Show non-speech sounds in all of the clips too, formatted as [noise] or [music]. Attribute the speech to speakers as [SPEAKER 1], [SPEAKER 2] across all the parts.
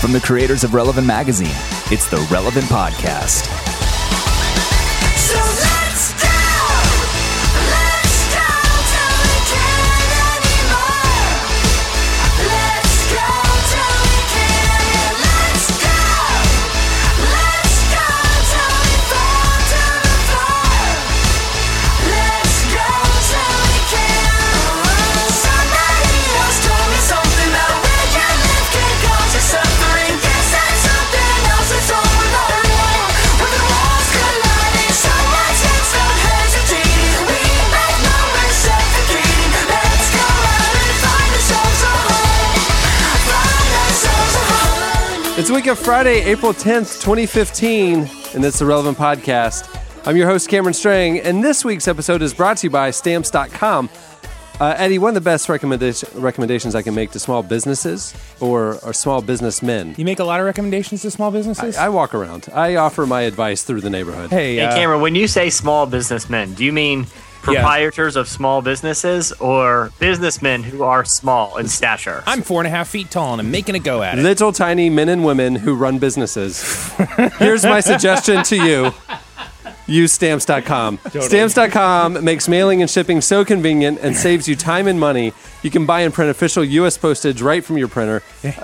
[SPEAKER 1] from the creators of Relevant Magazine. It's the Relevant Podcast.
[SPEAKER 2] So let's go! Let's go till we can't anymore! Let's go till we can Let's go! Let's go till we fall to the floor! Let's go till we can Somebody else told me something about where you live can cause you suffering Yes, that's something else is over the wall When the walls colliding, someone's head stop hesitating We make no one suffocating Let's go out and find ourselves a home Find ourselves a home
[SPEAKER 3] It's the week of Friday, April 10th, 2015, and it's the Relevant Podcast. I'm your host, Cameron Strang, and this week's episode is brought to you by Stamps.com. Uh, Eddie, one of the best recommendation, recommendations I can make to small businesses or, or small businessmen.
[SPEAKER 4] You make a lot of recommendations to small businesses.
[SPEAKER 3] I walk around, I offer my advice through the neighborhood.
[SPEAKER 4] hey,
[SPEAKER 5] Hey,
[SPEAKER 4] uh,
[SPEAKER 5] Cameron, when you say small businessmen, do you mean proprietors of small businesses or businessmen who are small in stature?
[SPEAKER 4] I'm four and a half feet tall, and I'm making a go at it.
[SPEAKER 3] Little tiny men and women who
[SPEAKER 4] [laughs]
[SPEAKER 3] run businesses. Here's my suggestion to you. Use stamps.com. Stamps.com makes mailing and shipping so convenient
[SPEAKER 4] [laughs]
[SPEAKER 3] and saves you time and money. You can buy and print official US postage right from your printer,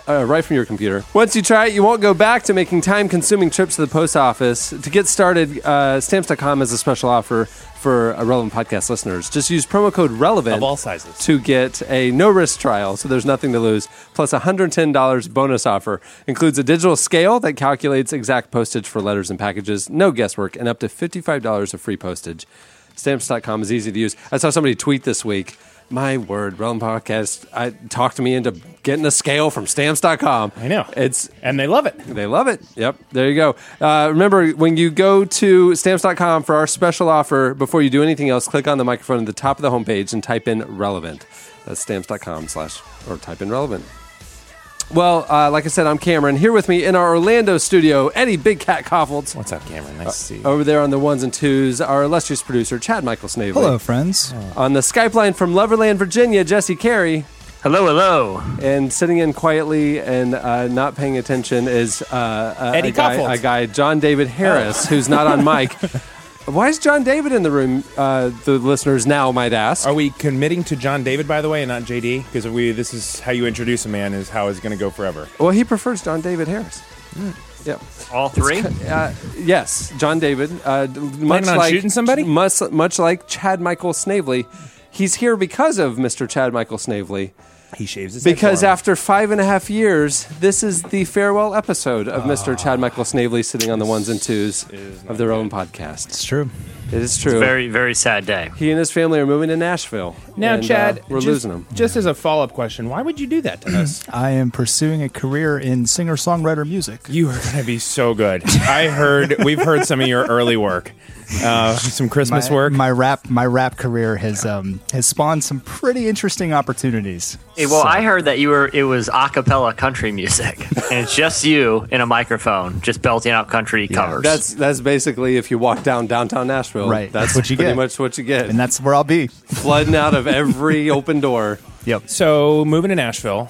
[SPEAKER 3] uh, right from your computer. Once you try it, you won't go back to making time consuming trips to the post office. To get started, uh, stamps.com has a special offer for uh, relevant podcast listeners. Just use promo code RELEVANT
[SPEAKER 4] Of all sizes.
[SPEAKER 3] to get a no risk trial, so there's nothing to lose, plus $110 bonus offer. Includes a digital scale that calculates exact postage for letters and packages, no guesswork, and up to $55 of free postage. Stamps.com is easy to use. I saw somebody tweet this week. My word, Realm Podcast I, talked me into getting a scale from stamps.com.
[SPEAKER 4] I know
[SPEAKER 3] It's
[SPEAKER 4] and they love it.
[SPEAKER 3] they love it. Yep. There you go. Uh, remember, when you go to stamps.com for our special offer, before you do anything else, click on the microphone at the top of the homepage and type in relevant. That's stamps.com slash or type in relevant. Well, uh, like I said, I'm Cameron. Here with me in our Orlando studio, Eddie Big Cat Coffelt.
[SPEAKER 4] What's up, Cameron? Nice to see you.
[SPEAKER 3] Over there on the ones and twos, our illustrious producer, Chad Michael Snavely.
[SPEAKER 6] Hello, friends.
[SPEAKER 4] Oh,
[SPEAKER 6] [clears throat]
[SPEAKER 3] Uh-huh. On the Skype line from Loverland, Virginia, Jesse Carey.
[SPEAKER 5] hello, hello.
[SPEAKER 3] And sitting in quietly and uh, not paying attention is uh, a,
[SPEAKER 4] Eddie
[SPEAKER 3] a, guy,
[SPEAKER 4] Koppelt.
[SPEAKER 3] a guy, John David Harris, who's not on mic.
[SPEAKER 5] [laughs]
[SPEAKER 3] Why is John David in the room? Uh, the listeners now might ask.
[SPEAKER 4] Are we committing to John David, by the way, and not JD? Because we this is how you introduce a man is how it's going to go forever.
[SPEAKER 3] well, he prefers John David Harris. Yeah.
[SPEAKER 5] All three?
[SPEAKER 3] Uh, yes, John David. Uh, d- much
[SPEAKER 4] on
[SPEAKER 3] like
[SPEAKER 4] shooting somebody?
[SPEAKER 3] Much, much like Chad Michael Snavely, he's here because of Mr. Chad Michael Snavely.
[SPEAKER 4] He shaves his
[SPEAKER 3] Because after five and a half years, this is the farewell episode of
[SPEAKER 4] Ah.
[SPEAKER 3] Mr. Chad Michael Snavely sitting on the ones and twos of their own podcast.
[SPEAKER 6] It's true.
[SPEAKER 3] It is true.
[SPEAKER 5] Very, very sad day.
[SPEAKER 3] he and his family are moving to Nashville.
[SPEAKER 4] now,
[SPEAKER 3] and, uh,
[SPEAKER 4] Chad,
[SPEAKER 3] we're
[SPEAKER 4] just,
[SPEAKER 3] losing him.
[SPEAKER 4] Just as a follow up question, why would you do [laughs] that to us?
[SPEAKER 6] I am pursuing a career in singer songwriter music.
[SPEAKER 4] you are going to be so good. I heard we've heard some of your early work, uh, some
[SPEAKER 6] my,
[SPEAKER 4] Christmas work.
[SPEAKER 6] my rap, my rap career has um, has spawned some pretty interesting opportunities.
[SPEAKER 5] Hey, well, I heard that you were it was a cappella country music. and it's just you in a microphone, just belting out country covers.
[SPEAKER 3] That's that's basically if you walk down downtown Nashville.
[SPEAKER 6] Right. That's
[SPEAKER 3] That's
[SPEAKER 6] what you
[SPEAKER 3] pretty
[SPEAKER 6] get.
[SPEAKER 3] much what you get.
[SPEAKER 6] and that's where I'll be.
[SPEAKER 3] flooding out
[SPEAKER 6] [laughs]
[SPEAKER 3] of every open door.
[SPEAKER 6] Yep.
[SPEAKER 4] so moving to Nashville.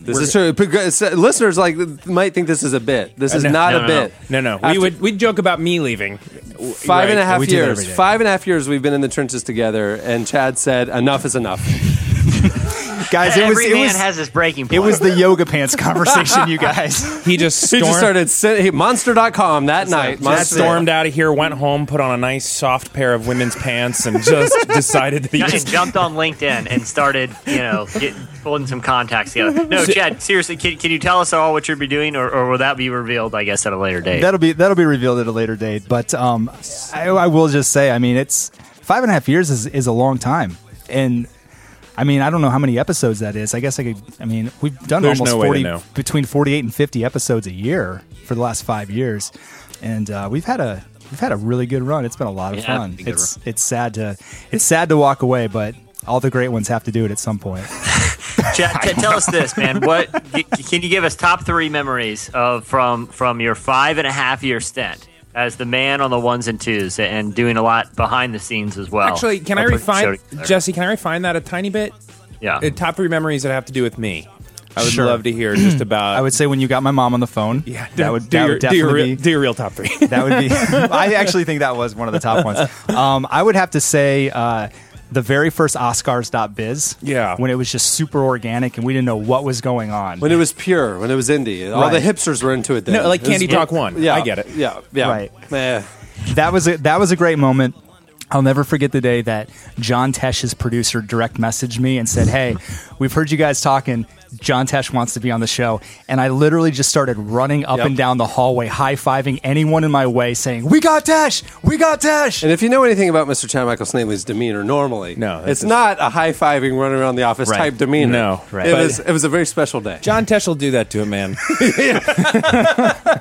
[SPEAKER 3] This is true. Because, uh, Listeners like might think this is a bit. This is
[SPEAKER 4] uh, no.
[SPEAKER 3] not
[SPEAKER 5] No,
[SPEAKER 3] a
[SPEAKER 5] no,
[SPEAKER 3] bit.
[SPEAKER 4] No, no, we
[SPEAKER 3] After-
[SPEAKER 4] would we would joke about me leaving.
[SPEAKER 3] Five and a
[SPEAKER 4] Right,
[SPEAKER 3] half
[SPEAKER 4] we do that
[SPEAKER 3] years.
[SPEAKER 4] every day.
[SPEAKER 3] Five and a half years we've been in the trenches together, and Chad said, "Enough is enough."
[SPEAKER 6] Guys, it was
[SPEAKER 5] Every
[SPEAKER 6] it
[SPEAKER 5] man
[SPEAKER 6] was
[SPEAKER 5] has his breaking point.
[SPEAKER 6] it was the yoga
[SPEAKER 3] [laughs]
[SPEAKER 6] pants conversation,
[SPEAKER 5] [laughs]
[SPEAKER 6] you guys.
[SPEAKER 4] He just
[SPEAKER 3] He
[SPEAKER 4] stormed,
[SPEAKER 3] just started sen- he, monster.com that night.
[SPEAKER 4] Matt
[SPEAKER 3] Monster.
[SPEAKER 4] stormed out of here, went home, put on a nice soft pair of women's pants,
[SPEAKER 3] [laughs]
[SPEAKER 4] and just decided that he
[SPEAKER 5] I
[SPEAKER 4] just.
[SPEAKER 5] jumped on LinkedIn and started, you know, get, pulling some contacts together. No, Chad, seriously, can, can you tell us all what you'll be doing, or, or will that be revealed, I guess, at a later date?
[SPEAKER 6] That'll be that'll be revealed at a later date. But um, I, I will just say, I mean, it's five and a half years is, is a long time, and I mean, I don't know how many episodes that is. I guess I could. I mean, we've done
[SPEAKER 4] There's
[SPEAKER 6] almost
[SPEAKER 4] no way to
[SPEAKER 6] forty
[SPEAKER 4] know.
[SPEAKER 6] between forty eight and fifty episodes a year for the last five years, and uh, we've had a we've had a really good run. It's been a lot of
[SPEAKER 5] Yeah,
[SPEAKER 6] fun.
[SPEAKER 5] it's been a good
[SPEAKER 6] It's it's sad to it's sad to walk away, but all the great ones have to do it at some point.
[SPEAKER 4] Uh,
[SPEAKER 5] Chad, t- tell us this, man. What g- can you give us top three memories of from from your five and a half year stint as the man on the ones and twos and doing a lot behind the scenes as well?
[SPEAKER 4] Actually, can I
[SPEAKER 5] Of what
[SPEAKER 4] refine [laughs]
[SPEAKER 5] showed-
[SPEAKER 4] Jesse? Can I refine that a tiny bit?
[SPEAKER 5] Yeah.
[SPEAKER 4] Uh, top three memories that have to do with me. I would
[SPEAKER 6] Sure.
[SPEAKER 4] love to hear [clears throat] just about.
[SPEAKER 6] I would say when you got my mom on the phone.
[SPEAKER 4] Yeah,
[SPEAKER 6] that would,
[SPEAKER 4] do
[SPEAKER 6] that
[SPEAKER 4] your, do your
[SPEAKER 6] would definitely
[SPEAKER 4] real-
[SPEAKER 6] be
[SPEAKER 4] do your real top three.
[SPEAKER 6] that would be. [laughs] I actually think that was one of the top ones. Um, I would have to say uh, the very first Oscars.biz.
[SPEAKER 4] Yeah.
[SPEAKER 6] when it was just super organic and we didn't know what was going on.
[SPEAKER 3] When it was pure, when it was indie, all the
[SPEAKER 6] Right.
[SPEAKER 3] hipsters were into it then.
[SPEAKER 4] no, like
[SPEAKER 3] It was-
[SPEAKER 4] Candy Talk One.
[SPEAKER 3] Yeah,
[SPEAKER 4] I get it.
[SPEAKER 3] Yeah, yeah.
[SPEAKER 6] Right.
[SPEAKER 3] Eh.
[SPEAKER 6] that was a, that was a great moment. I'll never forget the day that John Tesh's producer direct messaged me and said, "Hey, we've heard you guys talking. John Tesh wants to be on the show." And I literally just started running up
[SPEAKER 3] Yep.
[SPEAKER 6] and down the hallway, high fiving anyone in my way, saying, "We got Tesh! We got Tesh!"
[SPEAKER 3] And if you know anything about Mr. Chad Michael Snavely's demeanor normally,
[SPEAKER 4] No, that's
[SPEAKER 3] it's
[SPEAKER 4] just-
[SPEAKER 3] not a high fiving, running around the office
[SPEAKER 6] Right.
[SPEAKER 3] type demeanor.
[SPEAKER 4] No, right.
[SPEAKER 3] It
[SPEAKER 4] But-
[SPEAKER 3] was it was a very special day.
[SPEAKER 4] John Tesh will do that to a man.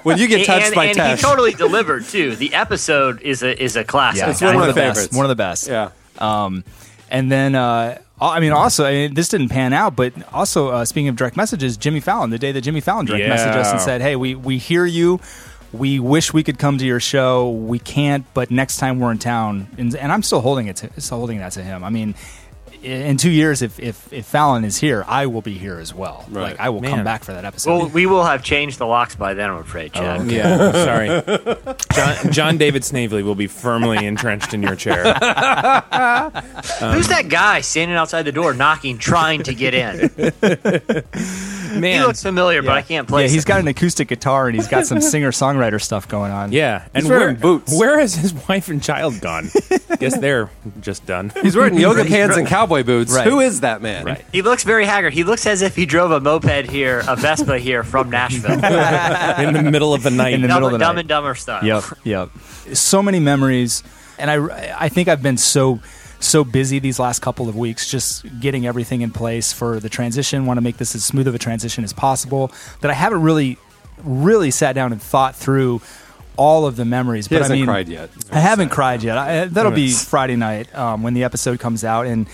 [SPEAKER 3] When you get touched
[SPEAKER 5] and,
[SPEAKER 3] by
[SPEAKER 5] and
[SPEAKER 3] Tesh,
[SPEAKER 5] he totally delivered too. The episode is a is a classic.
[SPEAKER 6] Yeah,
[SPEAKER 3] It's one of my
[SPEAKER 6] the best.
[SPEAKER 3] favorites.
[SPEAKER 6] One of the best. Um,
[SPEAKER 3] yeah,
[SPEAKER 6] And then, uh, I mean, also, I mean, this didn't pan out, but also, uh, speaking of direct messages, Jimmy Fallon, the day that Jimmy Fallon direct
[SPEAKER 4] Yeah.
[SPEAKER 6] messaged us and said, Hey, we, we hear you. We wish we could come to your show. We can't, but next time we're in town, and, and I'm still holding it to, still holding that to him. I mean, i- in two years, if, if, if Fallon is here, I will be here as well.
[SPEAKER 3] Right.
[SPEAKER 6] Like, I will come
[SPEAKER 4] Man.
[SPEAKER 6] back for that episode.
[SPEAKER 5] Well, we will have changed the locks by then. I'm afraid,
[SPEAKER 6] Oh,
[SPEAKER 5] Chad.
[SPEAKER 4] yeah, sorry. [laughs] John, John David Snavely will be firmly entrenched in your [laughs] chair.
[SPEAKER 5] [laughs] Who's that guy standing outside the door, knocking, trying to get in? he
[SPEAKER 4] Man,
[SPEAKER 5] looks familiar, but I can't play.
[SPEAKER 6] yeah, he's got an acoustic guitar and he's got some singer songwriter stuff going on.
[SPEAKER 4] yeah, and where
[SPEAKER 3] wearing boots.
[SPEAKER 4] Where has his wife and child gone? Guess
[SPEAKER 7] [laughs]
[SPEAKER 4] they're just done.
[SPEAKER 3] he's wearing yoga pants and cowboy boots.
[SPEAKER 6] Right.
[SPEAKER 3] Who is that man?
[SPEAKER 6] Right.
[SPEAKER 5] He looks very haggard. He looks as if he drove a moped here, a Vespa here from Nashville.
[SPEAKER 4] [laughs]
[SPEAKER 5] dumb,
[SPEAKER 4] in the middle of the night.
[SPEAKER 6] In the middle of the
[SPEAKER 5] dumb
[SPEAKER 6] night.
[SPEAKER 5] and Dumber style.
[SPEAKER 6] Yep, yep. So many memories, and I I think I've been so so busy these last couple of weeks, just getting everything in place for the transition. Want to make this as smooth of a transition as possible. That I haven't really really sat down and thought through all of the memories.
[SPEAKER 3] He
[SPEAKER 6] but
[SPEAKER 3] hasn't
[SPEAKER 6] I mean,
[SPEAKER 3] cried yet.
[SPEAKER 6] I haven't cried yet. I, that'll be Friday night um, when the episode comes out, and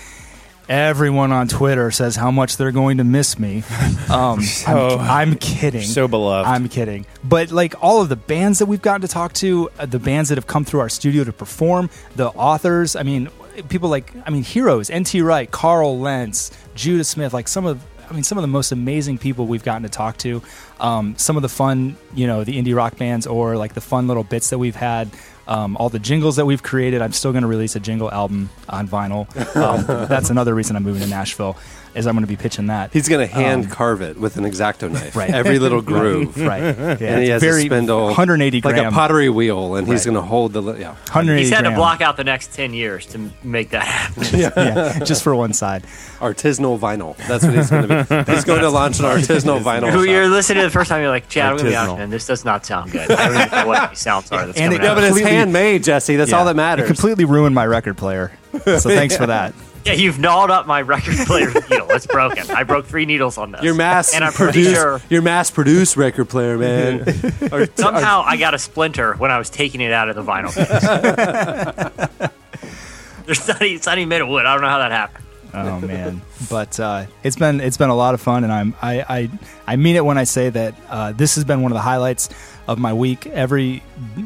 [SPEAKER 6] everyone on Twitter says how much they're going to
[SPEAKER 4] [laughs]
[SPEAKER 6] miss me. Um, I'm, I'm kidding.
[SPEAKER 4] so beloved.
[SPEAKER 6] I'm kidding. But like all of the bands that we've gotten to talk to, uh, the bands that have come through our studio to perform, the authors. I mean, people like I mean, heroes. N.T. Wright, Carl Lentz, Judah Smith. Like some of. I mean, some of the most amazing people we've gotten to talk to. Um, some of the fun, you know, the indie rock bands or like the fun little bits that we've had. Um, all the jingles that we've created. I'm still going to release a jingle album on vinyl. Um,
[SPEAKER 5] [laughs]
[SPEAKER 6] that's another reason I'm moving to Nashville, is I'm going to be pitching that. Um,
[SPEAKER 3] [laughs] He's going to hand carve it with an exacto knife.
[SPEAKER 6] [laughs] Right.
[SPEAKER 3] Every little groove.
[SPEAKER 6] right. Yeah,
[SPEAKER 3] And he
[SPEAKER 6] it's
[SPEAKER 3] has a spindle,
[SPEAKER 6] 180
[SPEAKER 3] like a
[SPEAKER 6] gram.
[SPEAKER 3] pottery wheel, and he's
[SPEAKER 6] Right.
[SPEAKER 3] going to hold the. li- Yeah,
[SPEAKER 6] 180
[SPEAKER 5] He's had to
[SPEAKER 6] gram.
[SPEAKER 5] block out the next 10 years to make that happen.
[SPEAKER 6] [laughs] yeah, just for one side.
[SPEAKER 3] artisanal vinyl. That's what he's going to be. he's going to
[SPEAKER 6] [laughs]
[SPEAKER 3] launch an artisanal vinyl.
[SPEAKER 5] Who
[SPEAKER 3] shop.
[SPEAKER 5] you're listening to the first time, you're like, Chad, I'm going to be
[SPEAKER 4] Artisanal.
[SPEAKER 5] honest, man. This does not sound good. I don't even know what these sounds are. That's
[SPEAKER 6] And
[SPEAKER 5] coming
[SPEAKER 6] it-
[SPEAKER 3] Yeah,
[SPEAKER 5] out.
[SPEAKER 3] but it's
[SPEAKER 6] Completely-
[SPEAKER 3] handmade, Jesse. That's
[SPEAKER 6] Yeah.
[SPEAKER 3] all that matters.
[SPEAKER 6] It completely ruined my record player. [laughs]
[SPEAKER 5] [laughs]
[SPEAKER 6] So thanks for that.
[SPEAKER 5] Yeah, you've gnawed up my record player [laughs] needle. It's broken. I broke three needles on this.
[SPEAKER 3] your mass
[SPEAKER 5] And I'm pretty
[SPEAKER 3] produce,
[SPEAKER 5] sure
[SPEAKER 3] your mass produced record player,
[SPEAKER 6] [laughs]
[SPEAKER 3] man.
[SPEAKER 5] somehow I got a splinter when I was taking it out of the vinyl.
[SPEAKER 3] [laughs]
[SPEAKER 5] case. There's not, e, it's not even made of wood. I don't know how that happened.
[SPEAKER 6] [laughs] Oh man, but uh, it's been it's been a lot of fun, and I'm I I, I mean it when I say that uh, this has been one of the highlights of my week. Every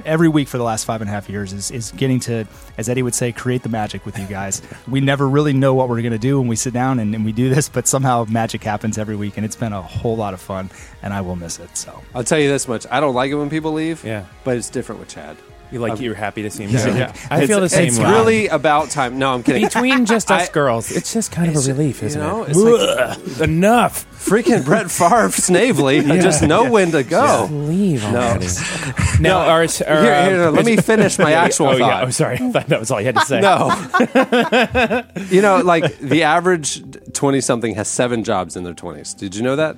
[SPEAKER 6] every week for the last five and a half years is is getting to, as Eddie would say, create the magic with you guys. we never really know what we're gonna do when we sit down and, and we do this, but somehow magic happens every week, and it's been a whole lot of fun, and I will miss it. So
[SPEAKER 3] I'll tell you this much: I don't like it when people leave.
[SPEAKER 4] Yeah.
[SPEAKER 3] but it's different with Chad.
[SPEAKER 4] You like you're happy to see him. go.
[SPEAKER 6] Yeah.
[SPEAKER 4] I feel the
[SPEAKER 6] It's-
[SPEAKER 4] same
[SPEAKER 3] It's
[SPEAKER 4] way.
[SPEAKER 3] really about time. No, I'm kidding.
[SPEAKER 4] between just us
[SPEAKER 3] I-
[SPEAKER 4] girls. It's just kind of a relief, isn't
[SPEAKER 3] know,
[SPEAKER 4] it?
[SPEAKER 3] it's like-
[SPEAKER 4] Ugh, enough.
[SPEAKER 3] Freaking Brett Favre, Snavely. I just know when to go.
[SPEAKER 4] Leave [laughs]
[SPEAKER 3] already.
[SPEAKER 4] Now, our, our,
[SPEAKER 3] Here, here,
[SPEAKER 4] um,
[SPEAKER 3] let me finish my
[SPEAKER 4] [laughs]
[SPEAKER 3] actual
[SPEAKER 4] oh,
[SPEAKER 3] thought.
[SPEAKER 4] yeah. Oh, sorry. [laughs] I thought that was all you had to say.
[SPEAKER 3] No. [laughs] you know, like the average 20 something has seven jobs in their 20s. Did you know that?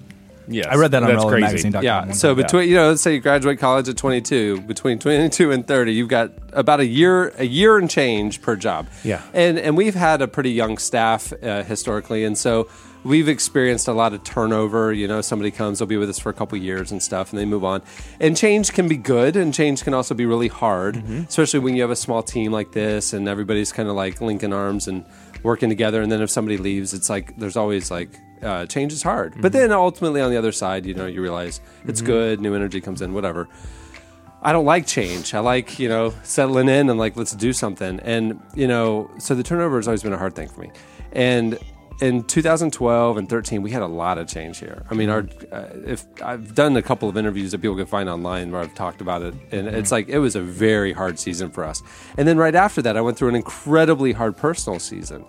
[SPEAKER 4] Yes.
[SPEAKER 6] I read that on
[SPEAKER 4] That's crazy.
[SPEAKER 6] relevantmagazine.com.
[SPEAKER 3] Yeah. So between, you know, let's say you graduate college at 22, between 22 and 30, you've got about a year, a year and change per job.
[SPEAKER 4] Yeah.
[SPEAKER 3] And, and we've had a pretty young staff uh, historically. And so, We've experienced a lot of turnover. You know, somebody comes, they'll be with us for a couple years and stuff, and they move on. And change can be good, and change can also be really hard, especially when you have a small team like this and everybody's kind of like linking arms and working together. And then if somebody leaves, it's like there's always like uh, change is hard. But then ultimately on the other side, you know, you realize it's good, new energy comes in, whatever. I don't like change. I like, you know, settling in and like, let's do something. And, you know, so the turnover has always been a hard thing for me. And in 2012 and 13, we had a lot of change here. I mean, our uh, if I've done a couple of interviews that people can find online where I've talked about it, and it's like it was a very hard season for us. And then right after that, I went through an incredibly hard personal season,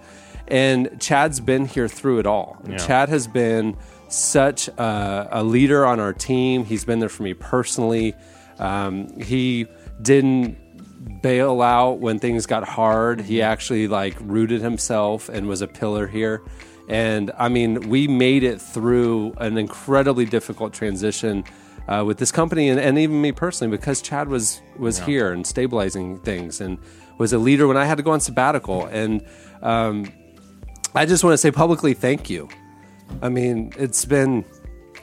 [SPEAKER 3] and Chad's been here through it all. Chad has been such a, a leader on our team. He's been there for me personally. Um, he didn't bail out when things got hard. He actually like rooted himself and was a pillar here. And I mean, we made it through an incredibly difficult transition uh, with this company and, and even me personally because Chad was was here and stabilizing things and was a leader when I had to go on sabbatical. And um, I just want to say publicly thank you. I mean, it's been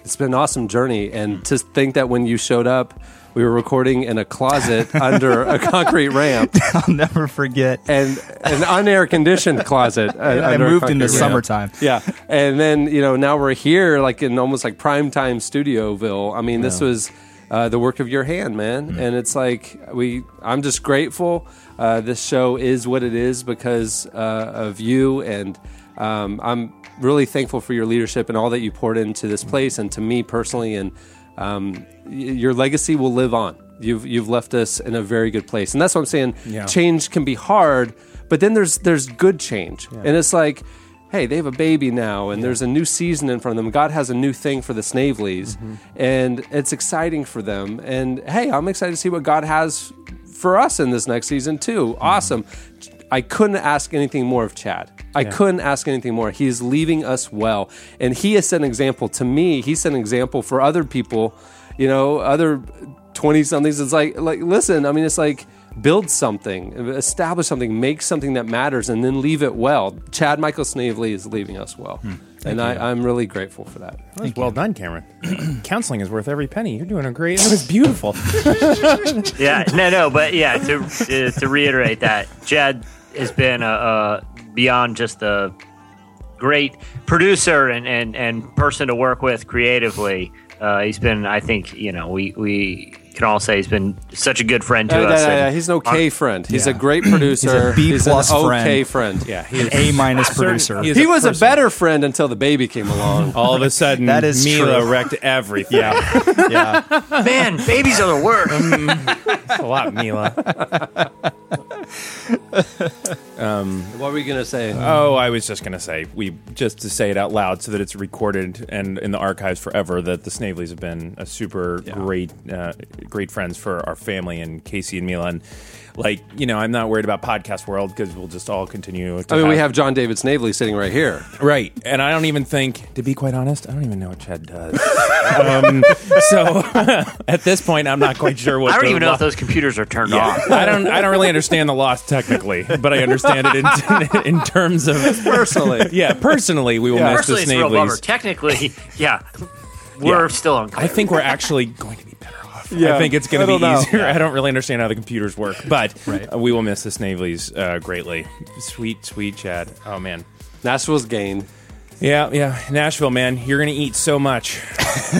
[SPEAKER 3] it's been an awesome journey, and to think that when you showed up, we were recording in a closet [laughs] under a concrete ramp
[SPEAKER 6] I'll never forget.
[SPEAKER 3] [laughs] and an unair conditioned closet. uh,
[SPEAKER 6] I
[SPEAKER 3] under a
[SPEAKER 6] moved in the
[SPEAKER 3] concrete ramp.
[SPEAKER 6] summertime.
[SPEAKER 3] Yeah, and then you know now we're here, like in almost like primetime Studioville. I mean, this was uh, the work of your hand, man,
[SPEAKER 6] Mm-hmm.
[SPEAKER 3] and it's like we. I'm just grateful. Uh, this show is what it is because uh, of you, and um, I'm really thankful for your leadership and all that you poured into this
[SPEAKER 6] Mm-hmm.
[SPEAKER 3] place and to me personally. And um, y- your legacy will live on. You've you've left us in a very good place, and that's what I'm saying.
[SPEAKER 7] Yeah.
[SPEAKER 3] Change can be hard, but then there's there's good change, and it's like, hey, they have a baby now, and there's a new season in front of them. God has a new thing for the Snaveleys, and it's exciting for them. And hey, I'm excited to see what God has for us in this next season too. Awesome. I couldn't ask anything more of Chad. I couldn't ask anything more. He is leaving us well, and he has set an example to me. He set an example for other people, you know, other twenty somethings. It's like, like, listen. I mean, it's like build something, establish something, make something that matters, and then leave it well. Chad Michael Snavely is leaving us well,
[SPEAKER 7] Hmm.
[SPEAKER 3] and I, I'm really grateful for that.
[SPEAKER 7] That was well done, Cameron. [clears throat] Counseling is worth every penny. You're doing a great. That was beautiful.
[SPEAKER 5] Yeah, no, no, but yeah, to uh, to reiterate that, Jed has been a, a beyond just a great producer and, and, and person to work with creatively. Uh, he's been, I think, you know, we, we can all say he's been such a good friend to
[SPEAKER 3] Yeah,
[SPEAKER 5] us.
[SPEAKER 3] yeah,
[SPEAKER 5] and
[SPEAKER 3] yeah, He's an okay friend. He's a
[SPEAKER 5] [clears throat]
[SPEAKER 6] Yeah.
[SPEAKER 3] great producer.
[SPEAKER 6] B plus
[SPEAKER 3] an
[SPEAKER 6] friend.
[SPEAKER 3] okay friend.
[SPEAKER 5] [laughs]
[SPEAKER 3] Yeah.
[SPEAKER 6] An A minus producer.
[SPEAKER 7] he is
[SPEAKER 3] He was a
[SPEAKER 7] person.
[SPEAKER 3] better friend until the baby came along.
[SPEAKER 7] All of a sudden,
[SPEAKER 6] That is
[SPEAKER 7] Mila
[SPEAKER 6] true.
[SPEAKER 7] wrecked everything.
[SPEAKER 6] Yeah. yeah.
[SPEAKER 5] man, babies are the
[SPEAKER 7] [laughs]
[SPEAKER 5] worst.
[SPEAKER 7] a lot, [laughs] Mila.
[SPEAKER 3] What were you gonna say?
[SPEAKER 7] Um, Oh, I was just gonna say we just to say it out loud so that it's recorded and in the archives forever. That the Snaveleys have been a super great, uh, great friends for our family and Casey and Mila. And like you know, I'm not worried about podcast world because we'll just all continue. To
[SPEAKER 3] I mean, we have John David Snavely sitting right here.
[SPEAKER 7] Right. And I don't even think, to be quite honest, I don't even know what Chad does. um, so [laughs] at this point, I'm not quite sure what.
[SPEAKER 5] I don't
[SPEAKER 7] the
[SPEAKER 5] even know
[SPEAKER 7] lo-
[SPEAKER 5] if those computers are turned
[SPEAKER 7] Yeah.
[SPEAKER 5] off.
[SPEAKER 7] I don't. I don't really understand the loss technically, but I understand it in, [laughs] in terms of
[SPEAKER 3] Personally,
[SPEAKER 7] yeah. Personally, we will miss the
[SPEAKER 5] Personally, it's a real bummer.
[SPEAKER 7] Snaveleys. [laughs]
[SPEAKER 5] Technically, yeah, we're still on.
[SPEAKER 7] I think we're actually going to be better off.
[SPEAKER 3] Yeah.
[SPEAKER 7] I think it's
[SPEAKER 3] I
[SPEAKER 7] going to
[SPEAKER 3] don't
[SPEAKER 7] be
[SPEAKER 3] know.
[SPEAKER 7] easier. [laughs] I don't really understand how the computers
[SPEAKER 3] [laughs]
[SPEAKER 7] work, but uh, we will miss the Snaveleys uh, greatly. Sweet, sweet Chad. Oh man.
[SPEAKER 3] Nashville's gain.
[SPEAKER 7] Yeah, yeah. Nashville, man, you're gonna eat so
[SPEAKER 3] [laughs]
[SPEAKER 7] much.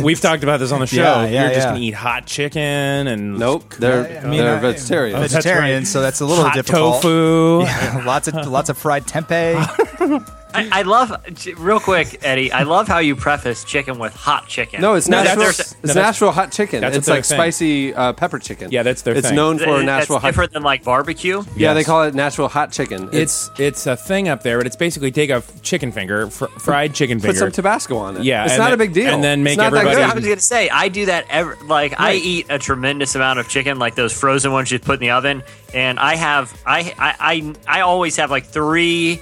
[SPEAKER 7] We've talked about this on the show.
[SPEAKER 6] Yeah, yeah,
[SPEAKER 7] you're just
[SPEAKER 6] yeah.
[SPEAKER 7] gonna eat hot chicken and
[SPEAKER 3] Nope, they're
[SPEAKER 6] I mean,
[SPEAKER 3] Oh, they're
[SPEAKER 6] I-
[SPEAKER 3] vegetarian.
[SPEAKER 7] Oh, that's
[SPEAKER 6] Vegetarian,
[SPEAKER 7] right.
[SPEAKER 6] so that's a little
[SPEAKER 7] hot
[SPEAKER 6] difficult. [laughs]
[SPEAKER 7] tofu.
[SPEAKER 6] lots of lots of fried [laughs] tempeh.
[SPEAKER 5] I, I love real quick, Eddie. I love how you preface chicken with hot chicken.
[SPEAKER 3] no, it's
[SPEAKER 7] No, that's
[SPEAKER 3] Nashville.
[SPEAKER 7] their-
[SPEAKER 3] It's
[SPEAKER 7] no, that's-
[SPEAKER 3] Nashville hot chicken.
[SPEAKER 7] that's
[SPEAKER 3] It's
[SPEAKER 7] their
[SPEAKER 3] like
[SPEAKER 7] thing.
[SPEAKER 3] spicy uh, pepper chicken.
[SPEAKER 7] Yeah, that's their
[SPEAKER 3] It's
[SPEAKER 7] thing.
[SPEAKER 3] known for
[SPEAKER 5] Th-
[SPEAKER 3] Nashville
[SPEAKER 5] that's
[SPEAKER 3] hot.
[SPEAKER 5] different than like barbecue.
[SPEAKER 3] Yeah, they
[SPEAKER 7] Yes.
[SPEAKER 3] call it Nashville hot chicken. It's,
[SPEAKER 7] It's it's a thing up there, but it's basically take a chicken finger, fr- fried chicken
[SPEAKER 3] put
[SPEAKER 7] finger.
[SPEAKER 3] some Tabasco on it.
[SPEAKER 7] Yeah,
[SPEAKER 3] it's
[SPEAKER 7] and
[SPEAKER 3] not
[SPEAKER 7] then-
[SPEAKER 3] a big deal.
[SPEAKER 7] and then
[SPEAKER 3] It's
[SPEAKER 7] make
[SPEAKER 3] not that
[SPEAKER 7] everybody-
[SPEAKER 5] I
[SPEAKER 3] good.
[SPEAKER 5] was gonna say I do that every like I
[SPEAKER 3] Right.
[SPEAKER 5] eat a tremendous amount of chicken, like those frozen ones you put in the oven, and I have I I I, I always have like three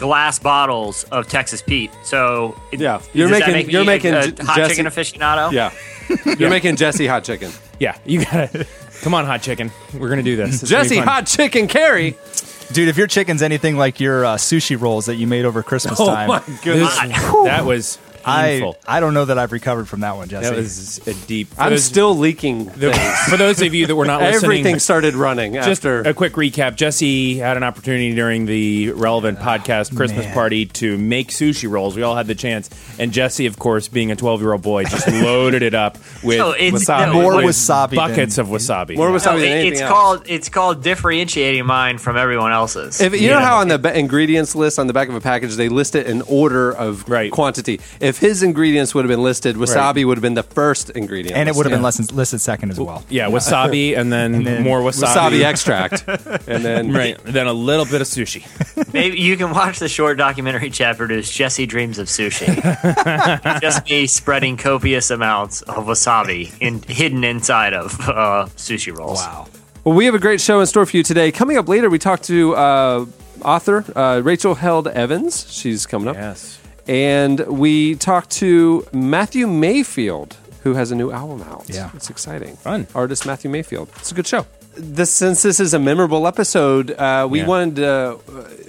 [SPEAKER 5] glass bottles of Texas Pete. So it-
[SPEAKER 3] Yeah. You're
[SPEAKER 5] does that
[SPEAKER 3] making-
[SPEAKER 5] make me
[SPEAKER 3] you're
[SPEAKER 5] a-
[SPEAKER 3] making
[SPEAKER 5] a
[SPEAKER 3] J-
[SPEAKER 5] hot
[SPEAKER 3] Jesse-
[SPEAKER 5] chicken aficionado.
[SPEAKER 3] Yeah, [laughs] you're making Jesse hot chicken.
[SPEAKER 7] yeah, you gotta come on, hot chicken. We're gonna do this. It's gonna be
[SPEAKER 3] Jesse
[SPEAKER 7] fun.
[SPEAKER 3] hot chicken carry.
[SPEAKER 6] Dude, if your chicken's anything like your uh, sushi rolls that you made over Christmas
[SPEAKER 7] Oh
[SPEAKER 6] time,
[SPEAKER 7] my goodness,
[SPEAKER 5] This-
[SPEAKER 7] that was
[SPEAKER 6] I,
[SPEAKER 7] painful.
[SPEAKER 6] I don't know that I've recovered from that one, Jesse.
[SPEAKER 7] that was a deep. for
[SPEAKER 3] I'm
[SPEAKER 7] those-
[SPEAKER 3] still leaking. things.
[SPEAKER 7] [laughs] for those of you that were not listening,
[SPEAKER 3] Everything started running
[SPEAKER 7] just
[SPEAKER 3] after.
[SPEAKER 7] a quick recap. Jesse had an opportunity during the relevant
[SPEAKER 5] Ah,
[SPEAKER 7] podcast Christmas
[SPEAKER 6] man.
[SPEAKER 7] party to make sushi rolls. We all had the chance, and Jesse, of course, being a twelve-year-old boy,
[SPEAKER 3] [laughs]
[SPEAKER 7] just loaded it up with
[SPEAKER 5] No, it's-
[SPEAKER 7] wasabi,
[SPEAKER 5] no, More
[SPEAKER 7] with
[SPEAKER 6] wasabi than-
[SPEAKER 7] buckets of wasabi.
[SPEAKER 3] More wasabi.
[SPEAKER 5] No, it-
[SPEAKER 3] Something than anything
[SPEAKER 5] it's
[SPEAKER 3] else.
[SPEAKER 5] called it's called differentiating mine from everyone else's.
[SPEAKER 3] If, you know how on the ba- ingredients list on the back of a package they list it in order of
[SPEAKER 7] Right.
[SPEAKER 3] quantity. If his ingredients would have been listed, wasabi
[SPEAKER 7] Right.
[SPEAKER 3] would have been the first ingredient,
[SPEAKER 6] and it would have
[SPEAKER 3] listed.
[SPEAKER 6] been listed, listed second as well.
[SPEAKER 7] Yeah,
[SPEAKER 6] [laughs]
[SPEAKER 7] wasabi, and then,
[SPEAKER 6] then
[SPEAKER 7] more
[SPEAKER 3] wasabi
[SPEAKER 7] wasabi. [laughs]
[SPEAKER 3] extract, and then
[SPEAKER 7] Right, then a little bit of sushi.
[SPEAKER 5] Maybe you can watch the short documentary chapter to Jesse Dreams of Sushi.
[SPEAKER 3] [laughs]
[SPEAKER 5] Just me spreading copious amounts of wasabi in, hidden inside of uh, sushi rolls.
[SPEAKER 6] Wow.
[SPEAKER 3] Well, we have a great show in store for you today. Coming up later, we talk to uh, author uh, Rachel Held Evans. She's coming up.
[SPEAKER 7] Yes.
[SPEAKER 3] And we talk to Matthew Mayfield, who has a new album out.
[SPEAKER 6] Yeah.
[SPEAKER 3] It's exciting.
[SPEAKER 7] Fun.
[SPEAKER 3] Artist Matthew Mayfield. It's a good show. This, since this is a memorable episode, uh, we
[SPEAKER 7] Yeah.
[SPEAKER 3] wanted to,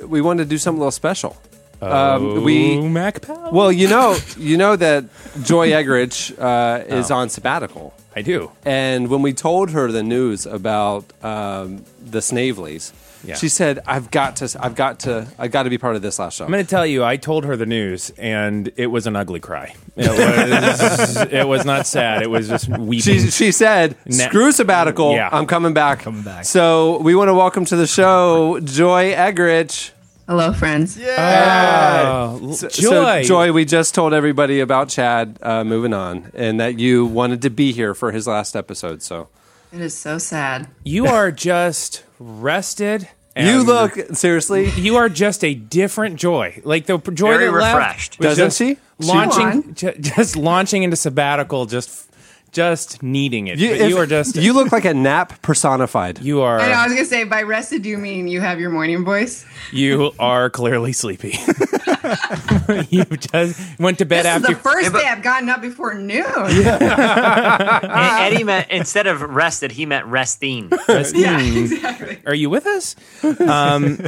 [SPEAKER 3] uh, we wanted to do something a little special.
[SPEAKER 7] Oh,
[SPEAKER 3] Um,
[SPEAKER 7] Ooh,
[SPEAKER 3] we
[SPEAKER 7] Mac Pal.
[SPEAKER 3] well, you know, you know that Joy Egerich uh, is on sabbatical.
[SPEAKER 7] Oh. I do.
[SPEAKER 3] And when we told her the news about um, the Snaveleys,
[SPEAKER 7] Yeah.
[SPEAKER 3] she said, "I've got to, I've got to, I've got to be part of this last show."
[SPEAKER 7] I'm going to tell you, I told her the news, and it was an ugly cry. It was, [laughs] it was not sad. It was just weeping.
[SPEAKER 3] she, she said,
[SPEAKER 7] Na-
[SPEAKER 3] "Screw sabbatical,
[SPEAKER 7] Yeah.
[SPEAKER 3] I'm coming back."
[SPEAKER 6] Coming back.
[SPEAKER 3] So we want to welcome to the show Joy Egerich.
[SPEAKER 8] Hello, friends.
[SPEAKER 7] Oh,
[SPEAKER 3] So-
[SPEAKER 7] joy.
[SPEAKER 3] so Joy, we just told everybody about Chad uh, moving on, and that you wanted to be here for his last episode. So
[SPEAKER 8] It is so sad.
[SPEAKER 7] You are just rested. and-
[SPEAKER 3] you look seriously.
[SPEAKER 7] You are just a different joy. Like the joy
[SPEAKER 5] Very
[SPEAKER 7] that left
[SPEAKER 5] refreshed.
[SPEAKER 7] was
[SPEAKER 3] Doesn't
[SPEAKER 7] just
[SPEAKER 3] she?
[SPEAKER 8] Come
[SPEAKER 7] Launching,
[SPEAKER 8] on.
[SPEAKER 7] ju- just launching into sabbatical, just just needing it. You, but
[SPEAKER 3] if-
[SPEAKER 7] you are just
[SPEAKER 3] you look like a nap personified.
[SPEAKER 7] you are
[SPEAKER 8] I know. I was gonna say, by rested, do you mean you have your morning voice?
[SPEAKER 7] you are clearly sleepy. [laughs] you just went to bed
[SPEAKER 8] This is
[SPEAKER 7] after
[SPEAKER 8] the first
[SPEAKER 5] Yeah, but-
[SPEAKER 8] day I've gotten up before noon.
[SPEAKER 5] [laughs] And Eddie meant instead of rested, he meant resting.
[SPEAKER 3] [laughs]
[SPEAKER 8] Yeah, exactly.
[SPEAKER 7] Are you with us? Um,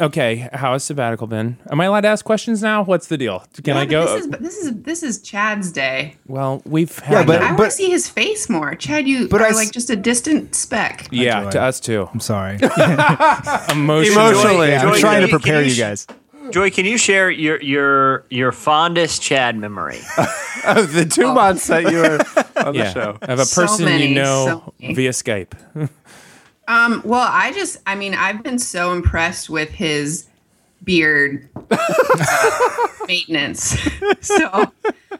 [SPEAKER 7] okay, how has sabbatical been? Am I allowed to ask questions now? What's the deal? Can I
[SPEAKER 8] But
[SPEAKER 7] go?
[SPEAKER 8] This is, but [laughs] this is this is Chad's day.
[SPEAKER 7] well, we've had
[SPEAKER 6] but-
[SPEAKER 8] I
[SPEAKER 7] that.
[SPEAKER 8] want to see his face more. Chad, you
[SPEAKER 6] But
[SPEAKER 8] are
[SPEAKER 6] I s-
[SPEAKER 8] like just a distant speck.
[SPEAKER 7] yeah, to
[SPEAKER 6] Joy.
[SPEAKER 7] us too. [laughs]
[SPEAKER 6] I'm sorry.
[SPEAKER 7] Emotionally,
[SPEAKER 3] Emotionally.
[SPEAKER 6] Yeah, I'm
[SPEAKER 5] Joy,
[SPEAKER 6] trying
[SPEAKER 5] can you-
[SPEAKER 6] to prepare
[SPEAKER 5] can you
[SPEAKER 6] you
[SPEAKER 5] sh-
[SPEAKER 6] guys.
[SPEAKER 5] Joy, can you share your your your fondest Chad
[SPEAKER 3] [laughs]
[SPEAKER 5] memory?
[SPEAKER 3] the two months that you were on the
[SPEAKER 7] yeah,
[SPEAKER 3] show.
[SPEAKER 7] of a
[SPEAKER 8] Oh. So
[SPEAKER 7] person
[SPEAKER 8] many,
[SPEAKER 7] you know
[SPEAKER 8] so many.
[SPEAKER 7] via Skype.
[SPEAKER 8] Um, well, I just, I mean, I've been so impressed with his beard uh, [laughs] maintenance. so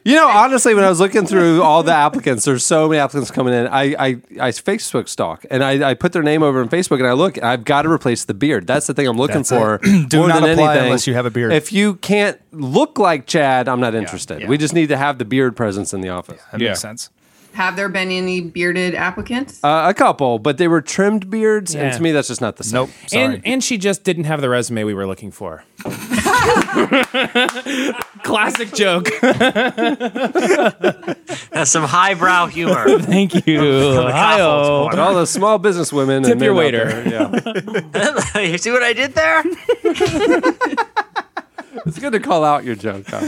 [SPEAKER 3] You know, honestly, when I was looking through all the applicants, there's so many applicants coming in. I I, I Facebook stalk and I, I put their name over in Facebook and I look. I've got to replace the beard. That's the thing I'm looking
[SPEAKER 6] That's [clears throat]
[SPEAKER 3] for.
[SPEAKER 6] it. Do
[SPEAKER 3] more
[SPEAKER 6] not
[SPEAKER 3] than
[SPEAKER 6] apply
[SPEAKER 3] anything.
[SPEAKER 6] unless you have a beard.
[SPEAKER 3] If you can't look like Chad, I'm not interested.
[SPEAKER 6] yeah.
[SPEAKER 3] We just need to have the beard presence in the office.
[SPEAKER 6] That
[SPEAKER 7] Yeah.
[SPEAKER 6] makes sense.
[SPEAKER 8] have there been any bearded applicants?
[SPEAKER 3] Uh, a couple, but they were trimmed beards, and
[SPEAKER 7] Yeah.
[SPEAKER 3] to me, that's just not the same.
[SPEAKER 6] Nope. Sorry.
[SPEAKER 7] And and she just didn't have the resume we were looking
[SPEAKER 5] [laughs]
[SPEAKER 7] for. Classic
[SPEAKER 5] [laughs]
[SPEAKER 7] joke.
[SPEAKER 5] That's some highbrow
[SPEAKER 3] [laughs]
[SPEAKER 5] humor.
[SPEAKER 7] Thank [laughs] you. Ohio.
[SPEAKER 3] But all those small business women
[SPEAKER 7] Tip
[SPEAKER 3] and
[SPEAKER 7] your
[SPEAKER 3] men out
[SPEAKER 7] waiter.
[SPEAKER 3] there,
[SPEAKER 7] [laughs]
[SPEAKER 5] [laughs]
[SPEAKER 3] yeah.
[SPEAKER 5] you see what I did
[SPEAKER 3] [laughs]
[SPEAKER 5] there?
[SPEAKER 3] it's good to call out your joke. though.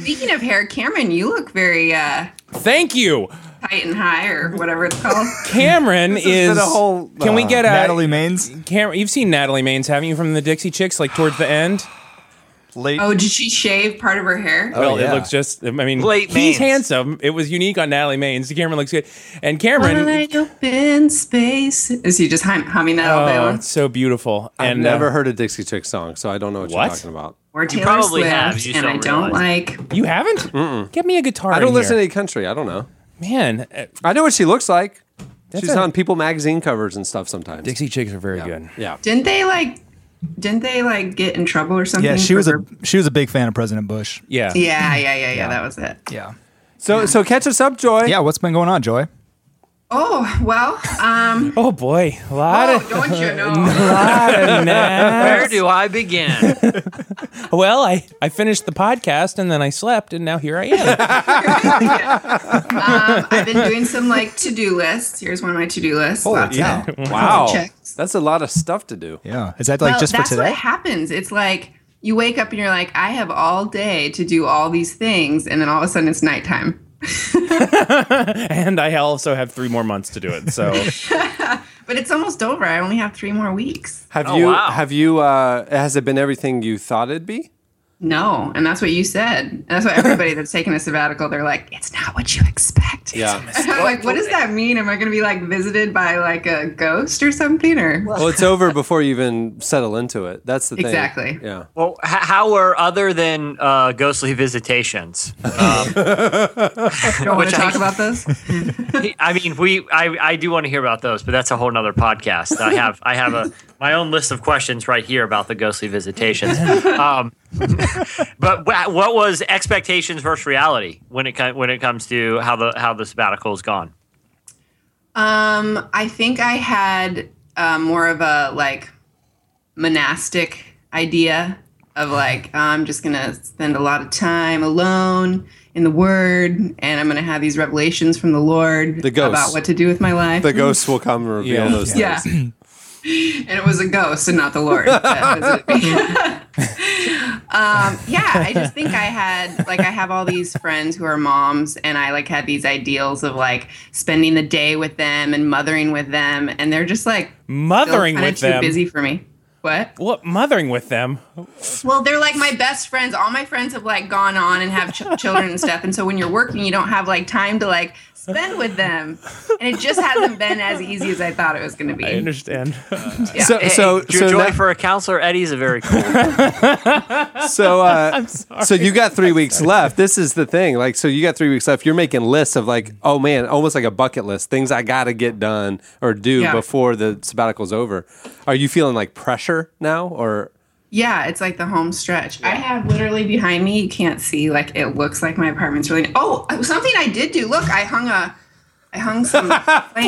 [SPEAKER 8] Speaking of hair, Cameron, you look very uh,
[SPEAKER 7] Thank you.
[SPEAKER 8] tight and high, or whatever it's called.
[SPEAKER 7] Cameron
[SPEAKER 3] has been
[SPEAKER 7] is.
[SPEAKER 3] a whole,
[SPEAKER 7] can we
[SPEAKER 3] uh,
[SPEAKER 7] get a
[SPEAKER 6] Natalie Maines,
[SPEAKER 7] Cameron, you've seen Natalie Maines, haven't you, from the Dixie Chicks, like towards the end?
[SPEAKER 6] late.
[SPEAKER 8] Oh, did she shave part of her hair?
[SPEAKER 7] Oh, well,
[SPEAKER 3] Oh,
[SPEAKER 6] yeah.
[SPEAKER 7] it looks just, I mean,
[SPEAKER 5] Late
[SPEAKER 7] he's
[SPEAKER 5] Maines.
[SPEAKER 7] handsome. It was unique on Natalie Maines. Cameron looks good. And Cameron,
[SPEAKER 8] Wide open space. Is he just hum- humming that all day
[SPEAKER 7] oh,
[SPEAKER 8] long?
[SPEAKER 7] it's so beautiful.
[SPEAKER 3] I've
[SPEAKER 7] and uh,
[SPEAKER 3] never heard a Dixie Chick song, so I don't know what,
[SPEAKER 7] What?
[SPEAKER 3] you're talking about.
[SPEAKER 8] Or Taylor
[SPEAKER 5] probably
[SPEAKER 8] Swift,
[SPEAKER 5] have, you just
[SPEAKER 8] and I
[SPEAKER 5] don't
[SPEAKER 8] don't
[SPEAKER 5] realize.
[SPEAKER 8] like.
[SPEAKER 7] you haven't? Get me a guitar.
[SPEAKER 3] I don't
[SPEAKER 7] in
[SPEAKER 3] listen to
[SPEAKER 7] here.
[SPEAKER 3] any country. I don't know.
[SPEAKER 7] Man, uh,
[SPEAKER 3] I know what she looks like. She's
[SPEAKER 7] a-
[SPEAKER 3] on People magazine covers and stuff sometimes.
[SPEAKER 7] Dixie Chicks are very good.
[SPEAKER 3] Yeah.
[SPEAKER 8] Didn't they like? Didn't they like get in trouble or something?
[SPEAKER 6] yeah, she
[SPEAKER 8] for
[SPEAKER 6] was a
[SPEAKER 8] her-
[SPEAKER 6] she was a big fan of President Bush.
[SPEAKER 7] Yeah.
[SPEAKER 8] Yeah, yeah, yeah, yeah. That was it.
[SPEAKER 6] Yeah.
[SPEAKER 3] So so catch us up, Joy.
[SPEAKER 6] Yeah, what's been going on, Joy?
[SPEAKER 8] Oh well.
[SPEAKER 6] [laughs]
[SPEAKER 8] Um.
[SPEAKER 7] Oh, boy. A lot
[SPEAKER 8] Oh,
[SPEAKER 7] of.
[SPEAKER 8] don't you know?
[SPEAKER 5] Where do I begin?
[SPEAKER 7] Well, I, I finished the podcast and then I slept, and now here I
[SPEAKER 5] [laughs]
[SPEAKER 7] am.
[SPEAKER 8] um, I've been doing some like to-do lists. Here's one of my to-do lists. Lots of-
[SPEAKER 3] [laughs] Wow.
[SPEAKER 8] Checks.
[SPEAKER 3] That's a lot of stuff to do.
[SPEAKER 6] Yeah. Is that like
[SPEAKER 8] Well,
[SPEAKER 6] just for
[SPEAKER 8] that's what
[SPEAKER 6] today?
[SPEAKER 8] happens. It's like you wake up and you're like, I have all day to do all these things, and then all of a sudden it's nighttime.
[SPEAKER 4] and I also have three more months to do it. So
[SPEAKER 8] But it's almost over. I only have three more weeks.
[SPEAKER 3] Have
[SPEAKER 5] Oh,
[SPEAKER 3] you?
[SPEAKER 5] wow.
[SPEAKER 3] Have you? Uh, has it been everything you thought it'd be?
[SPEAKER 8] No, and that's what you said. And that's what everybody that's taken a sabbatical, they're like, it's not what you expect.
[SPEAKER 3] Yeah.
[SPEAKER 8] I'm like, what does that mean? Am I going to be like visited by like a ghost or something? Or
[SPEAKER 3] Well,
[SPEAKER 8] [laughs]
[SPEAKER 3] it's over before you even settle into it. That's the thing.
[SPEAKER 8] Exactly.
[SPEAKER 3] Yeah.
[SPEAKER 5] Well, h- how were other than uh, ghostly visitations?
[SPEAKER 4] [laughs]
[SPEAKER 8] don't want to
[SPEAKER 5] Which I-
[SPEAKER 8] talk about those?
[SPEAKER 5] I mean, we I, I do want to hear about those, but that's a whole nother podcast. I have I have a my own list of questions right here about the ghostly
[SPEAKER 4] [laughs]
[SPEAKER 5] visitations. Um, [laughs] but wha- what was expectations versus reality when it co- when it comes to how the how the sabbatical is gone?
[SPEAKER 8] Um, I think I had uh, more of a like monastic idea of like I'm just gonna spend a lot of time alone in the Word, and I'm gonna have these revelations from the Lord
[SPEAKER 3] The ghost.
[SPEAKER 8] about what to do with my life. Mhm.
[SPEAKER 3] The ghosts will come and reveal
[SPEAKER 4] Yeah.
[SPEAKER 3] those things.
[SPEAKER 8] yeah. and it was a ghost [laughs] and not the
[SPEAKER 3] [laughs]
[SPEAKER 8] Lord. That was it. [laughs] um, yeah, I just think I had like I have all these friends who are moms, and I like had these ideals of like spending the day with them and mothering with them, and they're just like still
[SPEAKER 4] [laughs] mothering
[SPEAKER 8] kinda
[SPEAKER 4] with
[SPEAKER 8] too
[SPEAKER 4] them.
[SPEAKER 8] busy for me. What?
[SPEAKER 4] What mothering with them?
[SPEAKER 8] Well, they're like my best friends. All my friends have like gone on and have
[SPEAKER 3] [laughs]
[SPEAKER 8] ch- children and stuff. And so when you're working, you don't have like time to like spend with them. And it just hasn't been as easy as I thought it was going to be.
[SPEAKER 4] I [laughs] understand.
[SPEAKER 8] Yeah.
[SPEAKER 3] So, so,
[SPEAKER 5] Your
[SPEAKER 3] so,
[SPEAKER 5] joy
[SPEAKER 3] now-
[SPEAKER 5] for a counselor, Eddie's a very cool.
[SPEAKER 4] [laughs]
[SPEAKER 3] so, uh, so you got three weeks left. This is the thing. Like, so you got three weeks left. You're making lists of like, oh man, almost like a bucket list, things I got to get done or do
[SPEAKER 8] Yeah.
[SPEAKER 3] before the sabbatical's over. Are you feeling like pressure now or?
[SPEAKER 8] Yeah, it's like the home stretch. I have literally behind me, you can't see, like it looks like my apartment's really Oh, something I did do. Look, I hung a I
[SPEAKER 3] [laughs]
[SPEAKER 8] hung some
[SPEAKER 3] Plant!
[SPEAKER 8] plants.
[SPEAKER 7] Oh,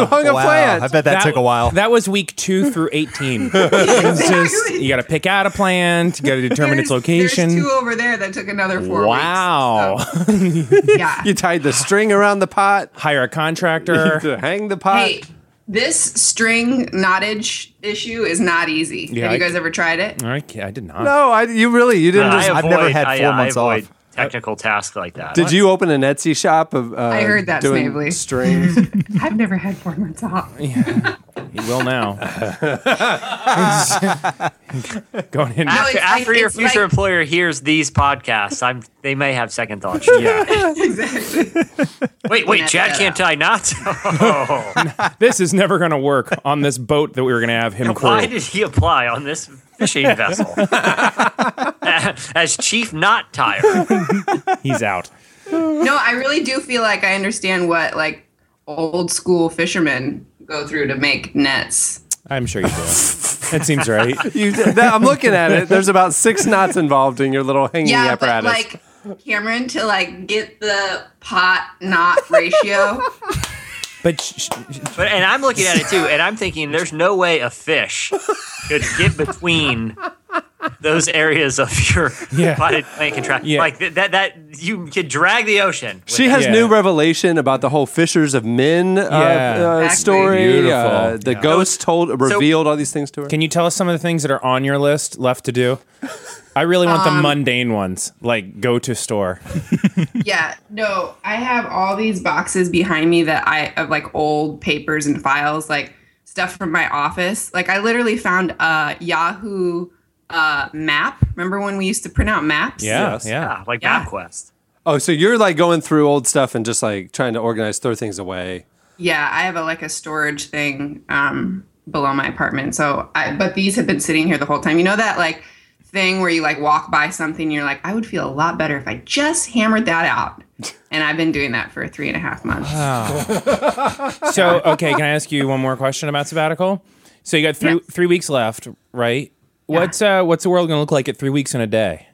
[SPEAKER 3] you hung a plant.
[SPEAKER 9] I bet that, took a while.
[SPEAKER 4] That was week two through 18.
[SPEAKER 8] Exactly.
[SPEAKER 4] you got to pick out a plant, you got to determine its
[SPEAKER 8] There's- There's
[SPEAKER 4] location.
[SPEAKER 8] two over there that took another four
[SPEAKER 4] Wow.
[SPEAKER 8] weeks. Yeah.
[SPEAKER 3] [laughs] you tied the string around the pot
[SPEAKER 4] Hire a contractor.
[SPEAKER 3] to hang the pot.
[SPEAKER 8] Hey, this string knottage issue is not easy.
[SPEAKER 4] Yeah,
[SPEAKER 8] Have you
[SPEAKER 4] I-
[SPEAKER 8] guys ever tried it?
[SPEAKER 4] I, I did not.
[SPEAKER 3] No, I, you really, [laughs] you didn't just.
[SPEAKER 5] I
[SPEAKER 9] I've never
[SPEAKER 5] avoid-
[SPEAKER 9] had
[SPEAKER 5] I,
[SPEAKER 9] four
[SPEAKER 5] uh, I
[SPEAKER 9] months
[SPEAKER 5] avoid
[SPEAKER 9] off.
[SPEAKER 5] Technical tasks like that.
[SPEAKER 3] Did you open an Etsy shop of? Uh, I
[SPEAKER 8] heard that,
[SPEAKER 3] doing
[SPEAKER 8] Snavely.
[SPEAKER 3] strings.
[SPEAKER 8] [laughs] I've never had four months off. [laughs]
[SPEAKER 4] You will now. [laughs]
[SPEAKER 3] [laughs]
[SPEAKER 4] Going in. [laughs]
[SPEAKER 8] Ow.
[SPEAKER 5] After,
[SPEAKER 8] it's like-
[SPEAKER 5] after your
[SPEAKER 8] it's
[SPEAKER 5] future
[SPEAKER 8] like-
[SPEAKER 5] employer hears these podcasts, I'm they may have second
[SPEAKER 8] [laughs]
[SPEAKER 5] thoughts.
[SPEAKER 4] Yeah.
[SPEAKER 8] exactly.
[SPEAKER 5] Wait, wait, Chad can't tie [laughs] knots.
[SPEAKER 4] This is never going to work on this boat that we were going to have him crew.
[SPEAKER 5] Why did he apply on this fishing
[SPEAKER 8] [laughs]
[SPEAKER 5] vessel [laughs] as chief knot tire?
[SPEAKER 4] He's out.
[SPEAKER 8] No, I really do feel like I understand what like old school fishermen go through to make nets.
[SPEAKER 4] I'm sure you do. That seems right.
[SPEAKER 3] you, that, I'm looking at it. There's about six knots involved in your little hanging
[SPEAKER 8] Yeah,
[SPEAKER 3] apparatus.
[SPEAKER 8] but like Cameron to like get the pot knot
[SPEAKER 4] [laughs]
[SPEAKER 8] ratio.
[SPEAKER 4] But sh- sh-
[SPEAKER 5] But and I'm looking at it too, and I'm thinking there's no way a fish could get between those areas of your
[SPEAKER 4] Yeah.
[SPEAKER 5] body plant contract.
[SPEAKER 4] Yeah.
[SPEAKER 5] Like that, that, that you could drag the ocean. with
[SPEAKER 3] she has
[SPEAKER 4] Yeah.
[SPEAKER 3] new revelation about the whole Fishers of Men uh, uh,
[SPEAKER 4] Exactly.
[SPEAKER 3] story.
[SPEAKER 4] Beautiful.
[SPEAKER 3] Uh, the ghost told revealed all these things to her.
[SPEAKER 4] Can you tell us some of the things that are on your list left to do? I really want the mundane ones, like go to store.
[SPEAKER 8] yeah, no, I have all these boxes behind me that I of like old papers and files, like stuff from my office. Like I literally found a Yahoo uh, map. Remember when we used to print out maps?
[SPEAKER 4] Yeah,
[SPEAKER 3] Yes.
[SPEAKER 4] yeah.
[SPEAKER 5] Yeah, Ah, like
[SPEAKER 8] Yeah.
[SPEAKER 5] MapQuest.
[SPEAKER 3] oh, so you're like going through old stuff and just like trying to organize, throw things away.
[SPEAKER 8] Yeah, I have a like a storage thing um below my apartment. So I but these have been sitting here the whole time. You know that like thing where you like walk by something and you're like, I would feel a lot better if I just hammered that out. And I've been doing that for three and a
[SPEAKER 7] [laughs]
[SPEAKER 8] half months. Ah.
[SPEAKER 4] So, okay, can I ask you one more question about sabbatical? So you got three
[SPEAKER 8] Yes.
[SPEAKER 4] three weeks left, right? What's uh, what's the world going to look like at three weeks and a day?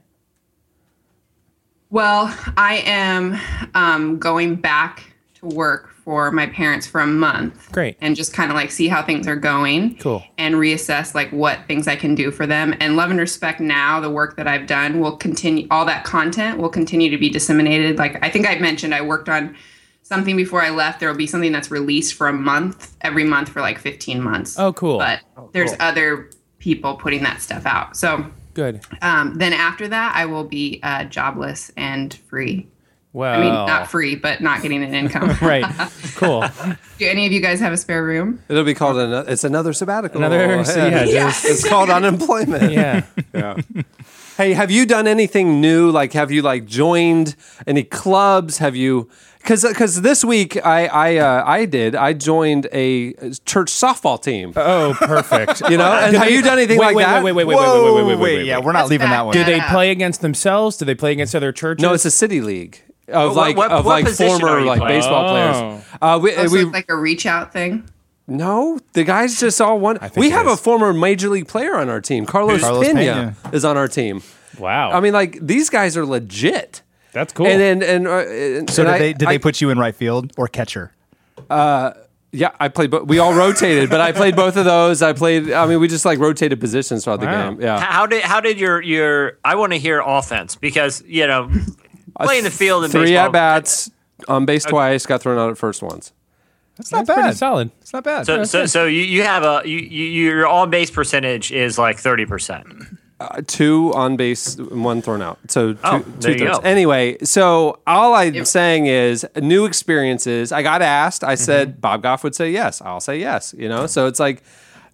[SPEAKER 8] Well, I am um, going back to work for my parents for a month.
[SPEAKER 4] Great.
[SPEAKER 8] And just kind of like see how things are going.
[SPEAKER 4] Cool.
[SPEAKER 8] And reassess like what things I can do for them. And love and respect now, the work that I've done will continue, all that content will continue to be disseminated. Like I think I mentioned, I worked on something before I left. There will be something that's released for a month, every month for like 15 months.
[SPEAKER 4] Oh, cool.
[SPEAKER 8] But there's other people putting that stuff out. So
[SPEAKER 4] Good.
[SPEAKER 8] Um, then after that, I will be uh, jobless and free.
[SPEAKER 4] Wow.
[SPEAKER 8] I mean, uh, not free, but not getting an income.
[SPEAKER 4] [laughs] Right. [laughs] Cool.
[SPEAKER 8] [laughs] Do any of you guys have a spare room?
[SPEAKER 3] It'll be called an, it's another sabbatical.
[SPEAKER 4] Another- Oh,
[SPEAKER 3] [laughs]
[SPEAKER 4] yeah, just-
[SPEAKER 3] it's called [laughs] unemployment.
[SPEAKER 4] Yeah.
[SPEAKER 3] Hey, have you done anything new? Like, have you like joined any clubs? Have you? Because because this week I I uh, I did I joined a uh, church softball team.
[SPEAKER 4] Oh, perfect.
[SPEAKER 3] You know, and have you done anything
[SPEAKER 4] wait,
[SPEAKER 3] like
[SPEAKER 4] wait,
[SPEAKER 3] that?
[SPEAKER 4] Wait, wait, wait, wait, wait,
[SPEAKER 9] Whoa,
[SPEAKER 4] wait, wait, wait, wait.
[SPEAKER 9] yeah, we're not leaving that one.
[SPEAKER 4] Do they
[SPEAKER 8] Yeah.
[SPEAKER 4] play against themselves? Do they play against other churches?
[SPEAKER 3] No, it's a city league of
[SPEAKER 5] What-
[SPEAKER 3] like
[SPEAKER 5] what-
[SPEAKER 3] of
[SPEAKER 5] what
[SPEAKER 3] like
[SPEAKER 5] position are
[SPEAKER 3] former
[SPEAKER 5] you
[SPEAKER 3] like
[SPEAKER 5] playing?
[SPEAKER 3] baseball
[SPEAKER 4] Oh.
[SPEAKER 3] players. Uh, we
[SPEAKER 8] Oh, so
[SPEAKER 3] we
[SPEAKER 8] it's like a reach out thing.
[SPEAKER 3] no, the guys just all one.
[SPEAKER 4] think
[SPEAKER 3] We
[SPEAKER 4] it
[SPEAKER 3] have a
[SPEAKER 4] is.
[SPEAKER 3] former major league player on our team. Carlos,
[SPEAKER 9] Carlos
[SPEAKER 3] Pena, is on our team.
[SPEAKER 4] Wow.
[SPEAKER 3] I mean, like these guys are legit.
[SPEAKER 4] That's cool.
[SPEAKER 3] And then and, uh, and
[SPEAKER 9] So did
[SPEAKER 3] and I-
[SPEAKER 9] they did
[SPEAKER 3] I-
[SPEAKER 9] they put you in right field or catcher?
[SPEAKER 3] uh, Yeah, I played. But we all rotated, but I played both of those. I played. I mean, we just like rotated positions throughout
[SPEAKER 4] Wow.
[SPEAKER 3] the game. Yeah,
[SPEAKER 5] How did how did your your I want to hear offense because you
[SPEAKER 3] [laughs]
[SPEAKER 5] know playing the field in
[SPEAKER 3] three
[SPEAKER 5] baseball,
[SPEAKER 3] at bats on base twice, got thrown out at first once.
[SPEAKER 9] That's not
[SPEAKER 4] pretty
[SPEAKER 9] bad.
[SPEAKER 4] solid.
[SPEAKER 9] It's not bad.
[SPEAKER 5] So, so, so you, you have a you, you, your on base percentage is like thirty percent.
[SPEAKER 3] Uh, two on base, one thrown out. So two
[SPEAKER 5] Oh, there
[SPEAKER 3] two
[SPEAKER 5] you
[SPEAKER 3] thirds.
[SPEAKER 5] go.
[SPEAKER 3] Anyway, so all I'm saying is new experiences. I got asked. I
[SPEAKER 4] Mm-hmm.
[SPEAKER 3] said Bob Goff would say yes. I'll say yes. You know, so it's like,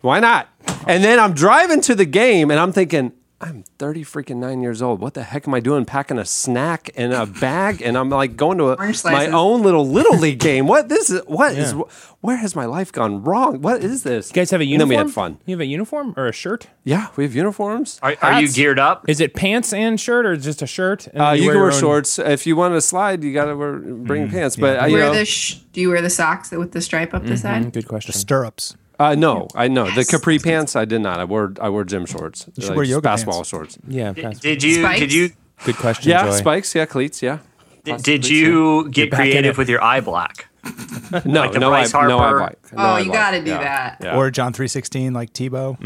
[SPEAKER 3] why not? And then I'm driving to the game, and I'm thinking. I'm 30 freaking nine years old. What the heck am I doing? Packing a snack in a bag, and I'm like going to a,
[SPEAKER 8] Orange
[SPEAKER 3] my
[SPEAKER 8] slices.
[SPEAKER 3] own little little league game. What this is? What is? Where has my life gone wrong? What is this?
[SPEAKER 4] You guys have a uniform?
[SPEAKER 3] And then we had fun.
[SPEAKER 4] You have a uniform or a shirt?
[SPEAKER 3] Yeah, we have uniforms.
[SPEAKER 5] Are, are you
[SPEAKER 4] That's-
[SPEAKER 5] geared up?
[SPEAKER 4] Is it pants and shirt or just a shirt? And
[SPEAKER 3] Uh,
[SPEAKER 4] then
[SPEAKER 3] you, can
[SPEAKER 4] your
[SPEAKER 3] wear
[SPEAKER 4] own-
[SPEAKER 3] shorts if you want to slide. You gotta wear
[SPEAKER 8] Mm,
[SPEAKER 3] bring
[SPEAKER 8] Mm-hmm.
[SPEAKER 3] pants, but uh, you
[SPEAKER 8] Wear
[SPEAKER 3] know, Mm-hmm.
[SPEAKER 8] the sh- do you wear the socks with the stripe up the side?
[SPEAKER 4] Good question.
[SPEAKER 9] Stirrups.
[SPEAKER 3] uh, no, I know the capri pants. I did not. I wore I wore gym shorts. You
[SPEAKER 9] should wear yoga pants.
[SPEAKER 3] basketball shorts.
[SPEAKER 4] Yeah. that's-
[SPEAKER 5] Did you
[SPEAKER 8] Spikes?
[SPEAKER 5] did you
[SPEAKER 4] Good question.
[SPEAKER 3] Yeah,
[SPEAKER 4] Joy.
[SPEAKER 3] spikes. Yeah, cleats. Yeah.
[SPEAKER 5] did, did you get
[SPEAKER 4] back in it.
[SPEAKER 5] creative with your eye black?
[SPEAKER 3] [laughs] No,
[SPEAKER 5] the
[SPEAKER 3] no, I,
[SPEAKER 5] Bryce
[SPEAKER 3] no, I
[SPEAKER 5] Harper.
[SPEAKER 3] like.
[SPEAKER 8] Oh, you gotta do that.
[SPEAKER 3] Yeah. Mm.
[SPEAKER 9] Or John three sixteen like Tebow.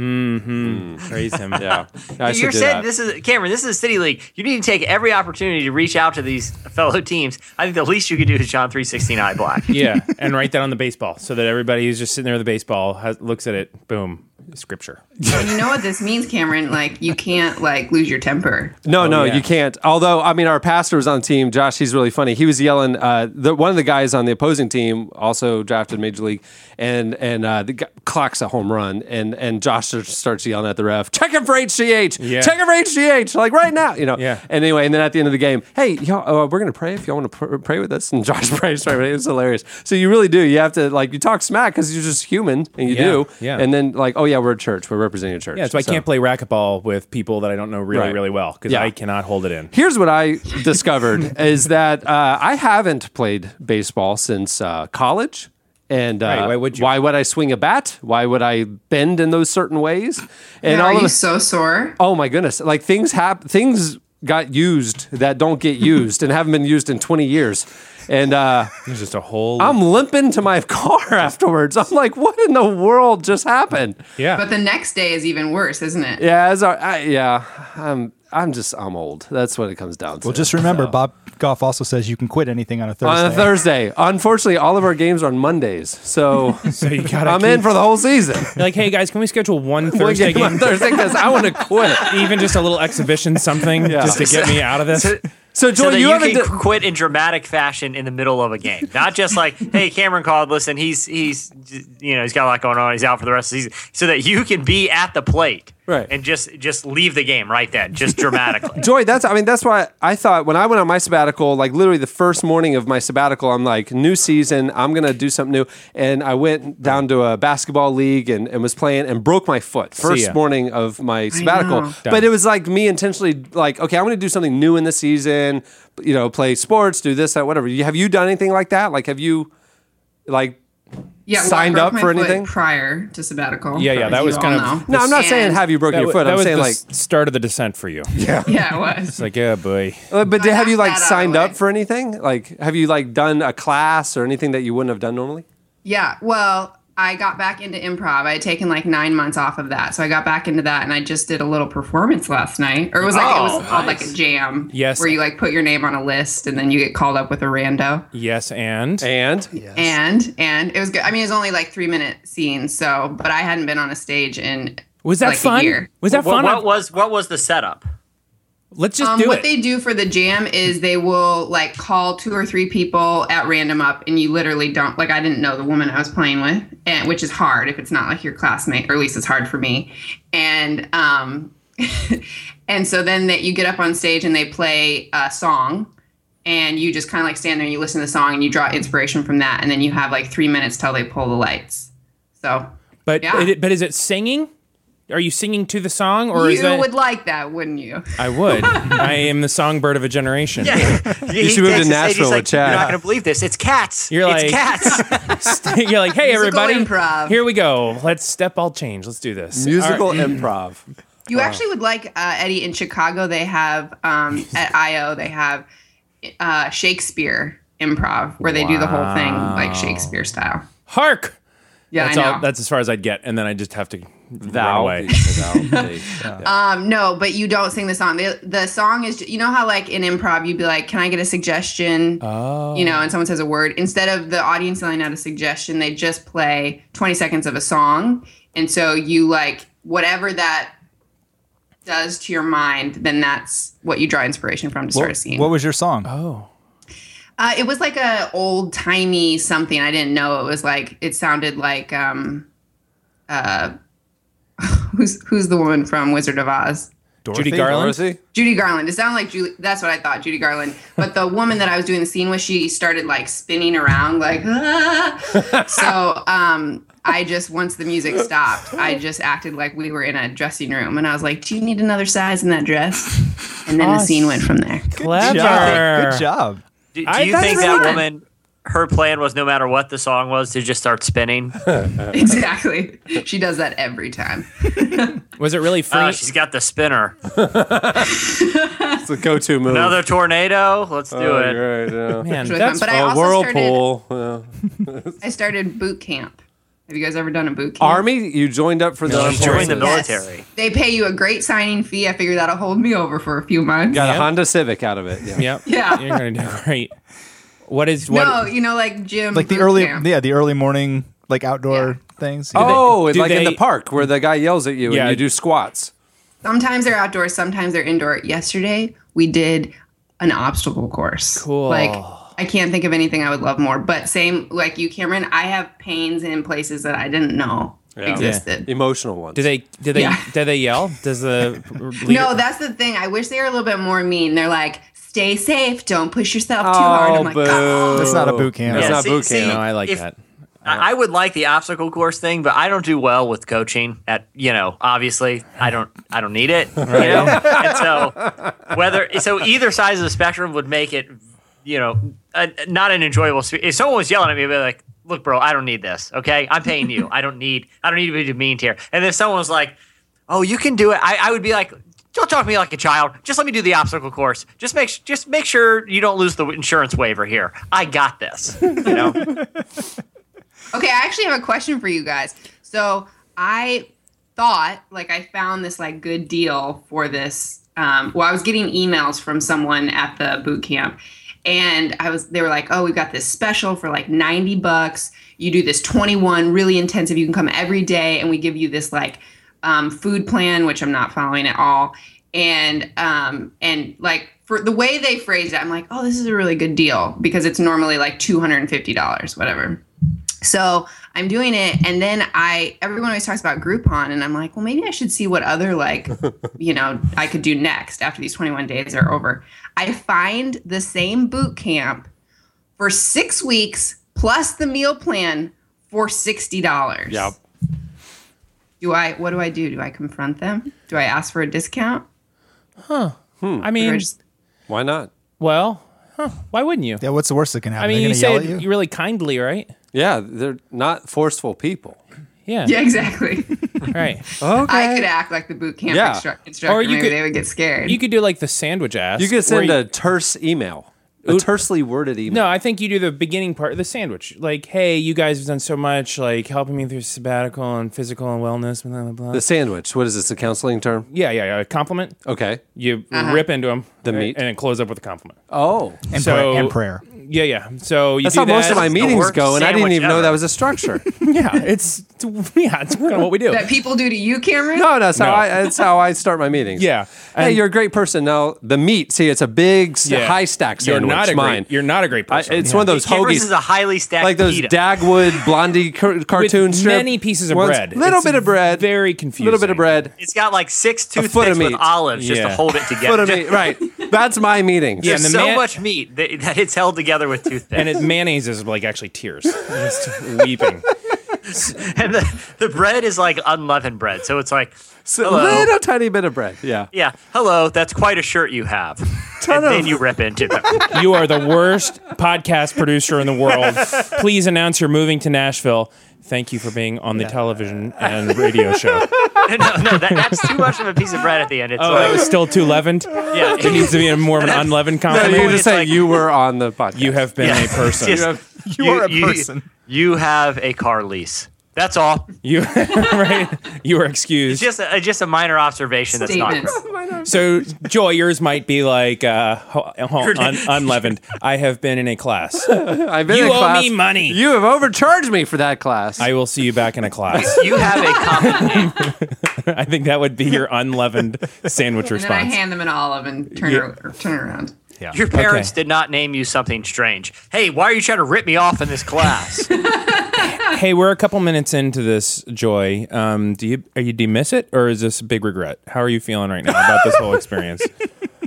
[SPEAKER 4] Praise
[SPEAKER 5] [laughs]
[SPEAKER 4] him.
[SPEAKER 3] Yeah, I should
[SPEAKER 5] You're
[SPEAKER 3] do
[SPEAKER 5] saying
[SPEAKER 3] that.
[SPEAKER 5] this is Cameron. This is a city league. You need to take every opportunity to reach out to these fellow teams. I think the least you could do is John three sixteen eye black.
[SPEAKER 3] [laughs]
[SPEAKER 4] yeah, and write that on the baseball so that everybody who's just sitting there with the baseball has, looks at it. Boom, scripture.
[SPEAKER 8] Well, you know what this means, Cameron? Like you can't like lose your temper.
[SPEAKER 3] No, no,
[SPEAKER 4] yeah.
[SPEAKER 3] you can't. Although, I mean, our pastor was on the team. Josh, he's really funny. He was yelling. Uh, the, one of the guys on the opposing team also drafted major league, and and uh, the guy clocks a home run, and and Josh just starts yelling at the ref, "Check him for HGH!
[SPEAKER 4] Yeah.
[SPEAKER 3] Check him for HGH! Like right now, you know."
[SPEAKER 4] Yeah.
[SPEAKER 3] And anyway, and then at the end of the game, hey, y'all, uh, we're gonna pray if y'all want to pr- pray with us. And Josh [laughs] prays right away. It's hilarious. So you really do. You have to like you talk smack because you're just human, and you
[SPEAKER 4] Yeah,
[SPEAKER 3] do.
[SPEAKER 4] yeah.
[SPEAKER 3] And then like, oh yeah, we're a church. We're representing a church.
[SPEAKER 4] Yeah, so I
[SPEAKER 3] So-
[SPEAKER 4] can't play racquetball with people that I don't know really,
[SPEAKER 3] Right.
[SPEAKER 4] really well because
[SPEAKER 3] Yeah.
[SPEAKER 4] I cannot hold
[SPEAKER 3] [laughs]
[SPEAKER 4] it in.
[SPEAKER 3] Here's what I discovered [laughs] is that uh, I haven't played baseball since uh, college. And uh,
[SPEAKER 4] Right, why would you?
[SPEAKER 3] why would I swing a bat? Why would I bend in those certain ways? And
[SPEAKER 8] Now,
[SPEAKER 3] all
[SPEAKER 8] are
[SPEAKER 3] of
[SPEAKER 8] you
[SPEAKER 3] a,
[SPEAKER 8] so sore?
[SPEAKER 3] oh my goodness, like things hap- things got used that don't get used and haven't been used in 20 years. And uh,
[SPEAKER 4] It's just a whole.
[SPEAKER 3] I'm limping to my [laughs] car afterwards. I'm like, what in the world just happened?
[SPEAKER 4] yeah,
[SPEAKER 8] But the next day is even worse, isn't it?
[SPEAKER 3] Yeah, it's, all- I, yeah, I'm I'm just I'm old. That's what it comes down to.
[SPEAKER 9] Well, just remember, Bob Goff also says you can quit anything on a Thursday.
[SPEAKER 3] On a Thursday. Unfortunately, all of our games are on Mondays. So,
[SPEAKER 4] you gotta
[SPEAKER 3] I'm in for the whole season.
[SPEAKER 4] You're like, hey guys, can we schedule one
[SPEAKER 3] One
[SPEAKER 4] Thursday
[SPEAKER 3] game on
[SPEAKER 4] game,
[SPEAKER 3] Thursday because I want to quit.
[SPEAKER 4] [laughs] even just a little exhibition, something, just to get me out of this?
[SPEAKER 3] So,
[SPEAKER 5] So
[SPEAKER 3] Joel,
[SPEAKER 5] that
[SPEAKER 3] you
[SPEAKER 5] you,
[SPEAKER 3] haven't.
[SPEAKER 5] can
[SPEAKER 3] d-
[SPEAKER 5] quit in dramatic fashion in the middle of a game, not just like, "Hey, Cameron called. Listen, he's he's you know he's got a lot going on. He's out for the rest of the season." So that you can be at the plate,
[SPEAKER 3] Right.
[SPEAKER 5] and just just leave the game right then, just dramatically.
[SPEAKER 3] Joy, that's I mean that's why I thought when I went on my sabbatical, like literally the first morning of my sabbatical, I'm like new season, I'm gonna do something new, and I went down to a basketball league and, and was playing and broke my foot
[SPEAKER 4] ya.
[SPEAKER 3] first morning of my sabbatical.
[SPEAKER 8] know.
[SPEAKER 3] But it was like me intentionally like okay, I'm gonna do something new in the season, you know, play sports, do this, that, whatever. You- Have you done anything like that? Like have you like
[SPEAKER 8] Yeah, well, I
[SPEAKER 3] Signed
[SPEAKER 8] broke
[SPEAKER 3] up
[SPEAKER 8] my
[SPEAKER 3] for
[SPEAKER 8] foot
[SPEAKER 3] anything?
[SPEAKER 8] prior to sabbatical.
[SPEAKER 4] Yeah, yeah,
[SPEAKER 8] as
[SPEAKER 4] that
[SPEAKER 8] you
[SPEAKER 4] was
[SPEAKER 8] all
[SPEAKER 4] kind of-
[SPEAKER 8] know.
[SPEAKER 3] no, I'm not saying
[SPEAKER 8] And-
[SPEAKER 3] have you broken
[SPEAKER 4] That,
[SPEAKER 3] your
[SPEAKER 4] wa-
[SPEAKER 3] foot.
[SPEAKER 4] that
[SPEAKER 3] I'm
[SPEAKER 4] was
[SPEAKER 3] saying
[SPEAKER 4] the
[SPEAKER 3] like,
[SPEAKER 4] s- start of the descent for you. Yeah.
[SPEAKER 8] [laughs] Yeah, it was.
[SPEAKER 4] Like, yeah, boy.
[SPEAKER 3] [laughs] uh, but did, have you like
[SPEAKER 8] That out of
[SPEAKER 3] signed
[SPEAKER 8] the way.
[SPEAKER 3] up for anything? Like, have you like done a class or anything that you wouldn't have done normally?
[SPEAKER 8] Yeah, well, I got back into improv. I had taken like nine months off of that, so I got back into that, and I just did a little performance last night, or it was like it was
[SPEAKER 5] Oh,
[SPEAKER 8] called like
[SPEAKER 5] nice.
[SPEAKER 8] a jam.
[SPEAKER 4] Yes.
[SPEAKER 8] where you like put your name on a list, and then you get called up with a rando.
[SPEAKER 4] Yes, and
[SPEAKER 3] And
[SPEAKER 8] And and it was good. I mean, it was only like three minute scenes, so but I hadn't been on a stage in
[SPEAKER 7] Was that
[SPEAKER 8] Like a
[SPEAKER 7] fun?
[SPEAKER 8] year.
[SPEAKER 7] Was that
[SPEAKER 5] What,
[SPEAKER 7] fun?
[SPEAKER 5] what was what was the setup?
[SPEAKER 7] Let's just
[SPEAKER 8] Um,
[SPEAKER 7] do
[SPEAKER 8] what
[SPEAKER 7] it.
[SPEAKER 8] they do for the jam is they will like call two or three people at random up, and you literally don't like. I didn't know the woman I was playing with, and which is hard if it's not like your classmate, or at least it's hard for me. And um, [laughs] and so then that you get up on stage and they play a song, and you just kind of like stand there and you listen to the song and you draw inspiration from that, and then you have like three minutes till they pull the lights. So
[SPEAKER 7] but
[SPEAKER 8] yeah.
[SPEAKER 7] it- but is it singing? Are you singing to the song or
[SPEAKER 8] you
[SPEAKER 7] is that?
[SPEAKER 8] would like that, wouldn't you?
[SPEAKER 4] I would. I am the songbird of a generation.
[SPEAKER 5] you
[SPEAKER 3] should move to Nashville with Chad.
[SPEAKER 5] You're not going to believe this. It's cats.
[SPEAKER 7] You're
[SPEAKER 5] it's
[SPEAKER 7] like-
[SPEAKER 5] cats.
[SPEAKER 7] [laughs]
[SPEAKER 3] [laughs]
[SPEAKER 7] You're like, hey
[SPEAKER 8] Musical
[SPEAKER 7] everybody,
[SPEAKER 8] improv.
[SPEAKER 7] here we go. Let's step all change. Let's do this.
[SPEAKER 3] Musical
[SPEAKER 7] All right.
[SPEAKER 3] improv.
[SPEAKER 8] You actually would like uh, Eddie in Chicago. They have um, at IO. They have uh, Shakespeare improv where they do the whole thing like Shakespeare style.
[SPEAKER 7] Hark!
[SPEAKER 8] [laughs] Yeah,
[SPEAKER 4] That's
[SPEAKER 8] I know.
[SPEAKER 4] all. That's as far as I'd get, and then I just have to
[SPEAKER 3] Thou. [laughs]
[SPEAKER 4] run away.
[SPEAKER 8] [laughs]
[SPEAKER 3] Thou thee.
[SPEAKER 8] um, no, but you don't sing the song. The, the song is you know how like in improv you'd be like, "Can I get a suggestion?" Oh. You know, and someone says a word instead of the audience yelling out a suggestion, they just play twenty seconds of a song, and so you like whatever that does to your mind, then that's what you draw inspiration from to start a scene.
[SPEAKER 6] What was your song?
[SPEAKER 8] Uh, it was like a old timey something. I didn't know it was like it sounded like um, uh, who's who's the woman from Wizard of Oz?
[SPEAKER 4] Judy Garland.
[SPEAKER 3] Dorothy?
[SPEAKER 8] Judy Garland. It sounded like Julie. That's what I thought, Judy Garland. But the woman that I was doing the scene with, she started like spinning around, like ah. so. Um, I just once the music stopped, I just acted like we were in a dressing room, and I was like, "Do you need another size in that dress?" And then the scene went from there.
[SPEAKER 7] Clever.
[SPEAKER 6] Job. Good job.
[SPEAKER 5] Do, do
[SPEAKER 7] I-
[SPEAKER 5] you
[SPEAKER 7] that's
[SPEAKER 5] think that
[SPEAKER 7] fun.
[SPEAKER 5] woman? Her plan was no matter what the song was to just start
[SPEAKER 3] [laughs]
[SPEAKER 5] spinning.
[SPEAKER 8] Exactly. She does that every time.
[SPEAKER 7] Was it really free?
[SPEAKER 5] Oh, she's got the spinner.
[SPEAKER 3] It's the go-to move.
[SPEAKER 5] Another tornado. Let's do
[SPEAKER 3] Oh,
[SPEAKER 5] it.
[SPEAKER 3] you're right, yeah.
[SPEAKER 7] [laughs] Man,
[SPEAKER 6] [laughs]
[SPEAKER 8] Really
[SPEAKER 7] that's
[SPEAKER 8] fun. But I
[SPEAKER 3] A
[SPEAKER 8] also
[SPEAKER 3] whirlpool. yeah.
[SPEAKER 8] I started boot camp. Have you guys ever done a boot camp?
[SPEAKER 3] Army, you joined up for the armed
[SPEAKER 5] Join the
[SPEAKER 8] Yes.
[SPEAKER 3] forces.
[SPEAKER 5] military.
[SPEAKER 8] They pay you a great signing fee. I figure that'll hold me over for a few months.
[SPEAKER 3] Got
[SPEAKER 7] Yeah.
[SPEAKER 3] a Honda Civic out of it. Yeah.
[SPEAKER 7] yep.
[SPEAKER 8] Yeah.
[SPEAKER 7] You're gonna do [laughs] great. What is what?
[SPEAKER 8] No, you know, like gym,
[SPEAKER 6] Like the
[SPEAKER 8] boot
[SPEAKER 6] early,
[SPEAKER 8] camp.
[SPEAKER 6] yeah, the early morning, like outdoor things.
[SPEAKER 3] Oh,
[SPEAKER 7] do
[SPEAKER 3] like in
[SPEAKER 7] they-
[SPEAKER 3] the park where the guy yells at you
[SPEAKER 7] Yeah.
[SPEAKER 3] and you do squats.
[SPEAKER 8] Sometimes they're outdoors. Sometimes they're indoor. Yesterday we did an obstacle course. Cool. Like I can't think of anything I would love more. But same like you, Cameron. I have pains in places that I didn't know existed.
[SPEAKER 3] Emotional ones.
[SPEAKER 7] Do they? Do they?
[SPEAKER 8] Yeah.
[SPEAKER 7] Do they yell? Does
[SPEAKER 3] [laughs]
[SPEAKER 7] the leader,
[SPEAKER 8] No, that's the thing. I wish they were a little bit more mean. They're like, "Stay safe. Don't push yourself too hard."
[SPEAKER 3] Oh,
[SPEAKER 8] I'm like,
[SPEAKER 3] boo.
[SPEAKER 8] "Oh."
[SPEAKER 6] That's not a boot camp.
[SPEAKER 3] That's
[SPEAKER 5] Yeah,
[SPEAKER 3] not
[SPEAKER 5] see-
[SPEAKER 3] boot camp.
[SPEAKER 5] see-
[SPEAKER 7] No, I like
[SPEAKER 5] If-
[SPEAKER 7] that.
[SPEAKER 5] I I would like the obstacle course thing, but I don't do well with coaching. At you know, obviously, I don't, I don't need it. You know, and so whether so either side of the spectrum would make it, you know, a, not an enjoyable. spe- If someone was yelling at me, I'd be like, "Look, bro, I don't need this. Okay, I'm paying you. I don't need, I don't need to be mean here." And if someone was like, "Oh, you can do it," I, I would be like. Don't talk to me like a child. Just let me do the obstacle course. Just make just make sure you don't lose the insurance waiver here. I got this. You know,
[SPEAKER 8] Okay, I actually have a question for you guys. So I thought like I found this like good deal for this. Um, well, I was getting emails from someone at the boot camp, and I was they were like, "Oh, we've got this special for like ninety bucks. You do this twenty one really intensive. You can come every day, and we give you this like um, food plan, which I'm not following at all. And um, and like for the way they phrased it, I'm like, "Oh, this is a really good deal because it's normally like two hundred and fifty dollars, whatever." So I'm doing it, and then I everyone always talks about Groupon, and I'm like, well, maybe I should see what
[SPEAKER 7] [laughs]
[SPEAKER 8] other like, you know, I could do next after these 21 days are over. I find the same boot camp for six weeks plus the meal plan for sixty dollars.
[SPEAKER 3] Yep.
[SPEAKER 8] Do I? What do I do? Do I confront them? Do I ask for a discount?
[SPEAKER 7] I
[SPEAKER 8] Or
[SPEAKER 7] mean,
[SPEAKER 8] just-
[SPEAKER 3] Hmm. Why not?
[SPEAKER 7] well, huh, why wouldn't you?
[SPEAKER 6] Yeah, what's the worst that can happen?
[SPEAKER 7] I mean,
[SPEAKER 6] They're
[SPEAKER 7] you
[SPEAKER 6] gonna yell
[SPEAKER 7] said
[SPEAKER 6] at
[SPEAKER 7] you?
[SPEAKER 6] you.
[SPEAKER 7] really kindly, right?
[SPEAKER 3] Yeah, they're not forceful people.
[SPEAKER 7] Yeah.
[SPEAKER 8] yeah, exactly. [laughs]
[SPEAKER 7] Right.
[SPEAKER 8] I could act like the boot camp
[SPEAKER 3] Yeah.
[SPEAKER 8] instru- instructor.
[SPEAKER 7] Or you
[SPEAKER 8] Maybe
[SPEAKER 7] could-
[SPEAKER 8] they would get scared.
[SPEAKER 7] You could do like the sandwich ass.
[SPEAKER 3] You could
[SPEAKER 7] where
[SPEAKER 3] send a terse email, a tersely worded email.
[SPEAKER 7] No, I think you do the beginning part of the sandwich. Like, hey, you guys have done so much, like helping me through sabbatical and physical and wellness, blah blah blah.
[SPEAKER 3] The sandwich. What is this? A counseling term?
[SPEAKER 7] yeah, yeah, yeah. A compliment.
[SPEAKER 3] Okay.
[SPEAKER 5] Uh-huh.
[SPEAKER 7] You rip into them,
[SPEAKER 3] The meat.
[SPEAKER 7] and then close up with a compliment.
[SPEAKER 3] Oh.
[SPEAKER 6] and,
[SPEAKER 7] so-
[SPEAKER 6] prayer, and prayer.
[SPEAKER 7] yeah, yeah. So you
[SPEAKER 3] That's
[SPEAKER 7] do
[SPEAKER 3] how
[SPEAKER 7] that.
[SPEAKER 3] most of my meetings
[SPEAKER 5] worst
[SPEAKER 3] go, and I didn't
[SPEAKER 5] sandwich
[SPEAKER 3] even know
[SPEAKER 5] ever.
[SPEAKER 3] that was a
[SPEAKER 6] [laughs]
[SPEAKER 3] structure.
[SPEAKER 7] Yeah, it's yeah, it's kind of what we do.
[SPEAKER 8] that people do to you, Cameron.
[SPEAKER 3] No, that's
[SPEAKER 7] No.
[SPEAKER 3] how I. That's how I start my meetings.
[SPEAKER 7] Yeah,
[SPEAKER 3] hey,
[SPEAKER 7] and-
[SPEAKER 3] you're a great person. Now the meat. See, it's a big s-
[SPEAKER 7] Yeah.
[SPEAKER 3] high stack
[SPEAKER 7] You're
[SPEAKER 3] sandwich.
[SPEAKER 7] not a
[SPEAKER 3] mine.
[SPEAKER 7] great. You're not a great
[SPEAKER 3] I,
[SPEAKER 7] person.
[SPEAKER 3] it's one of those
[SPEAKER 5] Cameron's is
[SPEAKER 3] hoagies,
[SPEAKER 5] a highly stacked
[SPEAKER 3] like those
[SPEAKER 5] pita.
[SPEAKER 7] [laughs]
[SPEAKER 3] Dagwood blondie car- cartoon
[SPEAKER 7] With [laughs]
[SPEAKER 3] strip.
[SPEAKER 7] many pieces of
[SPEAKER 3] One's-
[SPEAKER 7] bread.
[SPEAKER 3] Little
[SPEAKER 7] It's
[SPEAKER 3] bit of bread.
[SPEAKER 7] very confusing.
[SPEAKER 3] Little bit of bread.
[SPEAKER 5] it's got like six
[SPEAKER 3] foot of
[SPEAKER 5] toothpicks with
[SPEAKER 3] meat.
[SPEAKER 5] olives just
[SPEAKER 7] Yeah.
[SPEAKER 5] to hold it together.
[SPEAKER 3] [laughs] Foot of meat.
[SPEAKER 5] [laughs]
[SPEAKER 3] Right. That's my meeting.
[SPEAKER 7] Yeah.
[SPEAKER 5] There's
[SPEAKER 7] and the
[SPEAKER 5] so
[SPEAKER 7] man-
[SPEAKER 5] much meat that, that it's held together with toothpicks.
[SPEAKER 7] And
[SPEAKER 5] And,
[SPEAKER 7] it [laughs] mayonnaise is like actually tears, just
[SPEAKER 5] [laughs]
[SPEAKER 7] weeping.
[SPEAKER 5] the, the bread is like unleavened bread. So it's like,
[SPEAKER 3] So,
[SPEAKER 5] hello.
[SPEAKER 3] little tiny bit of bread. Yeah.
[SPEAKER 5] yeah, hello, that's quite a shirt you have. and
[SPEAKER 3] of-
[SPEAKER 5] then you rip into them.
[SPEAKER 7] You are the worst podcast producer in the
[SPEAKER 3] [laughs]
[SPEAKER 7] world. Please announce you're moving to Nashville. Thank you for being on the television and radio
[SPEAKER 3] [laughs]
[SPEAKER 7] show.
[SPEAKER 5] [laughs] no, no, that, that's too much of a piece of bread at the end. It's
[SPEAKER 7] Oh, that
[SPEAKER 5] like,
[SPEAKER 7] was
[SPEAKER 5] [laughs]
[SPEAKER 7] still too
[SPEAKER 3] [laughs]
[SPEAKER 7] leavened. Yeah,
[SPEAKER 5] yeah,
[SPEAKER 7] it needs to be a more of an unleavened
[SPEAKER 3] No,
[SPEAKER 7] compliment.
[SPEAKER 3] you
[SPEAKER 5] point,
[SPEAKER 3] just
[SPEAKER 5] it's
[SPEAKER 3] say
[SPEAKER 5] like-
[SPEAKER 3] you were on the podcast.
[SPEAKER 7] you have been
[SPEAKER 3] [laughs]
[SPEAKER 5] Yeah.
[SPEAKER 7] a person.
[SPEAKER 5] Yes.
[SPEAKER 6] You, are a person.
[SPEAKER 5] You have a car lease. That's all. [laughs]
[SPEAKER 7] You right? You were excused.
[SPEAKER 5] Just a, just a minor observation that's not
[SPEAKER 8] Statements.
[SPEAKER 3] [laughs]
[SPEAKER 5] correct.
[SPEAKER 7] So Joy, yours might be like uh, ho- ho- un- unleavened. I have been in a class.
[SPEAKER 3] [laughs] I've been
[SPEAKER 7] You
[SPEAKER 3] in
[SPEAKER 7] owe
[SPEAKER 3] class.
[SPEAKER 7] me money.
[SPEAKER 3] You have overcharged me for that class.
[SPEAKER 7] I will see you back in a
[SPEAKER 8] [laughs]
[SPEAKER 7] class. [laughs]
[SPEAKER 5] You have a common name.
[SPEAKER 7] I think that would be your unleavened sandwich
[SPEAKER 8] And then I
[SPEAKER 7] response.
[SPEAKER 8] hand them an olive and turn her, turn around.
[SPEAKER 5] Your parents
[SPEAKER 7] Okay.
[SPEAKER 5] did not name you something strange. Hey, why are you trying to rip me off in
[SPEAKER 8] [laughs]
[SPEAKER 5] this class?
[SPEAKER 7] hey, we're a couple minutes into this, Joy. Um, do you are you do you miss it or is this a big regret? How are you feeling right now about this whole experience?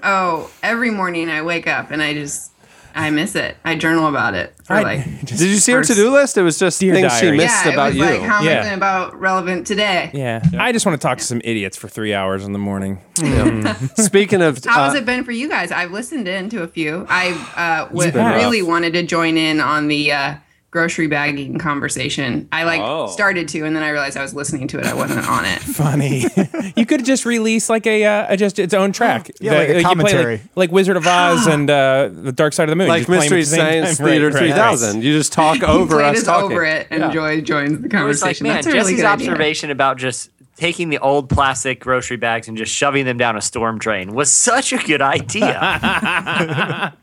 [SPEAKER 8] Oh, every morning I wake up and I just I miss it. I journal about it for like
[SPEAKER 3] Did you see her
[SPEAKER 8] First-
[SPEAKER 3] to do list? It was just
[SPEAKER 7] Dear
[SPEAKER 3] things
[SPEAKER 7] diary.
[SPEAKER 3] she missed
[SPEAKER 8] yeah,
[SPEAKER 3] about
[SPEAKER 8] it was
[SPEAKER 3] you.
[SPEAKER 8] like how am
[SPEAKER 7] Yeah.
[SPEAKER 8] I feeling about relevant today?
[SPEAKER 7] yeah. I just want to talk to some idiots for three hours in the morning. Mm.
[SPEAKER 3] [laughs] Speaking of,
[SPEAKER 8] How
[SPEAKER 3] uh,
[SPEAKER 8] has it been for you guys? I've listened in to a few. I uh, w-
[SPEAKER 7] been rough.
[SPEAKER 8] really wanted to join in on the uh, grocery bagging conversation. I like
[SPEAKER 3] Oh.
[SPEAKER 8] started to, and then I realized I was listening to it. I wasn't on it.
[SPEAKER 7] Funny. [laughs] you could just release like a, uh, a just
[SPEAKER 3] Oh,
[SPEAKER 7] its own track. uh,
[SPEAKER 6] Yeah, like a
[SPEAKER 7] you play,
[SPEAKER 6] commentary.
[SPEAKER 7] like, Wizard of
[SPEAKER 8] [gasps]
[SPEAKER 7] Oz and uh, the Dark Side of the Moon.
[SPEAKER 3] like
[SPEAKER 7] Just play 'em at
[SPEAKER 3] Mystery
[SPEAKER 7] the same
[SPEAKER 3] Science
[SPEAKER 7] time. [laughs] Right,
[SPEAKER 3] Theater
[SPEAKER 7] right, right.
[SPEAKER 3] 3000. You just
[SPEAKER 8] [laughs]
[SPEAKER 3] talk over
[SPEAKER 8] Played
[SPEAKER 3] us
[SPEAKER 8] is
[SPEAKER 3] talking.
[SPEAKER 8] over it, and Joy joins the
[SPEAKER 5] It was like,
[SPEAKER 8] conversation.
[SPEAKER 5] man,
[SPEAKER 8] That's a really
[SPEAKER 5] Jesse's
[SPEAKER 8] good idea.
[SPEAKER 5] observation about just taking the old plastic grocery bags and just shoving them down a storm drain was such a good idea.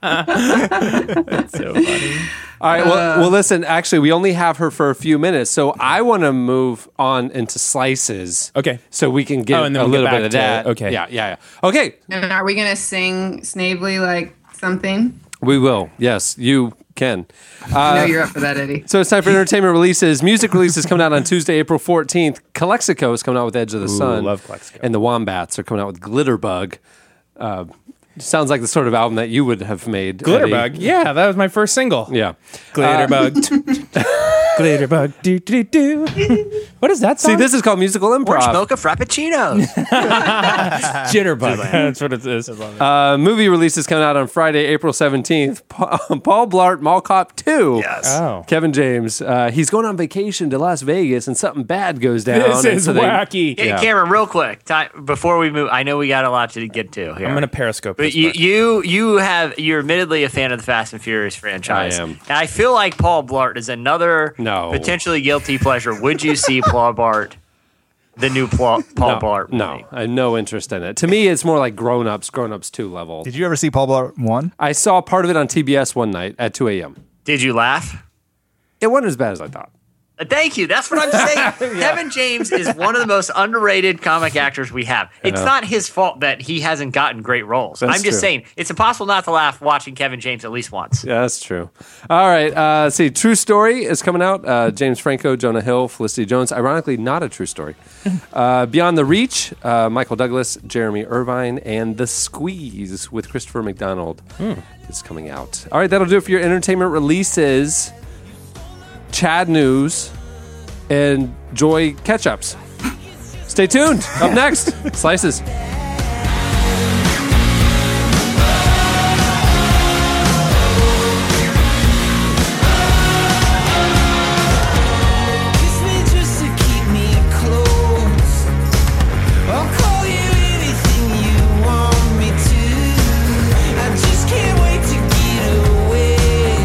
[SPEAKER 7] [laughs]
[SPEAKER 3] All right. Well,
[SPEAKER 7] Uh,
[SPEAKER 3] well, listen. Actually, we only have her for a few minutes, so I want to move on into slices.
[SPEAKER 7] Okay.
[SPEAKER 3] So we can get
[SPEAKER 7] Oh, and then
[SPEAKER 3] a
[SPEAKER 7] we'll get
[SPEAKER 3] little
[SPEAKER 7] back
[SPEAKER 3] bit of
[SPEAKER 7] to-
[SPEAKER 3] that.
[SPEAKER 7] okay.
[SPEAKER 3] Yeah. Yeah. Yeah. Okay.
[SPEAKER 8] And are we gonna sing Snavely like something?
[SPEAKER 3] We will. Yes, you can. Uh,
[SPEAKER 8] I know you're up for that, Eddie.
[SPEAKER 3] So it's time for entertainment releases. Music releases coming out on Tuesday, April 14th. Calexico is coming out with Edge of the Sun.
[SPEAKER 7] love Calexico.
[SPEAKER 3] And the Wombats are coming out with Glitterbug. Uh, sounds like the sort of album that you would have made.
[SPEAKER 7] Glitterbug.
[SPEAKER 3] Eddie.
[SPEAKER 7] Yeah, that was my first single.
[SPEAKER 3] Yeah.
[SPEAKER 7] Glitterbug. Glitterbug. Do, do, [laughs] do. What is that song?
[SPEAKER 3] Uh, [laughs] See, this is called musical
[SPEAKER 5] Orange
[SPEAKER 3] improv.
[SPEAKER 7] [laughs]
[SPEAKER 5] mocha frappuccinos.
[SPEAKER 7] Jitterbug. That's what it is.
[SPEAKER 3] Uh, movie releases coming out on Friday, April 17th. Pa- [laughs] Paul Blart, Mall Cop 2.
[SPEAKER 7] Oh.
[SPEAKER 3] Kevin James, uh, he's going on vacation to Las Vegas and something bad goes down.
[SPEAKER 7] This
[SPEAKER 3] and
[SPEAKER 7] is
[SPEAKER 3] so they-
[SPEAKER 7] wacky.
[SPEAKER 5] Hey, Cameron, real quick, time, before we move, I know we got a lot to get to here.
[SPEAKER 7] I'm going to periscope
[SPEAKER 5] But
[SPEAKER 7] this.
[SPEAKER 5] you,
[SPEAKER 7] part.
[SPEAKER 5] you, you have you're admittedly a fan of the Fast and Furious franchise.
[SPEAKER 3] I am.
[SPEAKER 5] And I feel like Paul Blart is another
[SPEAKER 3] No.
[SPEAKER 5] potentially guilty pleasure. Would you see Paul Blart, the new Paul, Paul Blart?
[SPEAKER 3] No,
[SPEAKER 5] movie?
[SPEAKER 3] I have no interest in it. To me, it's more like grown ups, grown ups 2 level.
[SPEAKER 6] Did you ever see Paul Blart one?
[SPEAKER 3] I saw part of it on TBS one night at 2 a.m.
[SPEAKER 5] Did you laugh?
[SPEAKER 3] It wasn't as bad as I thought.
[SPEAKER 5] Uh, Thank you. That's what I'm
[SPEAKER 3] [laughs]
[SPEAKER 5] saying. Kevin James is one of the most underrated comic actors we have. It's not his fault that he hasn't gotten great roles.
[SPEAKER 3] Uh-huh. That's
[SPEAKER 5] I'm just
[SPEAKER 3] true.
[SPEAKER 5] saying it's impossible not to laugh watching Kevin James at least once.
[SPEAKER 3] Yeah, that's true. All right. Uh, let's see, True Story is coming out. Uh, James Franco, Jonah Hill, Felicity Jones. Ironically, not a true story. Uh, Beyond the Reach, uh, Michael Douglas, Jeremy Irvine, and The Squeeze with Christopher McDonald is coming out. All right, that'll do it for your entertainment releases. Chad News and Joy Catch Ups. Stay tuned. Up next, Slices.
[SPEAKER 2] Kiss me just to keep me close. I'll call you anything you want me to. I just can't wait to get away.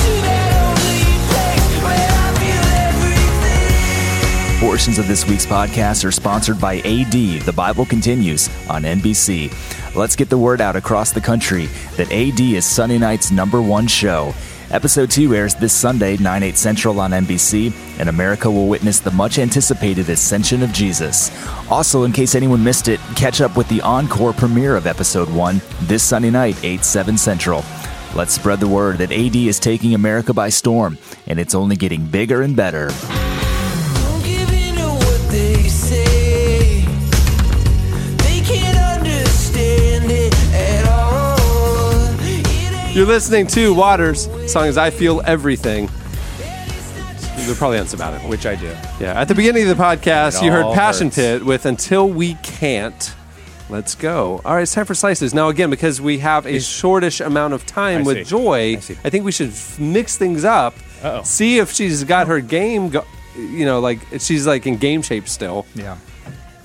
[SPEAKER 2] To that only place where I feel everything.
[SPEAKER 1] Horse Portions of this week's podcast are sponsored by AD, The Bible Continues, on NBC. Let's get the word out across the country that AD is Sunday night's number one show. Episode 2 airs this Sunday, 9, 8 Central on NBC, and America will witness the much anticipated ascension of Jesus. Also, in case anyone missed it, catch up with the encore premiere of Episode 1 this Sunday night, 8, 7 Central. Let's spread the word that AD is taking America by storm, and it's only getting bigger and better.
[SPEAKER 2] Don't give in to what they say. They can't understand it at all. It ain't
[SPEAKER 3] You're listening to Waters. Song is I Feel Everything. They're probably on sabbatical.
[SPEAKER 4] which I do.
[SPEAKER 3] Yeah. At the beginning of the podcast,
[SPEAKER 4] It
[SPEAKER 3] you heard
[SPEAKER 4] all
[SPEAKER 3] Passion
[SPEAKER 4] hurts.
[SPEAKER 3] Pit with Until We Can't. Let's go. All right, it's time for slices. Now, again, because we have a shortish amount of time
[SPEAKER 4] I
[SPEAKER 3] with
[SPEAKER 4] see.
[SPEAKER 3] Joy,
[SPEAKER 4] I see.
[SPEAKER 3] I, think we should f- mix things up.
[SPEAKER 4] Uh-oh.
[SPEAKER 3] See if she's got her game, go- you know, like if she's like in game shape still.
[SPEAKER 6] Yeah.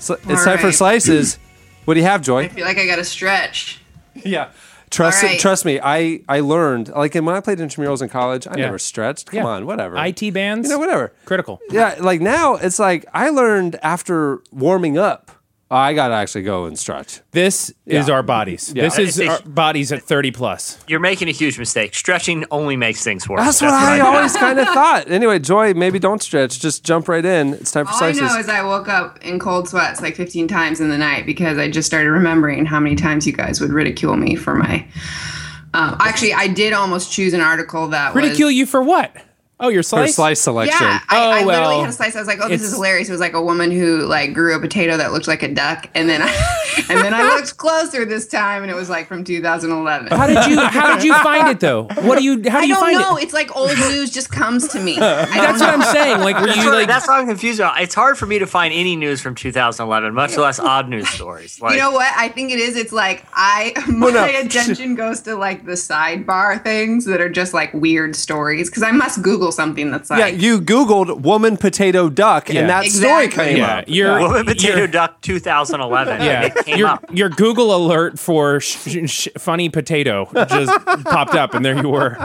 [SPEAKER 3] So it's
[SPEAKER 8] All
[SPEAKER 3] time for
[SPEAKER 8] right.
[SPEAKER 3] slices. what do you have,
[SPEAKER 4] [laughs]
[SPEAKER 3] Joy?
[SPEAKER 8] I feel like I got to stretch.
[SPEAKER 3] Yeah. Trust
[SPEAKER 8] All right.
[SPEAKER 3] trust me, I, I learned like and when I played intramurals in college, I
[SPEAKER 7] Yeah.
[SPEAKER 3] never stretched. Come
[SPEAKER 7] Yeah.
[SPEAKER 3] on, whatever.
[SPEAKER 7] IT bands.
[SPEAKER 3] you know, whatever.
[SPEAKER 7] Critical.
[SPEAKER 3] Yeah, like now it's like I learned after warming up, I gotta actually go and stretch.
[SPEAKER 7] This is
[SPEAKER 3] Yeah.
[SPEAKER 7] our bodies.
[SPEAKER 3] Yeah.
[SPEAKER 7] This is
[SPEAKER 5] Uh, It's-
[SPEAKER 7] our bodies at 30 plus.
[SPEAKER 5] You're making a huge mistake. Stretching only makes things worse.
[SPEAKER 3] [laughs] That's what I
[SPEAKER 5] found.
[SPEAKER 3] always kind of thought. Anyway, Joy, maybe don't stretch. Just jump right in. It's time for
[SPEAKER 8] All
[SPEAKER 3] slices.
[SPEAKER 8] I know is I woke up in cold sweats like 15 times in the night because I just started remembering how many times you guys would ridicule me for my. Um, actually, I did almost choose an article that
[SPEAKER 7] Ridicule
[SPEAKER 8] was.
[SPEAKER 7] you for what? Oh, your
[SPEAKER 3] Her
[SPEAKER 7] slice?
[SPEAKER 3] slice selection.
[SPEAKER 8] Yeah, I, I
[SPEAKER 7] Oh,
[SPEAKER 8] literally
[SPEAKER 7] well,
[SPEAKER 8] had a slice. I was like, "Oh, this is
[SPEAKER 7] it's-
[SPEAKER 8] hilarious." It was like a woman who like grew a potato that looked like a duck, and then I, [laughs] and then I
[SPEAKER 7] [laughs]
[SPEAKER 8] looked closer this time, and it was like from 2011.
[SPEAKER 7] How did you how did you find it though? What do
[SPEAKER 5] [laughs]
[SPEAKER 7] you how do
[SPEAKER 8] I
[SPEAKER 7] you
[SPEAKER 8] don't
[SPEAKER 7] find
[SPEAKER 8] know.
[SPEAKER 7] it?
[SPEAKER 8] It's like old news just comes to me. I don't
[SPEAKER 7] That's
[SPEAKER 8] know.
[SPEAKER 7] what I'm saying. Like were
[SPEAKER 5] That's
[SPEAKER 7] you
[SPEAKER 5] what,
[SPEAKER 7] like
[SPEAKER 5] that's what I'm confused about. It's hard for me to find any news from 2011, much less odd news stories. Like,
[SPEAKER 8] you know what I think it is? It's like I [laughs] my attention goes to like the sidebar things that are just like weird stories because I must Google something that's
[SPEAKER 3] Yeah,
[SPEAKER 8] like
[SPEAKER 3] you Googled woman potato duck
[SPEAKER 7] Yeah.
[SPEAKER 3] and that story
[SPEAKER 8] Exactly.
[SPEAKER 3] came
[SPEAKER 7] yeah,
[SPEAKER 3] up.
[SPEAKER 7] you're
[SPEAKER 5] Woman Potato
[SPEAKER 7] you're-
[SPEAKER 5] Duck 2011.
[SPEAKER 7] yeah,
[SPEAKER 5] It came
[SPEAKER 7] your
[SPEAKER 5] up.
[SPEAKER 7] your Google alert for sh- sh- sh- funny potato just popped up, and there you were,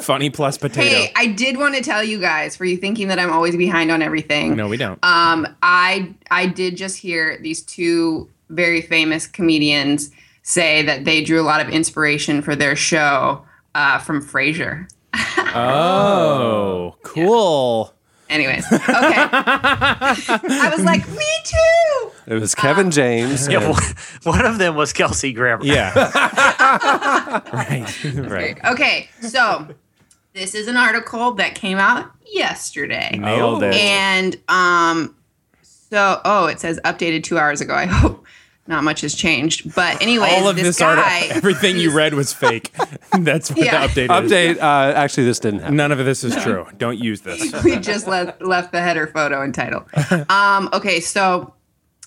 [SPEAKER 7] funny plus potato.
[SPEAKER 8] [laughs] Hey, I did want to tell you guys for you thinking that I'm always behind on everything.
[SPEAKER 7] no, we don't.
[SPEAKER 8] Um, I I did just hear these two very famous comedians say that they drew a lot of inspiration for their show uh, from Frasier.
[SPEAKER 7] oh, cool.
[SPEAKER 8] Anyways, okay.
[SPEAKER 7] [laughs]
[SPEAKER 8] I was like, me too.
[SPEAKER 3] It was
[SPEAKER 8] Ah.
[SPEAKER 3] Kevin James.
[SPEAKER 5] Yeah,
[SPEAKER 8] [laughs]
[SPEAKER 5] one- one of them was Kelsey Grammer.
[SPEAKER 7] Yeah. right. Right.
[SPEAKER 8] Okay,
[SPEAKER 7] [laughs]
[SPEAKER 8] so this is an article that came out yesterday.
[SPEAKER 7] Nailed it.
[SPEAKER 8] And um so oh, it says updated 2 hours ago. I hope not much has changed. But anyways,
[SPEAKER 7] All of
[SPEAKER 8] this,
[SPEAKER 7] this, [laughs]
[SPEAKER 8] guy
[SPEAKER 7] article, everything you read was fake. [laughs] That's what
[SPEAKER 8] Yeah.
[SPEAKER 7] the update is.
[SPEAKER 3] Update. Uh, actually, this didn't happen.
[SPEAKER 7] None of this is true. Don't use this.
[SPEAKER 8] [laughs] we just left left the header photo and title. Um, okay, so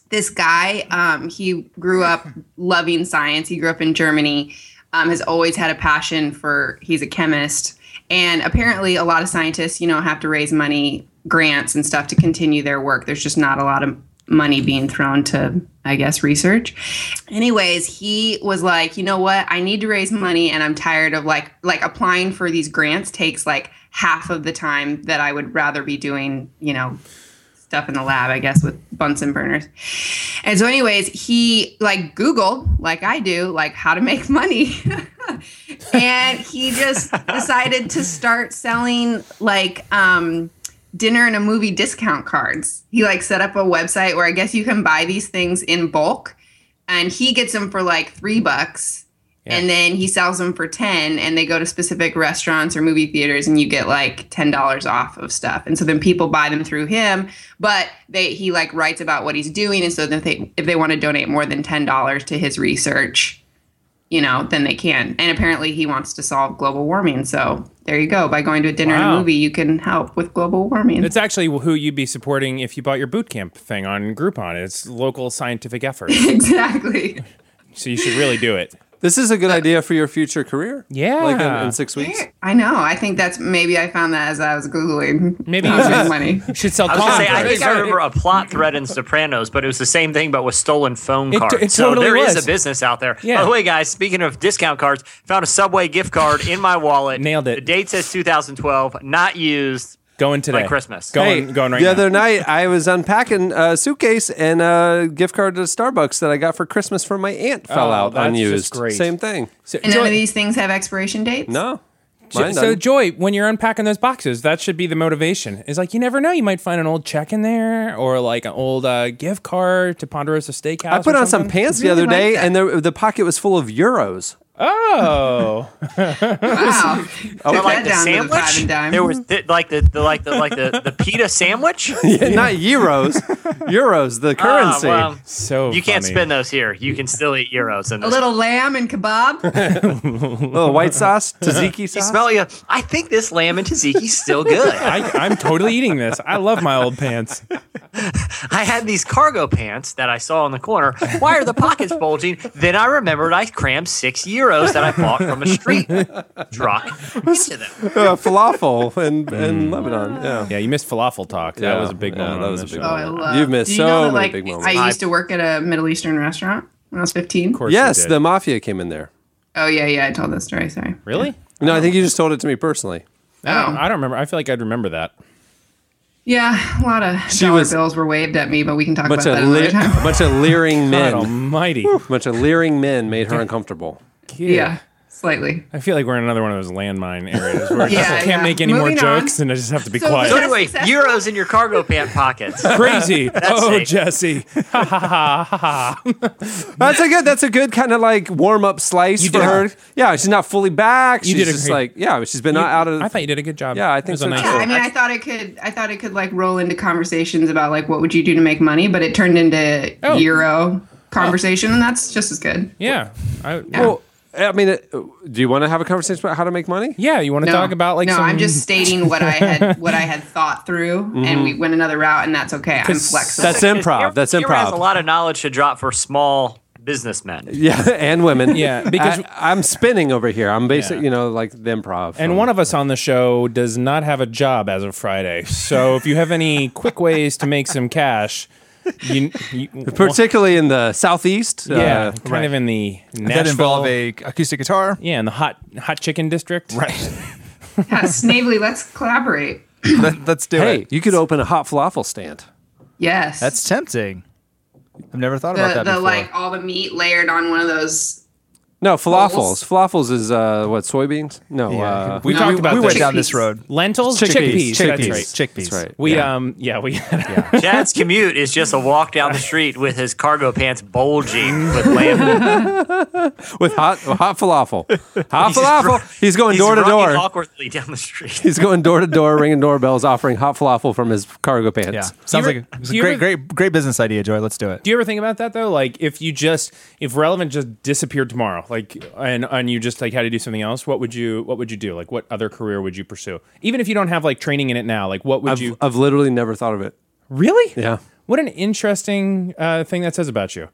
[SPEAKER 8] this guy, um, he grew up loving science. He grew up in Germany. Um, has always had a passion for. He's a chemist, and apparently, a lot of scientists, you know, have to raise money, grants and stuff to continue their work. There's just not a lot of money being thrown to, I guess, research. Anyways, he was like, you know what? I need to raise money, and I'm tired of like like applying for these grants takes like half of the time that I would rather be doing, you know, stuff in the lab, I guess, with Bunsen burners. And so, anyways, he like Googled, like I do, like how to make money. [laughs] and he just decided to start selling like um, dinner and a movie discount cards. He like set up a website where I guess you can buy these things in bulk and he gets them for like three bucks. And then he sells them for 10 and they go to specific restaurants or movie theaters and you get like $10 off of stuff. And so then people buy them through him, but they he like writes about what he's doing and so then if they if they want to donate more than $10 to his research, you know, then they can. And apparently he wants to solve global warming. So there you go. By going to a dinner and
[SPEAKER 7] Wow.
[SPEAKER 8] a movie, you can help with global warming.
[SPEAKER 7] It's actually who you'd be supporting if you bought your boot camp thing on Groupon. It's local scientific effort.
[SPEAKER 8] [laughs] exactly.
[SPEAKER 7] so you should really do it.
[SPEAKER 3] This is a good idea for your future career.
[SPEAKER 7] Yeah.
[SPEAKER 3] Like in, in six weeks.
[SPEAKER 8] I know. I think that's maybe I found that as I was googling.
[SPEAKER 7] Maybe
[SPEAKER 8] [laughs] how
[SPEAKER 7] you
[SPEAKER 8] to make
[SPEAKER 7] should- [laughs]
[SPEAKER 8] money.
[SPEAKER 7] You should sell
[SPEAKER 5] I was gonna say, I
[SPEAKER 7] condoms.
[SPEAKER 5] think I remember a plot thread in Sopranos, but it was the same thing, but with stolen phone
[SPEAKER 7] It-
[SPEAKER 5] cards.
[SPEAKER 7] it
[SPEAKER 5] so
[SPEAKER 7] totally
[SPEAKER 5] there is
[SPEAKER 7] was.
[SPEAKER 5] a business out there.
[SPEAKER 7] Yeah.
[SPEAKER 5] By the way, guys, speaking of discount cards, found a Subway gift card in my wallet.
[SPEAKER 7] Nailed it.
[SPEAKER 5] The date says 2012, not used.
[SPEAKER 7] Going today.
[SPEAKER 5] Like Christmas.
[SPEAKER 7] Going,
[SPEAKER 3] Hey,
[SPEAKER 7] going right
[SPEAKER 3] the
[SPEAKER 7] now.
[SPEAKER 3] other night, I was unpacking a suitcase and a gift card to Starbucks that I got for Christmas from my aunt fell
[SPEAKER 7] Oh,
[SPEAKER 3] out
[SPEAKER 7] that's just
[SPEAKER 3] unused.
[SPEAKER 7] great.
[SPEAKER 3] Same thing.
[SPEAKER 7] So,
[SPEAKER 8] And none
[SPEAKER 7] Joy-
[SPEAKER 8] of these things have expiration dates?
[SPEAKER 3] No.
[SPEAKER 7] so,
[SPEAKER 3] Mine
[SPEAKER 7] so,
[SPEAKER 3] doesn't.
[SPEAKER 7] Joy, when you're unpacking those boxes, that should be the motivation. It's like you never know; you might find an old check in there, or like an old uh, gift card to Ponderosa Steakhouse.
[SPEAKER 3] I put
[SPEAKER 7] or
[SPEAKER 3] on some
[SPEAKER 7] something.
[SPEAKER 3] pants the
[SPEAKER 8] Really like
[SPEAKER 3] other day,
[SPEAKER 8] that.
[SPEAKER 3] and the, the pocket was full of euros.
[SPEAKER 7] Oh,
[SPEAKER 3] [laughs]
[SPEAKER 8] Wow.
[SPEAKER 5] Or
[SPEAKER 8] Put that down to
[SPEAKER 5] like the
[SPEAKER 8] the five
[SPEAKER 5] sandwich.
[SPEAKER 8] and dime.
[SPEAKER 5] there was th- like the, the like the like the, the pita sandwich.
[SPEAKER 3] Not
[SPEAKER 7] [laughs]
[SPEAKER 3] euros, euros, the
[SPEAKER 5] Ah,
[SPEAKER 3] currency.
[SPEAKER 5] well,
[SPEAKER 7] so
[SPEAKER 5] you can't
[SPEAKER 7] funny.
[SPEAKER 5] spend those here. You can still eat euros. And
[SPEAKER 8] a little lamb and kebab.
[SPEAKER 3] [laughs] Little Oh, white sauce, tzatziki
[SPEAKER 5] You
[SPEAKER 3] sauce.
[SPEAKER 5] smell you. I think this lamb and tzatziki's still good. [laughs]
[SPEAKER 7] [laughs]
[SPEAKER 5] I,
[SPEAKER 7] I, I'm totally eating this. I love my old
[SPEAKER 3] [laughs]
[SPEAKER 7] pants.
[SPEAKER 5] I had these cargo pants that I saw in the corner. Why are the pockets bulging? Then I remembered I crammed six euros that I bought from a street truck [laughs] into them.
[SPEAKER 3] uh, falafel in, in Lebanon. Yeah.
[SPEAKER 7] Mm. Yeah, you missed falafel talk.
[SPEAKER 3] Yeah.
[SPEAKER 7] That was a big
[SPEAKER 3] Yeah,
[SPEAKER 7] moment.
[SPEAKER 3] that
[SPEAKER 7] on
[SPEAKER 3] was a
[SPEAKER 7] this
[SPEAKER 3] big
[SPEAKER 7] show.
[SPEAKER 8] Oh, I
[SPEAKER 3] moment.
[SPEAKER 8] love.
[SPEAKER 3] You've missed
[SPEAKER 8] Did
[SPEAKER 3] so
[SPEAKER 8] that,
[SPEAKER 3] many
[SPEAKER 8] like,
[SPEAKER 3] big moments.
[SPEAKER 8] I used to work at a Middle Eastern restaurant when I was 15.
[SPEAKER 7] course you
[SPEAKER 3] Yes,
[SPEAKER 7] did.
[SPEAKER 3] the mafia came in there.
[SPEAKER 8] Oh, yeah, yeah. I told that story. Sorry.
[SPEAKER 7] really?
[SPEAKER 3] No, I think you just told it to me personally.
[SPEAKER 7] I don't,
[SPEAKER 8] Oh.
[SPEAKER 7] I don't remember. I feel like I'd remember that.
[SPEAKER 8] Yeah, a lot of dollar
[SPEAKER 3] was-
[SPEAKER 8] bills were waved at me, but we can talk about
[SPEAKER 3] Bunch of,
[SPEAKER 8] that
[SPEAKER 3] le-
[SPEAKER 7] [laughs]
[SPEAKER 8] another time.
[SPEAKER 3] [laughs] bunch of leering
[SPEAKER 7] God
[SPEAKER 3] men.
[SPEAKER 7] almighty.
[SPEAKER 3] [laughs] Bunch of leering men made her uncomfortable.
[SPEAKER 8] Yeah, slightly.
[SPEAKER 7] I feel like we're in another one of those landmine areas where I just
[SPEAKER 8] Yeah,
[SPEAKER 7] can't
[SPEAKER 8] yeah.
[SPEAKER 7] make any
[SPEAKER 8] Moving
[SPEAKER 7] more
[SPEAKER 8] on.
[SPEAKER 7] jokes and I just have to be
[SPEAKER 8] So
[SPEAKER 5] So
[SPEAKER 7] quiet.
[SPEAKER 8] the-
[SPEAKER 5] anyway, euros in your cargo pant pockets.
[SPEAKER 7] [laughs]
[SPEAKER 5] [laughs]
[SPEAKER 3] [laughs]
[SPEAKER 7] Crazy. oh, [laughs]
[SPEAKER 5] safe.
[SPEAKER 7] Jesse.
[SPEAKER 3] That's a good. That's a good kind of like warm up slice
[SPEAKER 7] You
[SPEAKER 3] for
[SPEAKER 7] did a-
[SPEAKER 3] her. Yeah, she's not fully back.
[SPEAKER 7] You
[SPEAKER 3] She's
[SPEAKER 7] did a
[SPEAKER 3] just
[SPEAKER 7] great-
[SPEAKER 3] like yeah, she's been out of.
[SPEAKER 7] I thought you did a good job.
[SPEAKER 3] Yeah, I think
[SPEAKER 7] It was a
[SPEAKER 3] so,
[SPEAKER 7] nice
[SPEAKER 3] too.
[SPEAKER 8] Yeah,
[SPEAKER 7] job.
[SPEAKER 8] I mean, I thought it could. I thought it could like roll into conversations about like what would you do to make money, but it turned into
[SPEAKER 7] Oh.
[SPEAKER 8] euro conversation, and that's just as good.
[SPEAKER 7] Yeah. I,
[SPEAKER 3] well, I mean, it- do you want to have a conversation about how to make money?
[SPEAKER 7] yeah, you want to
[SPEAKER 8] No,
[SPEAKER 7] talk about like
[SPEAKER 8] no,
[SPEAKER 7] some
[SPEAKER 8] I'm just stating what I had what I had thought through, and we went another route, and that's okay. I'm flexible.
[SPEAKER 3] That's improv. That's
[SPEAKER 5] Euro has a
[SPEAKER 3] improv.
[SPEAKER 5] lot of knowledge to drop for small businessmen.
[SPEAKER 3] [laughs] Yeah, and women.
[SPEAKER 7] Yeah, because-
[SPEAKER 3] I, am spinning over here. I'm basically,
[SPEAKER 7] Yeah.
[SPEAKER 3] you know, like the improv.
[SPEAKER 7] And one of us on the show does not have a job as of Friday.
[SPEAKER 3] [laughs]
[SPEAKER 7] So if you have any quick ways to make some cash, you, you
[SPEAKER 3] [laughs] particularly in the southeast.
[SPEAKER 7] yeah,
[SPEAKER 3] uh,
[SPEAKER 7] kind of in the
[SPEAKER 6] That
[SPEAKER 7] Nashville,
[SPEAKER 6] involve a acoustic guitar.
[SPEAKER 7] yeah, in the hot hot chicken district, right?
[SPEAKER 8] [laughs] yeah, Snavely, let's collaborate.
[SPEAKER 6] Let, us do
[SPEAKER 3] hey,
[SPEAKER 6] it.
[SPEAKER 3] you could open a hot falafel stand.
[SPEAKER 8] Yes,
[SPEAKER 6] That's tempting. I've never thought
[SPEAKER 8] the,
[SPEAKER 6] about that
[SPEAKER 8] the
[SPEAKER 6] before.
[SPEAKER 8] like all the meat layered on one of those.
[SPEAKER 3] No, falafels. Falafels is uh, what soybeans? No, uh,
[SPEAKER 7] We talked about
[SPEAKER 6] we went
[SPEAKER 7] this.
[SPEAKER 6] down this
[SPEAKER 8] Chickpeas.
[SPEAKER 6] road.
[SPEAKER 7] Lentils,
[SPEAKER 6] Chickpeas,
[SPEAKER 7] chickpeas,
[SPEAKER 6] chickpeas,
[SPEAKER 7] that's right.
[SPEAKER 6] chickpeas.
[SPEAKER 3] that's right.
[SPEAKER 7] We um yeah we
[SPEAKER 5] Chad's commute is just a walk down the street with his cargo pants bulging with lamb.
[SPEAKER 3] [laughs] uh, with hot hot falafel, hot
[SPEAKER 5] He's just
[SPEAKER 3] falafel.
[SPEAKER 5] dri-
[SPEAKER 3] he's going
[SPEAKER 5] He's
[SPEAKER 3] door to
[SPEAKER 5] running
[SPEAKER 3] door.
[SPEAKER 5] awkwardly down the street.
[SPEAKER 3] He's going door to door, ringing doorbells, offering hot falafel from his cargo pants.
[SPEAKER 6] Yeah,
[SPEAKER 7] ever-
[SPEAKER 6] sounds like a, it's
[SPEAKER 7] do
[SPEAKER 6] a
[SPEAKER 7] you
[SPEAKER 6] great,
[SPEAKER 7] ever-
[SPEAKER 6] great, great business idea, Joy. Let's do it.
[SPEAKER 7] Do you ever think about that though? Like if you just if relevant just disappeared tomorrow, like and and you just like had to do something else, what would you what would you do? Like what other career would you pursue? Even if you don't have like training in it now, like what would
[SPEAKER 3] I've,
[SPEAKER 7] you
[SPEAKER 3] I've literally never thought of it.
[SPEAKER 7] Really?
[SPEAKER 3] Yeah.
[SPEAKER 7] What an interesting uh, thing that says about you.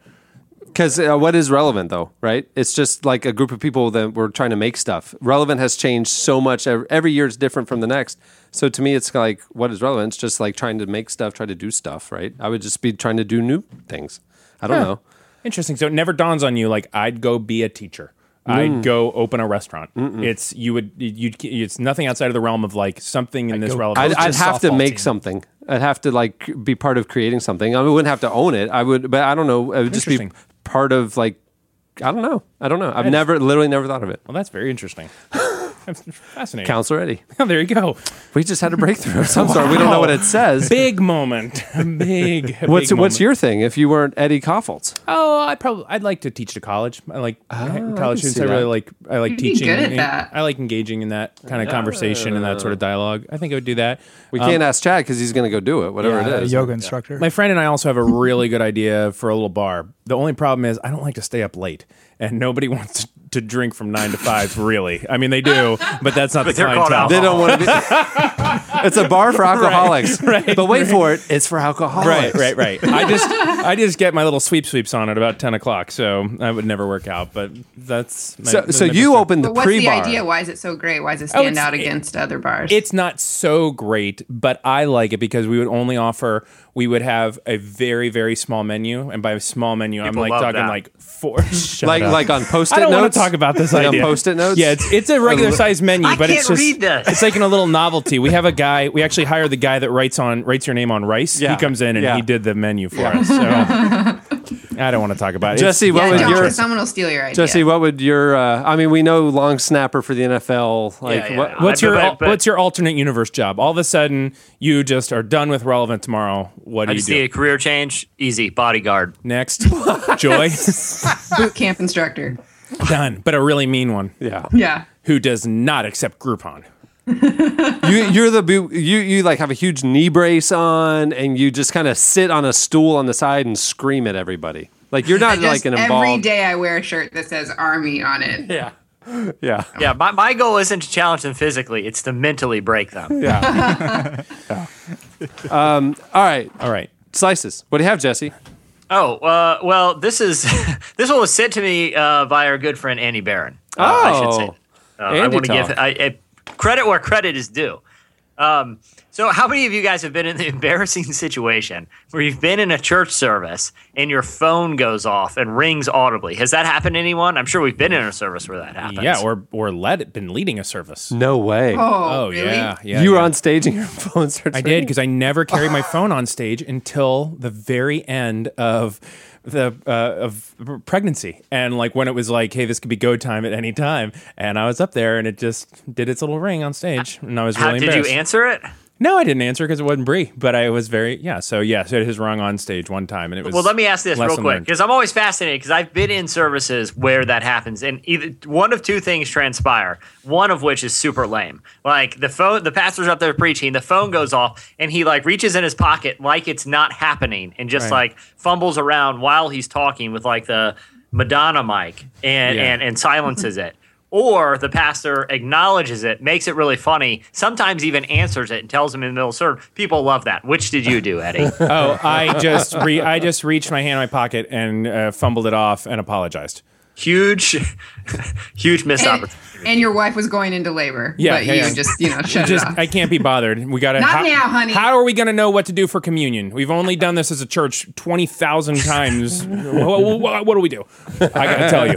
[SPEAKER 3] Because uh, what is relevant, though, right? It's just like a group of people that were trying to make stuff. Relevant has changed so much. Ev- Every year is different from the next. So to me, it's like, what is relevant? It's just like trying to make stuff, try to do stuff, right? I would just be trying to do new things. I don't know.
[SPEAKER 7] Interesting. So it never dawns on you like I'd go be a teacher.
[SPEAKER 3] Mm.
[SPEAKER 7] I'd go open a restaurant. It's you would you it's nothing outside of the realm of like something in this relevant.
[SPEAKER 3] I'd, I'd
[SPEAKER 6] just
[SPEAKER 3] have to
[SPEAKER 6] softball
[SPEAKER 3] make
[SPEAKER 6] team.
[SPEAKER 3] something. I'd have to like be part of creating something. I wouldn't have to own it. I would, but I don't know. I would just be
[SPEAKER 7] Interesting.
[SPEAKER 3] part of like, I don't know. I don't know. I've never, literally never thought of it.
[SPEAKER 7] well, that's very interesting. [laughs] That's fascinating.
[SPEAKER 3] Counselor Eddie.
[SPEAKER 7] [laughs] there you go.
[SPEAKER 3] We just had a [laughs] breakthrough of some sort. We don't know what it says.
[SPEAKER 7] Big
[SPEAKER 3] [laughs]
[SPEAKER 7] moment. Big.
[SPEAKER 3] What's
[SPEAKER 7] big
[SPEAKER 3] what's
[SPEAKER 7] moment.
[SPEAKER 3] your thing? If you weren't Eddie Koffeltz,
[SPEAKER 7] Oh, I probably I'd like to teach to college. I like college
[SPEAKER 3] Oh, can
[SPEAKER 7] students.
[SPEAKER 3] see
[SPEAKER 7] I really
[SPEAKER 3] that.
[SPEAKER 7] like I like
[SPEAKER 8] You'd be
[SPEAKER 7] teaching.
[SPEAKER 8] good at
[SPEAKER 7] and-
[SPEAKER 8] that.
[SPEAKER 7] I like engaging in that kind of conversation and that sort of dialogue. I think I would do that. Um,
[SPEAKER 3] we can't ask Chad because he's going to go do it, whatever
[SPEAKER 6] Uh,
[SPEAKER 3] it is.
[SPEAKER 6] yoga instructor.
[SPEAKER 7] My friend and I also have a really good idea for a little bar. The only problem is I don't like to stay up late, and nobody [laughs] wants to drink from nine to five. Really, I mean they do, but that's not the
[SPEAKER 5] they're called
[SPEAKER 7] clientele.
[SPEAKER 3] They don't want to be.
[SPEAKER 7] [laughs]
[SPEAKER 3] it's a bar for alcoholics, but wait for it. It's for
[SPEAKER 7] Right,
[SPEAKER 3] alcoholics.
[SPEAKER 7] right, right. I just, I just get my little sweep sweeps on at about ten o'clock, so I would never work out. But that's my,
[SPEAKER 3] So,
[SPEAKER 7] that's
[SPEAKER 3] so
[SPEAKER 7] my
[SPEAKER 3] you
[SPEAKER 7] perspective.
[SPEAKER 3] opened the
[SPEAKER 8] But what's
[SPEAKER 3] pre
[SPEAKER 8] the
[SPEAKER 3] bar.
[SPEAKER 8] idea? Why is it so great? Why does it
[SPEAKER 7] Oh,
[SPEAKER 8] stand
[SPEAKER 7] it's-
[SPEAKER 8] out against other bars?
[SPEAKER 7] It's not so great, but I like it because we would only offer we would have a very very small menu, and by small menu I'm
[SPEAKER 5] People
[SPEAKER 7] like
[SPEAKER 5] love
[SPEAKER 7] talking
[SPEAKER 5] that.
[SPEAKER 7] like four. Shut
[SPEAKER 3] Like
[SPEAKER 7] up.
[SPEAKER 3] like on post
[SPEAKER 7] I
[SPEAKER 3] it
[SPEAKER 7] don't want
[SPEAKER 3] notes.
[SPEAKER 7] to talk about this
[SPEAKER 3] Like on
[SPEAKER 7] idea.
[SPEAKER 3] Post-it notes. Um,
[SPEAKER 7] Yeah, it's it's a regular sized menu,
[SPEAKER 5] I
[SPEAKER 7] but it's
[SPEAKER 5] can't
[SPEAKER 7] just
[SPEAKER 5] read this.
[SPEAKER 7] it's like in a little novelty. We have a guy. We actually hired the guy that writes on writes your name on rice.
[SPEAKER 3] Yeah.
[SPEAKER 7] He comes in and
[SPEAKER 3] Yeah.
[SPEAKER 7] he did the menu for us. So
[SPEAKER 3] [laughs]
[SPEAKER 7] I don't want to talk about it.
[SPEAKER 3] Jesse, what
[SPEAKER 8] Yeah,
[SPEAKER 3] would
[SPEAKER 8] don't, 'cause
[SPEAKER 3] your
[SPEAKER 8] someone will steal your idea.
[SPEAKER 3] Jesse? What would your? Uh, I mean, we know long snapper for the NFL. Like,
[SPEAKER 5] yeah,
[SPEAKER 3] what,
[SPEAKER 5] yeah.
[SPEAKER 7] what's
[SPEAKER 5] I-
[SPEAKER 7] your
[SPEAKER 5] but- but-
[SPEAKER 7] what's your alternate universe job? All of a sudden, you just are done with relevant tomorrow. What do
[SPEAKER 5] I
[SPEAKER 7] you
[SPEAKER 5] just
[SPEAKER 7] do
[SPEAKER 5] need a career change. Easy. Bodyguard.
[SPEAKER 3] [laughs]
[SPEAKER 7] next? Joy,
[SPEAKER 8] [laughs] boot camp instructor.
[SPEAKER 7] done, but a really mean one
[SPEAKER 3] yeah.
[SPEAKER 8] Yeah.
[SPEAKER 7] who does not accept Groupon.
[SPEAKER 3] you you're the boo- you you like have a huge knee brace on and you just kind of sit on a stool on the side and scream at everybody. Like you're
[SPEAKER 8] I
[SPEAKER 3] not
[SPEAKER 8] just,
[SPEAKER 3] like an involved.
[SPEAKER 8] every day I wear a shirt that says army on it.
[SPEAKER 3] Yeah. [laughs] Yeah.
[SPEAKER 5] Yeah, my, my goal isn't to challenge them physically, it's to mentally break them.
[SPEAKER 3] Um, All right.
[SPEAKER 7] All right,
[SPEAKER 3] Slices. What do you have, Jesse?
[SPEAKER 5] Oh, uh, well, this is [laughs] this one was sent to me uh, by our good friend Andy Barron. Uh, I should say.
[SPEAKER 3] Oh.
[SPEAKER 5] Uh, I
[SPEAKER 3] Andy
[SPEAKER 5] want to give
[SPEAKER 3] talk.
[SPEAKER 5] I, I, credit where credit is due. Um, so, how many of you guys have been in the [laughs] embarrassing situation where you've been in a church service and your phone goes off and rings audibly? Has that happened to anyone? I'm sure we've been in a service where that happens.
[SPEAKER 7] yeah, or or led been leading a service.
[SPEAKER 3] No way.
[SPEAKER 8] Oh,
[SPEAKER 7] Oh
[SPEAKER 8] really?
[SPEAKER 7] yeah, yeah.
[SPEAKER 3] you were
[SPEAKER 7] yeah.
[SPEAKER 3] on stage and your [laughs] phone starts.
[SPEAKER 7] I did because I never carried
[SPEAKER 5] [laughs]
[SPEAKER 7] my phone on stage until the very end of the uh, of pregnancy, and like when it was like, hey, this could be go time at any time, and I was up there, and it just did its little ring on stage, and I was
[SPEAKER 5] How,
[SPEAKER 7] really
[SPEAKER 5] did you
[SPEAKER 7] embarrassed.
[SPEAKER 5] answer it?
[SPEAKER 7] no, I didn't answer because it wasn't Brie, but I was very yeah. So yeah, so it has rung on stage one time, and it was
[SPEAKER 5] Well, let me ask this real
[SPEAKER 7] lesson
[SPEAKER 5] quick
[SPEAKER 7] learned.
[SPEAKER 5] because I'm always fascinated because I've been in services where that happens, and either one of two things transpire. One of which is super lame, like the phone, the pastor's up there preaching, the phone goes off, and he like reaches in his pocket like it's not happening, and just
[SPEAKER 7] Right.
[SPEAKER 5] like fumbles around while he's talking with like the Madonna mic and
[SPEAKER 7] Yeah.
[SPEAKER 5] and and silences it. Or the pastor acknowledges it, makes it really funny, sometimes even answers it and tells him in the middle of serve. People love that. Which did you do, Eddie?
[SPEAKER 7] [laughs] Oh, I
[SPEAKER 5] [laughs]
[SPEAKER 7] just re- I just reached my hand in my pocket and uh, fumbled it off and apologized.
[SPEAKER 5] huge, huge missed
[SPEAKER 8] And,
[SPEAKER 5] opportunity.
[SPEAKER 8] and your wife was going into labor.
[SPEAKER 7] Yeah,
[SPEAKER 8] But
[SPEAKER 7] yeah,
[SPEAKER 8] you
[SPEAKER 7] yeah. [laughs]
[SPEAKER 8] just, you know, shut
[SPEAKER 7] just
[SPEAKER 8] it off.
[SPEAKER 7] I can't be bothered. We gotta
[SPEAKER 8] Not
[SPEAKER 7] how,
[SPEAKER 8] now, honey.
[SPEAKER 7] How are we gonna know what to do for communion? We've only done this as a church twenty thousand times. what, what, what do we do? I gotta tell you.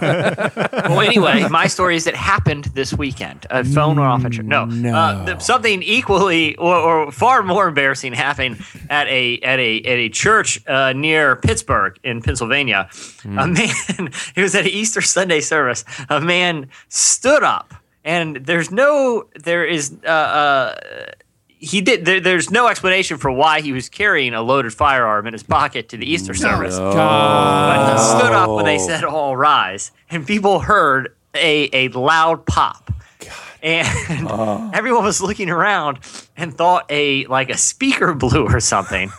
[SPEAKER 5] Well, anyway, my story is it happened this weekend. A phone went off at church. No, Uh, th- something equally or, or far more embarrassing happened at a at a at a church uh, near Pittsburgh in Pennsylvania. A man, [laughs] it was at an Easter Sunday service. A man stood up, and there's no, there is. Uh, uh, he did. There, there's no explanation for why he was carrying a loaded firearm in his pocket to the Easter service but he stood up when they said all rise and people heard a, a loud pop and [laughs] everyone was looking around and thought a like a speaker blew or something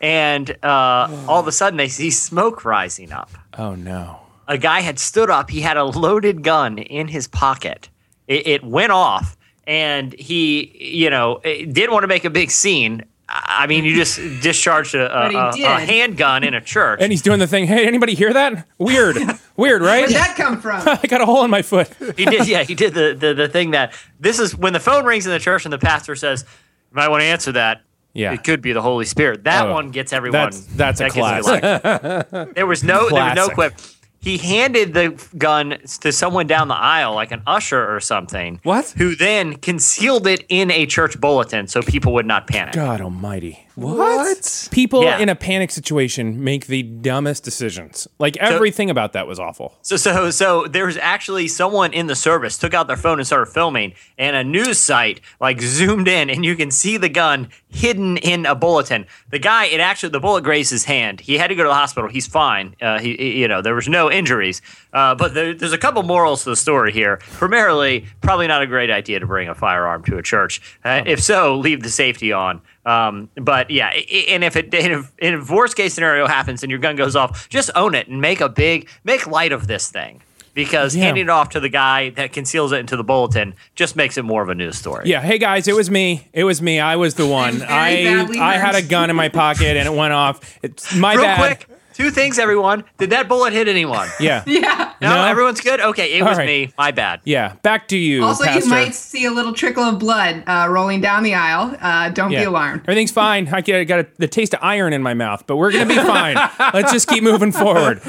[SPEAKER 5] and uh, all of a sudden they see smoke rising up
[SPEAKER 7] Oh no.
[SPEAKER 5] a guy had stood up. He had a loaded gun in his pocket. It, it went off, and he, you know, it didn't want to make a big scene. I I mean, you
[SPEAKER 8] [laughs]
[SPEAKER 5] just discharged a, a,
[SPEAKER 8] But he
[SPEAKER 5] a- a
[SPEAKER 8] did.
[SPEAKER 5] handgun in a church.
[SPEAKER 7] And he's doing the thing. Hey, anybody hear that? Weird. Weird, right?
[SPEAKER 8] Where'd that come from?
[SPEAKER 7] [laughs] I got a hole in my foot.
[SPEAKER 5] he did, yeah, he did the, the the thing that this is when the phone rings in the church and the pastor says, "You might want to answer that."
[SPEAKER 7] Yeah.
[SPEAKER 5] It could be the Holy Spirit. That
[SPEAKER 7] Oh,
[SPEAKER 5] one gets everyone.
[SPEAKER 7] that's- that's a
[SPEAKER 5] that gets everyone.
[SPEAKER 3] [laughs]
[SPEAKER 5] there was no there was
[SPEAKER 7] Classic.
[SPEAKER 5] no quip. He handed the gun to someone down the aisle, like an usher or something.
[SPEAKER 3] What?
[SPEAKER 5] Who then concealed it in a church bulletin so people would not panic.
[SPEAKER 7] God Almighty.
[SPEAKER 3] What?
[SPEAKER 7] People
[SPEAKER 5] Yeah.
[SPEAKER 7] in a panic situation make the dumbest decisions. Like everything about that was awful.
[SPEAKER 5] So so so there was actually someone in the service took out their phone and started filming, and a news site like zoomed in, and you can see the gun hidden in a bulletin. The guy, it actually the bullet grazed his hand. He had to go to the hospital. He's fine. Uh, he, he- you know there was no injuries. Uh, but there, there's a couple morals to the story here. Primarily, probably not a great idea to bring a firearm to a church.
[SPEAKER 7] Hmm.
[SPEAKER 5] Uh, if so, leave the safety on. Um, but yeah, i- i- and if it and if, and if worst case scenario happens and your gun goes off, just own it and make a big make light of this thing because
[SPEAKER 7] Yeah.
[SPEAKER 5] handing it off to the guy that conceals it into the bulletin just makes it more of a news story.
[SPEAKER 7] Yeah, hey guys, it was me. It was me. I was the one.
[SPEAKER 8] very
[SPEAKER 7] I
[SPEAKER 8] badly
[SPEAKER 7] I had a
[SPEAKER 8] hurt.
[SPEAKER 7] gun in my pocket and it went off. It's my
[SPEAKER 5] Real
[SPEAKER 7] bad.
[SPEAKER 5] quick, two things, everyone. Did that bullet hit anyone?
[SPEAKER 7] Yeah.
[SPEAKER 8] yeah.
[SPEAKER 5] No,
[SPEAKER 7] No?
[SPEAKER 5] everyone's good. Okay, it
[SPEAKER 7] All
[SPEAKER 5] was
[SPEAKER 7] right.
[SPEAKER 5] me. My bad.
[SPEAKER 7] Yeah. Back to you.
[SPEAKER 8] Also,
[SPEAKER 7] Pastor.
[SPEAKER 8] you might see a little trickle of blood uh, rolling down the aisle. Uh, don't be
[SPEAKER 7] Yeah.
[SPEAKER 8] alarmed.
[SPEAKER 7] Everything's fine. I get- I got a, the taste of iron in my mouth, but we're going to be fine. Let's just keep moving forward.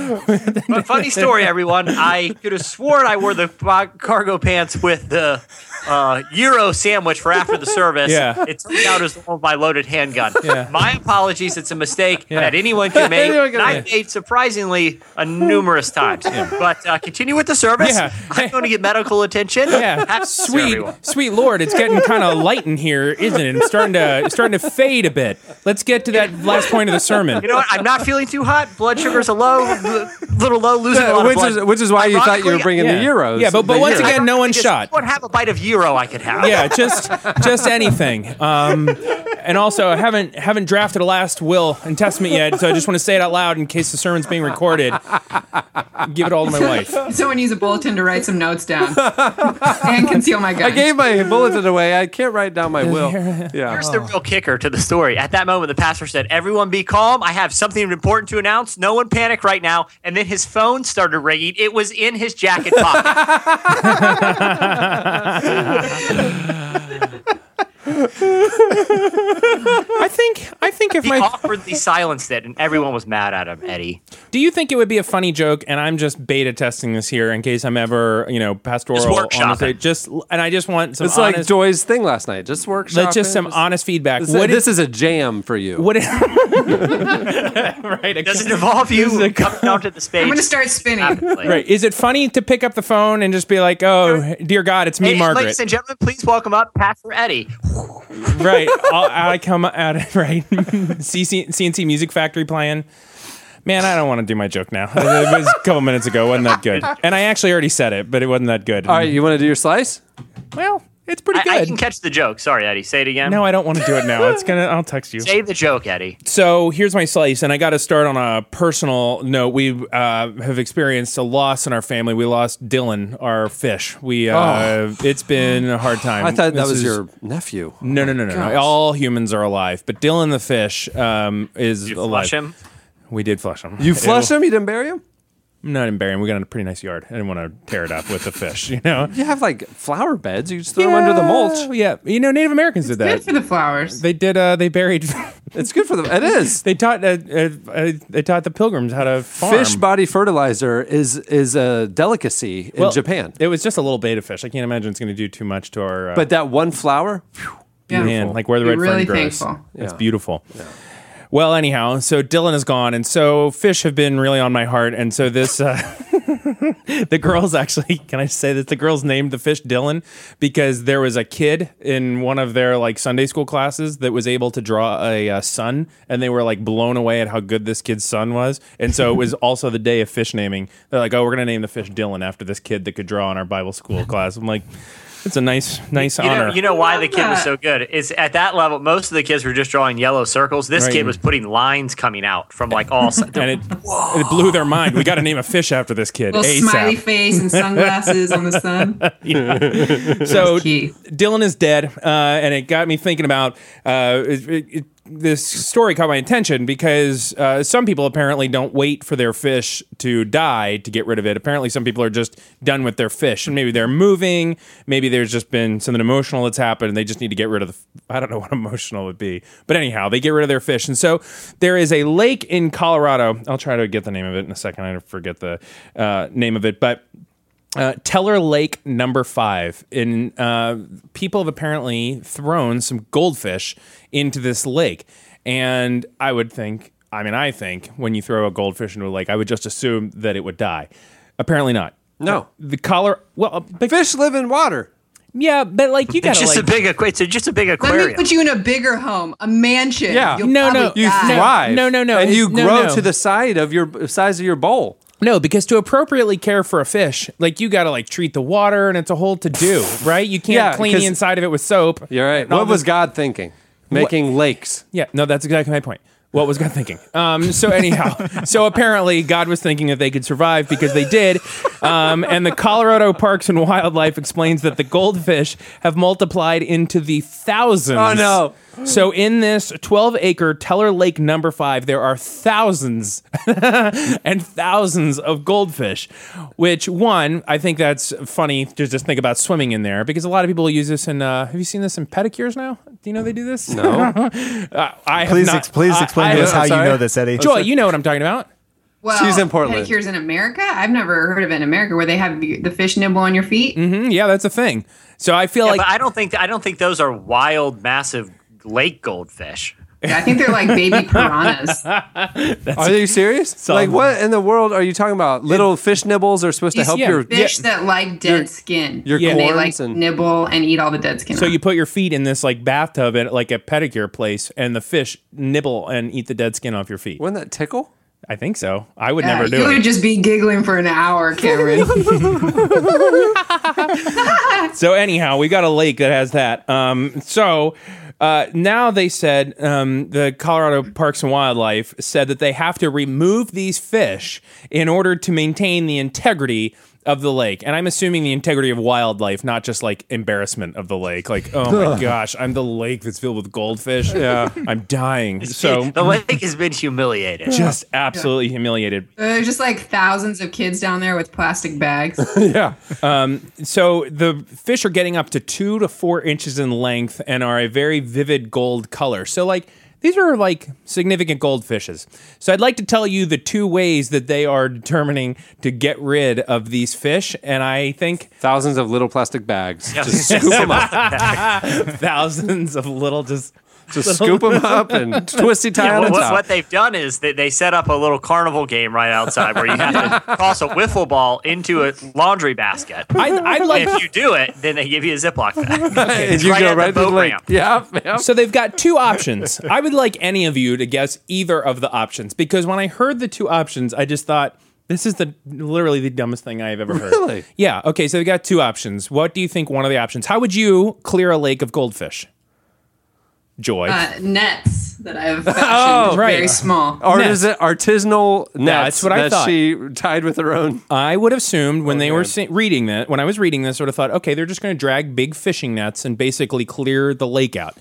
[SPEAKER 5] But funny story, everyone. I could have sworn I wore the bo- cargo pants with the uh, Euro sandwich for after the service.
[SPEAKER 7] Yeah.
[SPEAKER 5] It turned out it was the one with my loaded handgun.
[SPEAKER 7] Yeah.
[SPEAKER 5] My apologies. It's a mistake that
[SPEAKER 7] [laughs]
[SPEAKER 5] anyone can make.
[SPEAKER 7] Anyone can
[SPEAKER 5] and I
[SPEAKER 7] make.
[SPEAKER 5] made surprisingly uh, numerous times. But uh, continue with the service.
[SPEAKER 7] Yeah.
[SPEAKER 5] I'm going to get medical attention.
[SPEAKER 7] Yeah,
[SPEAKER 5] Have-
[SPEAKER 7] sweet,
[SPEAKER 5] Everyone.
[SPEAKER 7] sweet lord, it's getting kind of light in here, isn't it? It's starting to it's starting to fade a bit. Let's get to that last point of the sermon.
[SPEAKER 5] You know what? I'm not feeling too hot. Blood sugars are low, l- little low, losing a lot
[SPEAKER 3] which,
[SPEAKER 5] of
[SPEAKER 3] is,
[SPEAKER 5] blood.
[SPEAKER 3] which is why you thought you were
[SPEAKER 5] Ironically,
[SPEAKER 3] bringing
[SPEAKER 7] Yeah.
[SPEAKER 3] the euros.
[SPEAKER 7] Yeah, but- but
[SPEAKER 3] The
[SPEAKER 7] once
[SPEAKER 3] euro.
[SPEAKER 7] again- no one
[SPEAKER 5] Just,
[SPEAKER 7] shot.
[SPEAKER 5] Don't have a bite of Euro I could have.
[SPEAKER 7] yeah,
[SPEAKER 5] [laughs]
[SPEAKER 7] just just anything. Um, and also, I haven't haven't drafted a last will and testament yet, so I just want to say it out loud in case the sermon's being recorded. Give it all to my wife.
[SPEAKER 8] [laughs] Someone use a bulletin to write some notes down and conceal my gun.
[SPEAKER 3] I gave my bulletin away. I can't write down my will. Yeah.
[SPEAKER 5] Here's the real kicker to the story. At that moment, the pastor said, Everyone be calm. I have something important to announce. No one panic right now. And then his phone started ringing. It was in his jacket pocket.
[SPEAKER 7] [laughs] I think I think if
[SPEAKER 5] He
[SPEAKER 7] my
[SPEAKER 5] awkwardly silenced it, and everyone was mad at him, Eddie.
[SPEAKER 7] do you think it would be a funny joke? And I'm just beta testing this here in case I'm ever you know pastoral.
[SPEAKER 5] Just workshop
[SPEAKER 7] on the stage.
[SPEAKER 5] it.
[SPEAKER 7] Just and I just want some
[SPEAKER 3] It's
[SPEAKER 7] honest.
[SPEAKER 3] like Joy's thing last night. Just workshop.
[SPEAKER 7] let's just some honest feedback.
[SPEAKER 3] This,
[SPEAKER 7] What
[SPEAKER 3] this
[SPEAKER 7] is
[SPEAKER 3] is a jam for you.
[SPEAKER 7] what? Is, right.
[SPEAKER 5] Does it involve you coming down to
[SPEAKER 7] [laughs]
[SPEAKER 5] the stage?
[SPEAKER 8] I'm going to start spinning.
[SPEAKER 7] Right. Is it funny to pick up the phone and just be like, "Oh, dear God, it's me,
[SPEAKER 5] Hey,
[SPEAKER 7] Margaret."
[SPEAKER 5] ladies and gentlemen, please welcome up Pastor Eddie.
[SPEAKER 7] right. I'll, I come at it [laughs] right. CC, CNC Music Factory playing. Man, I don't want to do my joke now. It was a couple minutes ago. wasn't that good? And I actually already said it, but it wasn't that good.
[SPEAKER 3] All right, you want to do your slice?
[SPEAKER 7] Well, it's pretty
[SPEAKER 5] I, I
[SPEAKER 7] good.
[SPEAKER 5] can catch the joke. Sorry, Eddie. Say it again.
[SPEAKER 7] Um, no, I don't want to do it now. It's gonna. I'll text you.
[SPEAKER 5] Say the joke, Eddie.
[SPEAKER 7] So here's my slice, and I got to start on a personal note. We uh, have experienced a loss in our family. We lost Dylan, our fish. We uh, it's been a hard time.
[SPEAKER 3] Oh. I thought that
[SPEAKER 7] This
[SPEAKER 3] was
[SPEAKER 7] is-
[SPEAKER 3] your nephew.
[SPEAKER 7] No, no, no, no, no. All humans are alive, but Dylan the fish um, is
[SPEAKER 5] You
[SPEAKER 7] alive.
[SPEAKER 5] flush him.
[SPEAKER 7] We did flush him.
[SPEAKER 3] You flushed him? You didn't bury him?
[SPEAKER 7] I'm not in bury him. We got a pretty nice yard. I didn't want to tear it up with the fish. You know,
[SPEAKER 3] You have like flower beds. You just throw them under the mulch.
[SPEAKER 7] Yeah, you know, Native Americans did
[SPEAKER 8] Good
[SPEAKER 7] that.
[SPEAKER 8] for the flowers.
[SPEAKER 7] They did. Uh, they buried. [laughs]
[SPEAKER 3] It's good for them. It is.
[SPEAKER 7] they taught. Uh, uh, uh, they taught the pilgrims how to farm.
[SPEAKER 3] Fish body fertilizer is is a delicacy in
[SPEAKER 7] Well,
[SPEAKER 3] Japan.
[SPEAKER 7] It was just a little beta fish. I can't imagine it's going to do too much to our. Uh,
[SPEAKER 3] But that one flower,
[SPEAKER 8] Yeah.
[SPEAKER 7] man, like where the
[SPEAKER 8] Be
[SPEAKER 7] red
[SPEAKER 8] really
[SPEAKER 7] fern grows.
[SPEAKER 8] thankful.
[SPEAKER 7] It's beautiful. Well, anyhow, so Dylan is gone, and so fish have been really on my heart, and so this. Uh, [laughs] the girls actually can i say that the girls named the fish dylan because there was a kid in one of their like sunday school classes that was able to draw a uh, sun and they were like blown away at how good this kid's sun was and so it
[SPEAKER 5] [laughs]
[SPEAKER 7] was also the day of fish naming they're like oh we're gonna name the fish dylan after this kid that could draw in our bible
[SPEAKER 5] [laughs]
[SPEAKER 7] school class i'm like it's a nice nice
[SPEAKER 5] You
[SPEAKER 7] honor
[SPEAKER 5] know, you know why the kid was
[SPEAKER 8] that.
[SPEAKER 5] so good is at that level. Most of the kids were just drawing yellow circles. This
[SPEAKER 7] Right.
[SPEAKER 5] kid was putting lines coming out from like all sides.
[SPEAKER 7] and it, it blew their mind we gotta name a fish after this kid
[SPEAKER 8] Little smiley
[SPEAKER 7] asap
[SPEAKER 8] face and sunglasses on the
[SPEAKER 7] [laughs]
[SPEAKER 8] sun.
[SPEAKER 7] so
[SPEAKER 8] Key.
[SPEAKER 7] Dylan is dead, uh, and it got me thinking about uh, it, it, it- this story caught my attention because uh, some people apparently don't wait for their fish to die to get rid of it. Apparently, some people are just done with their fish, and maybe they're moving, maybe there's just been something emotional that's happened, and they just need to get rid of the. I don't know [laughs] what emotional would be, but anyhow, they get rid of their fish, and so there is a lake in Colorado. I'll try to get the name of it in a second. I forget the uh, name of it, but uh, Teller Lake number five. And uh, people have apparently thrown some goldfish into this lake. And I would think, I mean, I think when you throw a goldfish into a lake, I would just assume that it would die. Apparently not.
[SPEAKER 3] No.
[SPEAKER 7] The collar, well, uh, but,
[SPEAKER 3] fish live in water.
[SPEAKER 7] yeah, but like you
[SPEAKER 5] It's
[SPEAKER 7] gotta
[SPEAKER 5] just
[SPEAKER 7] like,
[SPEAKER 5] a big aquarium. It's just a big
[SPEAKER 8] Let me
[SPEAKER 5] aquarium.
[SPEAKER 8] put you in a bigger home, a mansion.
[SPEAKER 3] Yeah.
[SPEAKER 8] You'll
[SPEAKER 7] No,
[SPEAKER 8] probably
[SPEAKER 7] no.
[SPEAKER 3] You
[SPEAKER 8] die.
[SPEAKER 3] thrive.
[SPEAKER 7] no, no, no.
[SPEAKER 3] And you
[SPEAKER 7] It's- no,
[SPEAKER 3] grow
[SPEAKER 7] no.
[SPEAKER 3] to the side of your size of your bowl.
[SPEAKER 7] No, because to appropriately care for a fish, like you gotta like treat the water, and it's a whole to do, right? You can't
[SPEAKER 3] Yeah,
[SPEAKER 7] clean
[SPEAKER 3] 'cause-
[SPEAKER 7] the inside of it with soap.
[SPEAKER 3] You're right.
[SPEAKER 7] And all
[SPEAKER 3] What was
[SPEAKER 7] this-
[SPEAKER 3] God thinking? Making lakes.
[SPEAKER 7] Yeah, no, that's exactly my point. What was God [laughs] thinking? Um, so
[SPEAKER 9] [laughs]
[SPEAKER 7] anyhow, so apparently God was thinking that they could survive because they did. Um, and the Colorado Parks and Wildlife explains that the goldfish have multiplied into the thousands.
[SPEAKER 3] Oh, no.
[SPEAKER 7] So in this 12-acre Teller Lake number 5, there are thousands [laughs] and thousands of goldfish, which one, I think that's funny to just think about swimming in there because a lot of people use this in uh, have you seen this in pedicures now? Do you know they do this? No. I have [laughs]
[SPEAKER 9] Please,
[SPEAKER 7] not-
[SPEAKER 9] ex- please
[SPEAKER 7] I-
[SPEAKER 9] explain
[SPEAKER 7] I
[SPEAKER 9] to
[SPEAKER 7] have-
[SPEAKER 9] us how
[SPEAKER 7] I'm
[SPEAKER 9] you
[SPEAKER 7] sorry.
[SPEAKER 9] know this, Eddie.
[SPEAKER 7] Joy, you know what I'm talking about.
[SPEAKER 8] Well,
[SPEAKER 3] She's in Portland.
[SPEAKER 8] Pedicures in America? I've never heard of it in America where they have the the fish nibble on your feet.
[SPEAKER 7] Mm, yeah, that's a thing. So I feel
[SPEAKER 5] Yeah,
[SPEAKER 7] like
[SPEAKER 5] but I don't think I don't think those are wild, massive lake goldfish.
[SPEAKER 8] I think they're like
[SPEAKER 3] [laughs]
[SPEAKER 8] baby piranhas.
[SPEAKER 3] Are
[SPEAKER 7] [laughs]
[SPEAKER 3] you serious? Like, what in the world are you talking about? Little fish nibbles are supposed to
[SPEAKER 7] Yes,
[SPEAKER 3] help
[SPEAKER 7] yeah.
[SPEAKER 3] your.
[SPEAKER 8] Fish that like dead skin.
[SPEAKER 3] your
[SPEAKER 8] and they like
[SPEAKER 3] corns and-
[SPEAKER 8] nibble and eat all the dead skin.
[SPEAKER 7] so
[SPEAKER 8] off.
[SPEAKER 7] you put your feet in this like bathtub at like a pedicure place, and the fish nibble and eat the dead skin off your feet.
[SPEAKER 3] Wouldn't that tickle?
[SPEAKER 7] I think so. I would
[SPEAKER 8] Yeah,
[SPEAKER 7] never
[SPEAKER 8] you
[SPEAKER 7] do
[SPEAKER 8] would
[SPEAKER 7] it.
[SPEAKER 8] just be giggling for an
[SPEAKER 3] [laughs]
[SPEAKER 8] hour, Cameron.
[SPEAKER 7] [laughs]
[SPEAKER 8] [laughs]
[SPEAKER 7] So anyhow, we got a lake that has that. Um, so uh, now they said um, the Colorado Parks and Wildlife said that they have to remove these fish in order to maintain the integrity of the lake. And I'm assuming the integrity of wildlife, not just like embarrassment of the lake. Like, oh my gosh, I'm the lake that's filled with goldfish. Yeah, I'm
[SPEAKER 5] [laughs]
[SPEAKER 7] dying. So
[SPEAKER 5] the lake has been humiliated.
[SPEAKER 7] just absolutely humiliated.
[SPEAKER 8] There's just like thousands of kids down there with plastic
[SPEAKER 3] [laughs]
[SPEAKER 8] bags.
[SPEAKER 7] [laughs] Um, So the fish are getting up to two to four inches in length and are a very vivid gold color. So like these are like significant goldfishes. So I'd like to tell you the two ways that they are determining to get rid of these fish, and I think
[SPEAKER 3] Thousands of little plastic bags.
[SPEAKER 5] Yeah.
[SPEAKER 3] Just scoop them up.
[SPEAKER 7] [laughs] thousands of little just
[SPEAKER 3] Just
[SPEAKER 7] [laughs]
[SPEAKER 3] scoop them up and twisty tie
[SPEAKER 5] Yeah,
[SPEAKER 3] on
[SPEAKER 5] what,
[SPEAKER 3] the
[SPEAKER 5] what,
[SPEAKER 3] top.
[SPEAKER 5] what they've done is they, they set up a little carnival game right outside where you have
[SPEAKER 3] [laughs]
[SPEAKER 5] to toss a wiffle ball into a laundry basket.
[SPEAKER 7] I, I'd like
[SPEAKER 5] if you do it, then they give you a Ziploc
[SPEAKER 7] [laughs]
[SPEAKER 5] bag.
[SPEAKER 3] and
[SPEAKER 5] right at the boat ramp.
[SPEAKER 3] Yeah, yeah.
[SPEAKER 7] So they've got two options. I would like any of you to guess either of the options because when I heard the two options, I just thought this is the literally the dumbest thing I've ever heard.
[SPEAKER 3] Really?
[SPEAKER 7] Yeah. Okay. So they've got two options. What do you think? One of the options. How would you clear a lake of goldfish? Joy. [laughs]
[SPEAKER 8] Uh, nets that
[SPEAKER 3] [laughs]
[SPEAKER 8] I've fashioned
[SPEAKER 7] right.
[SPEAKER 8] very small.
[SPEAKER 3] Artisan, artisanal nets
[SPEAKER 7] that's what I
[SPEAKER 3] that
[SPEAKER 7] thought.
[SPEAKER 3] she tied with her own.
[SPEAKER 7] I would have assumed when they were se- reading that, when I was reading this, sort of thought, okay, they're just going to drag big fishing nets and basically clear the lake out.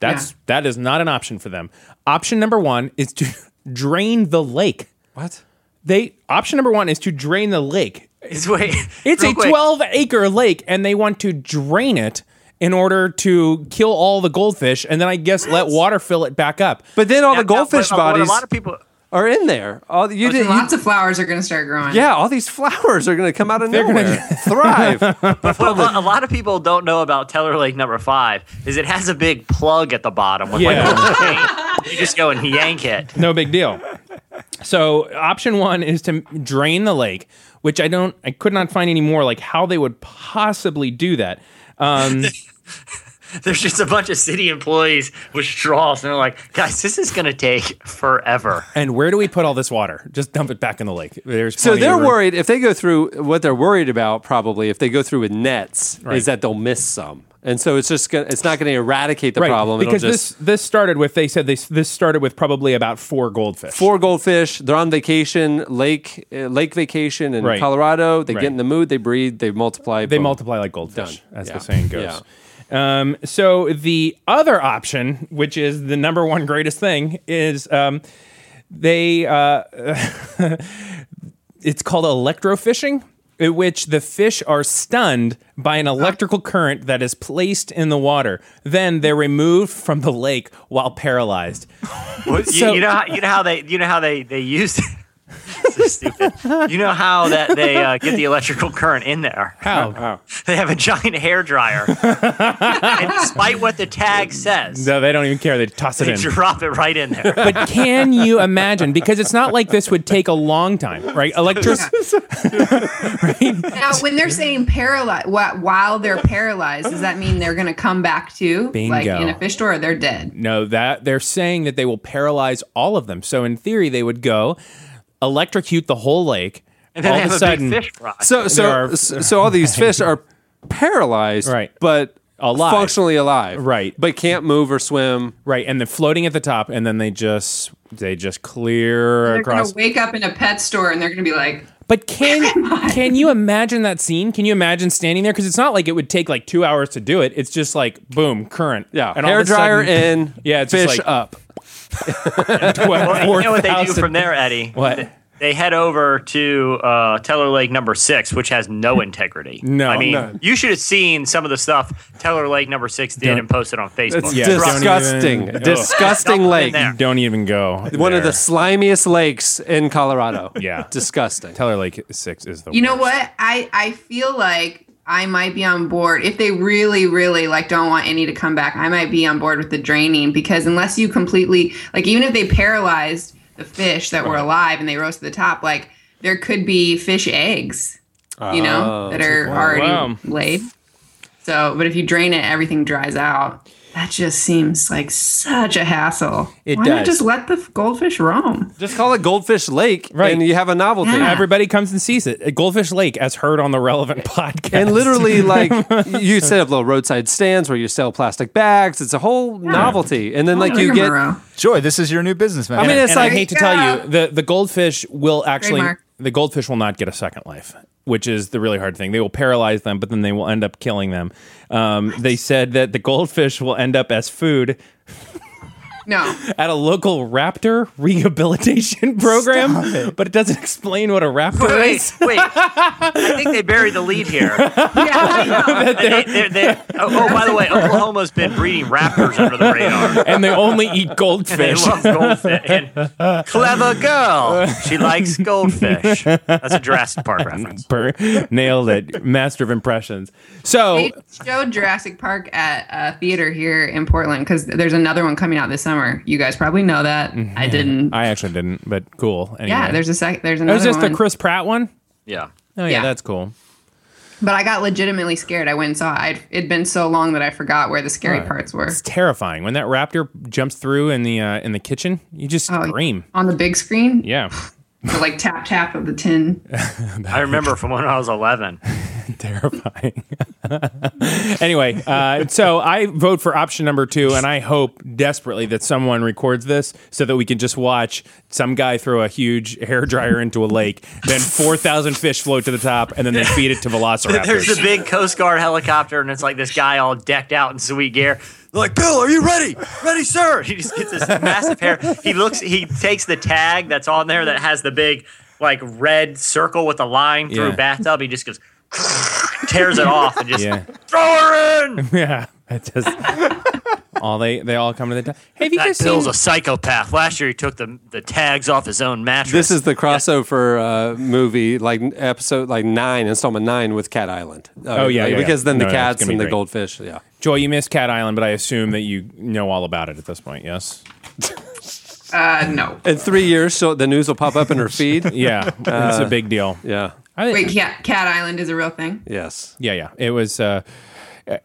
[SPEAKER 7] That's
[SPEAKER 8] Yeah.
[SPEAKER 7] that is not an option for them. Option number one is to [laughs] drain the lake.
[SPEAKER 3] What?
[SPEAKER 7] They option number one is to drain the lake.
[SPEAKER 5] It's,
[SPEAKER 3] [laughs]
[SPEAKER 5] wait,
[SPEAKER 7] It's
[SPEAKER 5] real
[SPEAKER 7] a
[SPEAKER 5] quick.
[SPEAKER 7] twelve acre lake, and they want to drain it in order to kill all the goldfish, and then I guess let water fill it back up.
[SPEAKER 3] But then all the
[SPEAKER 5] Now- now,
[SPEAKER 3] goldfish
[SPEAKER 5] what
[SPEAKER 3] bodies
[SPEAKER 5] A lot of people.
[SPEAKER 3] are in there. All you
[SPEAKER 8] And
[SPEAKER 3] did.
[SPEAKER 8] Oh, lots of flowers are going to start growing. [laughs]
[SPEAKER 3] yeah, all these flowers are going to come out of
[SPEAKER 7] gonna
[SPEAKER 3] nowhere.
[SPEAKER 7] [laughs]
[SPEAKER 3] Thrive. [laughs]
[SPEAKER 5] What what a lot of people don't know about Teller Lake Number Five is it has a big plug at the bottom with
[SPEAKER 7] Yeah.
[SPEAKER 5] like a chain. You just go and yank it.
[SPEAKER 7] No big deal. So option one is to drain the lake, which I don't, I could not find any more like how they would possibly do that.
[SPEAKER 3] [laughs]
[SPEAKER 7] Um,
[SPEAKER 5] There's just a bunch of city employees with straws, and they're like, "Guys, this is gonna take forever."
[SPEAKER 7] and where do we put all this water? Just dump it back in the lake. There's
[SPEAKER 3] so
[SPEAKER 7] plenty
[SPEAKER 3] they're
[SPEAKER 7] of room.
[SPEAKER 3] worried if they go through what they're worried about. Probably if they go through with nets,
[SPEAKER 7] Right.
[SPEAKER 3] is that they'll miss some, and so it's just gonna, it's not going to eradicate the
[SPEAKER 7] Right,
[SPEAKER 3] problem.
[SPEAKER 7] because
[SPEAKER 3] It'll just
[SPEAKER 7] this this started with they said this this started with probably about four goldfish.
[SPEAKER 3] four goldfish. They're on vacation, lake uh, lake vacation in
[SPEAKER 7] Right.
[SPEAKER 3] Colorado. They
[SPEAKER 7] Right.
[SPEAKER 3] get in the mood. They breed. They multiply.
[SPEAKER 7] They
[SPEAKER 3] boom.
[SPEAKER 7] multiply like goldfish,
[SPEAKER 3] Done.
[SPEAKER 7] as
[SPEAKER 3] Yeah.
[SPEAKER 7] the saying goes. Um, so the other option, which is the number one greatest thing, is um, they. Uh, [laughs] it's called electrofishing, in which the fish are stunned by an electrical current that is placed in the water. Then they're removed from the lake while paralyzed.
[SPEAKER 5] Well,
[SPEAKER 7] So-
[SPEAKER 5] you, you know, how, you know how they, you know how they, they use. so stupid. [laughs] You know how that they uh, get the electrical current in there.
[SPEAKER 7] How?
[SPEAKER 5] They have a giant
[SPEAKER 7] [laughs]
[SPEAKER 5] hair dryer, and despite what the tag says,
[SPEAKER 7] No, they don't even care. They toss it
[SPEAKER 5] they
[SPEAKER 7] in.
[SPEAKER 5] drop it right in there.
[SPEAKER 7] But can you imagine? Because it's not like this would take a long time,
[SPEAKER 5] [laughs]
[SPEAKER 7] right? Electric.
[SPEAKER 8] Now, when they're saying paralyzed, while they're paralyzed, does that mean they're going to come back too? Like
[SPEAKER 7] Bingo.
[SPEAKER 8] in a fish store, or they're dead.
[SPEAKER 7] No, that they're saying that they will paralyze all of them. So in theory, they would go electrocute the whole lake.
[SPEAKER 5] And then
[SPEAKER 7] all
[SPEAKER 5] they
[SPEAKER 7] of
[SPEAKER 5] have
[SPEAKER 7] a
[SPEAKER 5] a
[SPEAKER 7] sudden,
[SPEAKER 5] big fish fry.
[SPEAKER 3] So so
[SPEAKER 7] are-
[SPEAKER 3] so all
[SPEAKER 7] [laughs]
[SPEAKER 3] these fish are paralyzed,
[SPEAKER 7] Right.
[SPEAKER 3] But
[SPEAKER 7] Alive.
[SPEAKER 3] functionally alive,
[SPEAKER 7] Right.
[SPEAKER 3] But can't move or swim.
[SPEAKER 7] right, and they're floating at the top, and then they just they just clear
[SPEAKER 8] They're going
[SPEAKER 7] across.
[SPEAKER 8] [laughs] to wake up in a pet store and they're going to be like,
[SPEAKER 7] But can can you imagine that scene? Can you imagine standing there? Because it's not like it would take like two hours to do it. It's just like boom, current.
[SPEAKER 3] Yeah,
[SPEAKER 7] and all
[SPEAKER 3] hair
[SPEAKER 7] of a sudden-
[SPEAKER 3] dryer in,
[SPEAKER 7] [laughs] Yeah, it's
[SPEAKER 3] fish
[SPEAKER 7] just like
[SPEAKER 3] up.
[SPEAKER 5] [laughs] Well, you know what they do
[SPEAKER 7] 4,000
[SPEAKER 5] from there, Eddie?
[SPEAKER 7] What?
[SPEAKER 5] they head over to uh, Teller Lake number six, which has no integrity.
[SPEAKER 7] No,
[SPEAKER 5] I mean,
[SPEAKER 7] none.
[SPEAKER 5] you should have seen some of the stuff Teller Lake number six did and posted on Facebook.
[SPEAKER 3] It's
[SPEAKER 7] Yeah, don't even-
[SPEAKER 3] disgusting.
[SPEAKER 7] Ugh.
[SPEAKER 3] disgusting
[SPEAKER 5] Nothing
[SPEAKER 3] lake.
[SPEAKER 5] there.
[SPEAKER 7] Don't even go.
[SPEAKER 3] One of the
[SPEAKER 7] there.
[SPEAKER 3] slimiest lakes in Colorado.
[SPEAKER 7] [laughs] Yeah.
[SPEAKER 3] Disgusting.
[SPEAKER 7] Teller Lake Six is the.
[SPEAKER 8] You know
[SPEAKER 7] worst.
[SPEAKER 8] what? I I feel like I might be on board if they really, really like don't want any to come back. I might be on board with the draining because unless you completely like, even if they paralyzed the fish that were alive and they rose to the top, like there could be fish eggs, you
[SPEAKER 7] Oh,
[SPEAKER 8] know, that are already
[SPEAKER 4] Wow.
[SPEAKER 8] laid. So, but if you drain it, everything dries out. That just seems like such a hassle.
[SPEAKER 7] It
[SPEAKER 8] Why not
[SPEAKER 7] does.
[SPEAKER 8] just let the f- goldfish roam?
[SPEAKER 3] Just call it Goldfish Lake,
[SPEAKER 7] Right.
[SPEAKER 3] and you have a novelty.
[SPEAKER 8] Yeah.
[SPEAKER 7] Everybody comes and sees it. At Goldfish Lake, as heard on the relevant [laughs] podcast. [laughs]
[SPEAKER 3] And literally, like you set up little roadside stands where you sell plastic bags. It's a whole novelty, and then like you get.
[SPEAKER 8] Rigmarole.
[SPEAKER 9] Joy, this is your new business
[SPEAKER 3] I
[SPEAKER 9] man.
[SPEAKER 3] mean,
[SPEAKER 7] and,
[SPEAKER 3] it's
[SPEAKER 7] and
[SPEAKER 3] like
[SPEAKER 7] I hate to tell you, the, the goldfish will actually
[SPEAKER 8] Trademark.
[SPEAKER 7] the goldfish will not get a second life, which is the really hard thing. They will paralyze them, but then they will end up killing them. Um, they said that the goldfish will end up as food
[SPEAKER 8] No,
[SPEAKER 7] at a local raptor rehabilitation [laughs] program, but it doesn't explain what a raptor
[SPEAKER 5] Wait,
[SPEAKER 7] is.
[SPEAKER 5] wait. I think they buried the lead [laughs] here.
[SPEAKER 8] yeah,
[SPEAKER 5] They- they're- they're- oh, oh, by the way, Oklahoma's been breeding raptors under the radar.
[SPEAKER 7] And they only eat
[SPEAKER 5] They
[SPEAKER 7] goldfish.
[SPEAKER 5] love goldfish. And clever girl. Oh, She likes goldfish. That's a Jurassic
[SPEAKER 7] [laughs]
[SPEAKER 5] Park reference.
[SPEAKER 7] Per- Nailed it. Master of impressions. So
[SPEAKER 8] They showed Jurassic Park at a theater here in Portland because there's another one coming out this summer. You guys probably know that.
[SPEAKER 7] Mm.
[SPEAKER 8] I didn't.
[SPEAKER 7] Mhm. I actually didn't, but cool. Anyway. Oh,
[SPEAKER 8] yeah, there's a sec. There's
[SPEAKER 7] That
[SPEAKER 8] another
[SPEAKER 7] was just
[SPEAKER 8] one.
[SPEAKER 7] a Chris Pratt one.
[SPEAKER 5] Yeah.
[SPEAKER 7] Oh yeah,
[SPEAKER 8] Yeah.
[SPEAKER 7] that's cool.
[SPEAKER 8] but I got legitimately scared. I went and saw. It. I'd, it'd been so long that I forgot where the scary parts were
[SPEAKER 7] It's terrifying when that raptor jumps through in the uh, in the kitchen. You just
[SPEAKER 8] Oh,
[SPEAKER 7] scream.
[SPEAKER 8] on the big screen.
[SPEAKER 7] Yeah, [laughs]
[SPEAKER 8] The, like tap tap of the tin.
[SPEAKER 5] I remember from when I was 11.
[SPEAKER 7] [laughs] terrifying. [laughs] anyway, uh, so I vote for option number two, and I hope desperately that someone records this so that we can just watch some guy throw a huge hairdryer into a lake, then four thousand fish float to the top, and then they feed it to
[SPEAKER 5] [laughs] There's
[SPEAKER 7] velociraptors.
[SPEAKER 5] the big Coast Guard helicopter, and it's like this guy all decked out in sweet gear. They're like, Bill, are you ready? Ready, sir. [laughs] He just gets this massive hair. He looks, he takes the tag that's on there that has the big, like, red circle with a line through
[SPEAKER 7] Yeah.
[SPEAKER 5] bathtub. He just goes, [laughs] tears it off and just
[SPEAKER 7] Yeah.
[SPEAKER 5] throw her in.
[SPEAKER 7] [laughs] yeah, it just all they they all come to the top. Have you
[SPEAKER 5] That
[SPEAKER 7] guys
[SPEAKER 5] Bill's
[SPEAKER 7] seen?
[SPEAKER 5] a psychopath. Last year, he took the, the tags off his own mattress.
[SPEAKER 3] This is the crossover uh, movie, like episode like nine, installment nine with Cat Island. Uh,
[SPEAKER 7] Oh, yeah, yeah, yeah.
[SPEAKER 3] because then
[SPEAKER 7] No,
[SPEAKER 3] the
[SPEAKER 7] no, it's
[SPEAKER 3] cats
[SPEAKER 7] gonna be
[SPEAKER 3] and the
[SPEAKER 7] great.
[SPEAKER 3] goldfish. Yeah,
[SPEAKER 7] Joy, you missed Cat Island, but I assume that you know all about it at this point. Yes.
[SPEAKER 8] Uh, no.
[SPEAKER 3] in three years, so the news will pop up in
[SPEAKER 7] [laughs]
[SPEAKER 3] her feed. Uh,
[SPEAKER 7] Yeah, it's a big deal.
[SPEAKER 3] yeah,
[SPEAKER 7] I-
[SPEAKER 8] Wait, Cat, Cat Island is a real thing.
[SPEAKER 3] yes.
[SPEAKER 7] Yeah, yeah. It was. Uh,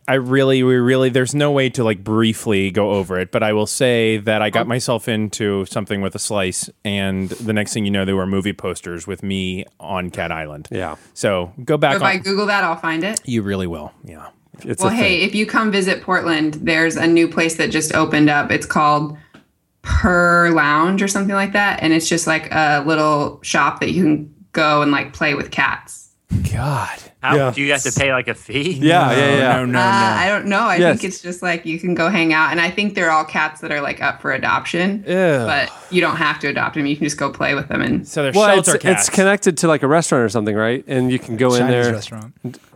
[SPEAKER 7] I really, we really. There's no way to like briefly go over it, but I will say that I
[SPEAKER 3] Oh.
[SPEAKER 7] got myself into something with a slice, and the next thing you know, there were movie posters with me on Cat Island.
[SPEAKER 3] Yeah.
[SPEAKER 7] So go back.
[SPEAKER 8] If I
[SPEAKER 7] On,
[SPEAKER 8] Google that, I'll find it.
[SPEAKER 7] you really will. Yeah.
[SPEAKER 3] It's
[SPEAKER 8] Well,
[SPEAKER 3] a
[SPEAKER 8] hey,
[SPEAKER 3] thing.
[SPEAKER 8] if you come visit Portland, there's a new place that just opened up. It's called Per Lounge or something like that, and it's just like a little shop that you can go and like play with cats.
[SPEAKER 7] God.
[SPEAKER 5] How,
[SPEAKER 3] yeah.
[SPEAKER 5] Do you have to pay like a fee?
[SPEAKER 3] Yeah, yeah, yeah.
[SPEAKER 7] No, no, no.
[SPEAKER 8] Uh, I don't know. I
[SPEAKER 3] Yes.
[SPEAKER 8] think it's just like you can go hang out, and I think they're all cats that are like up for adoption. But you don't have to adopt them. You can just go play with them, and
[SPEAKER 7] so there's
[SPEAKER 3] Well, it's,
[SPEAKER 7] shelter cats.
[SPEAKER 3] it's [laughs] connected to like a restaurant or something, right? And you can go in
[SPEAKER 9] Chinese
[SPEAKER 3] there. [laughs]
[SPEAKER 9] restaurant.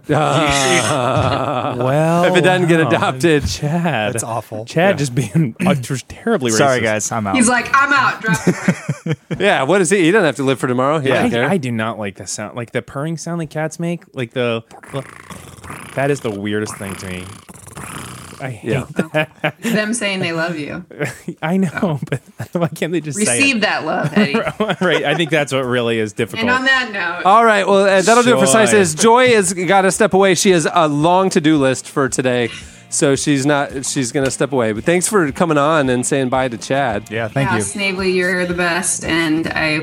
[SPEAKER 7] well,
[SPEAKER 3] If it doesn't get adopted,
[SPEAKER 7] Chad.
[SPEAKER 9] That's awful.
[SPEAKER 7] Chad just being [laughs] uh, just terribly racist.
[SPEAKER 9] Sorry guys, I'm out.
[SPEAKER 8] he's like, "I'm
[SPEAKER 7] [laughs]
[SPEAKER 8] out." Drop the mic."
[SPEAKER 3] yeah. What is he? He doesn't have to live for tomorrow. He don't care.
[SPEAKER 7] I, I do not like the sound, like the purring sound that cats make. Like the, that is the weirdest thing to me. I hate
[SPEAKER 3] Yeah.
[SPEAKER 7] that. [laughs]
[SPEAKER 8] them saying they love you.
[SPEAKER 7] I know, but [laughs] why can't they just
[SPEAKER 8] Receive that love, Eddie.
[SPEAKER 7] say it? [laughs] right. I think that's what really is difficult.
[SPEAKER 8] and on that note,
[SPEAKER 3] All right. Well, uh, that'll do it for
[SPEAKER 7] Joy.
[SPEAKER 3] slices. Joy has got to step away. She has a long to do list for today, so she's not. She's going to step away. But thanks for coming on and saying bye to Chad.
[SPEAKER 9] yeah, thank
[SPEAKER 8] yeah,
[SPEAKER 9] you.
[SPEAKER 8] Snavely, you're the best, and I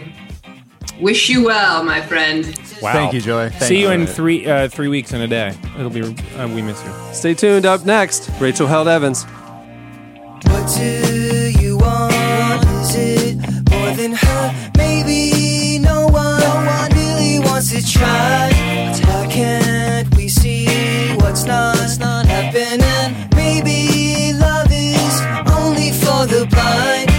[SPEAKER 8] wish you well, my friend.
[SPEAKER 7] wow.
[SPEAKER 9] Thank you, Joy.
[SPEAKER 7] See you in three uh, three weeks and a day. It'll be uh, we miss you.
[SPEAKER 3] Stay tuned. Up next, Rachel Held Evans.
[SPEAKER 2] What do you want? Is it more than her? Maybe no one, no one really wants to try. How can't we see what's not, what's not happening? Maybe love is only for the blind.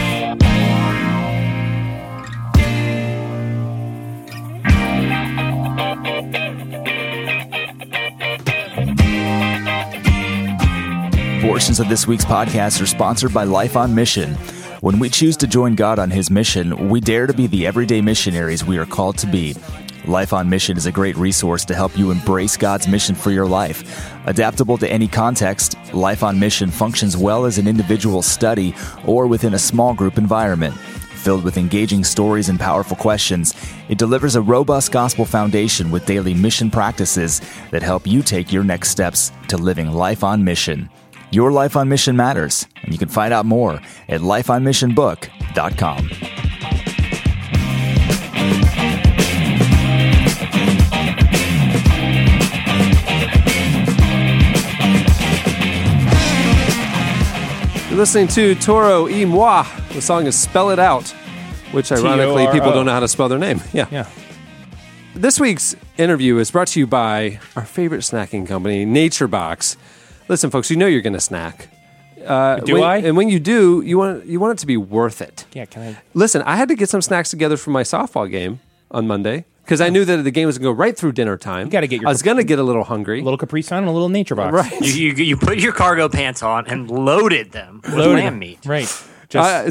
[SPEAKER 1] Portions of this week's podcast are sponsored by Life on Mission. When we choose to join God on His mission, we dare to be the everyday missionaries we are called to be. Life on Mission is a great resource to help you embrace God's mission for your life. Adaptable to any context, Life on Mission functions well as an individual study or within a small group environment. Filled with engaging stories and powerful questions, it delivers a robust gospel foundation with daily mission practices that help you take your next steps to living life on mission. Your life on mission matters, and you can find out more at lifeonmissionbook.com.
[SPEAKER 3] You're listening to Toro y Moi. The song is Spell It Out, which ironically people
[SPEAKER 4] T O R O.
[SPEAKER 3] don't know how to spell their name. [laughs] Yeah.
[SPEAKER 7] Yeah.
[SPEAKER 3] This week's interview is brought to you by our favorite snacking company, Nature Box. Listen, folks, you know you're going to snack. Uh,
[SPEAKER 7] Do
[SPEAKER 3] when-
[SPEAKER 7] I?
[SPEAKER 3] And when you do, you want you want it to be worth it.
[SPEAKER 7] Yeah, can I?
[SPEAKER 3] Listen, I had to get some snacks together for my softball game on Monday because I knew that the game was going to go right through dinner time. You
[SPEAKER 7] gotta get your-
[SPEAKER 3] I was going to get a little hungry.
[SPEAKER 7] A little Capri Sun and a little Nature Box.
[SPEAKER 3] right.
[SPEAKER 5] You, you, you put your cargo pants on and loaded them with
[SPEAKER 7] Loaded.
[SPEAKER 5] lamb meat.
[SPEAKER 7] Right. Just
[SPEAKER 3] Uh,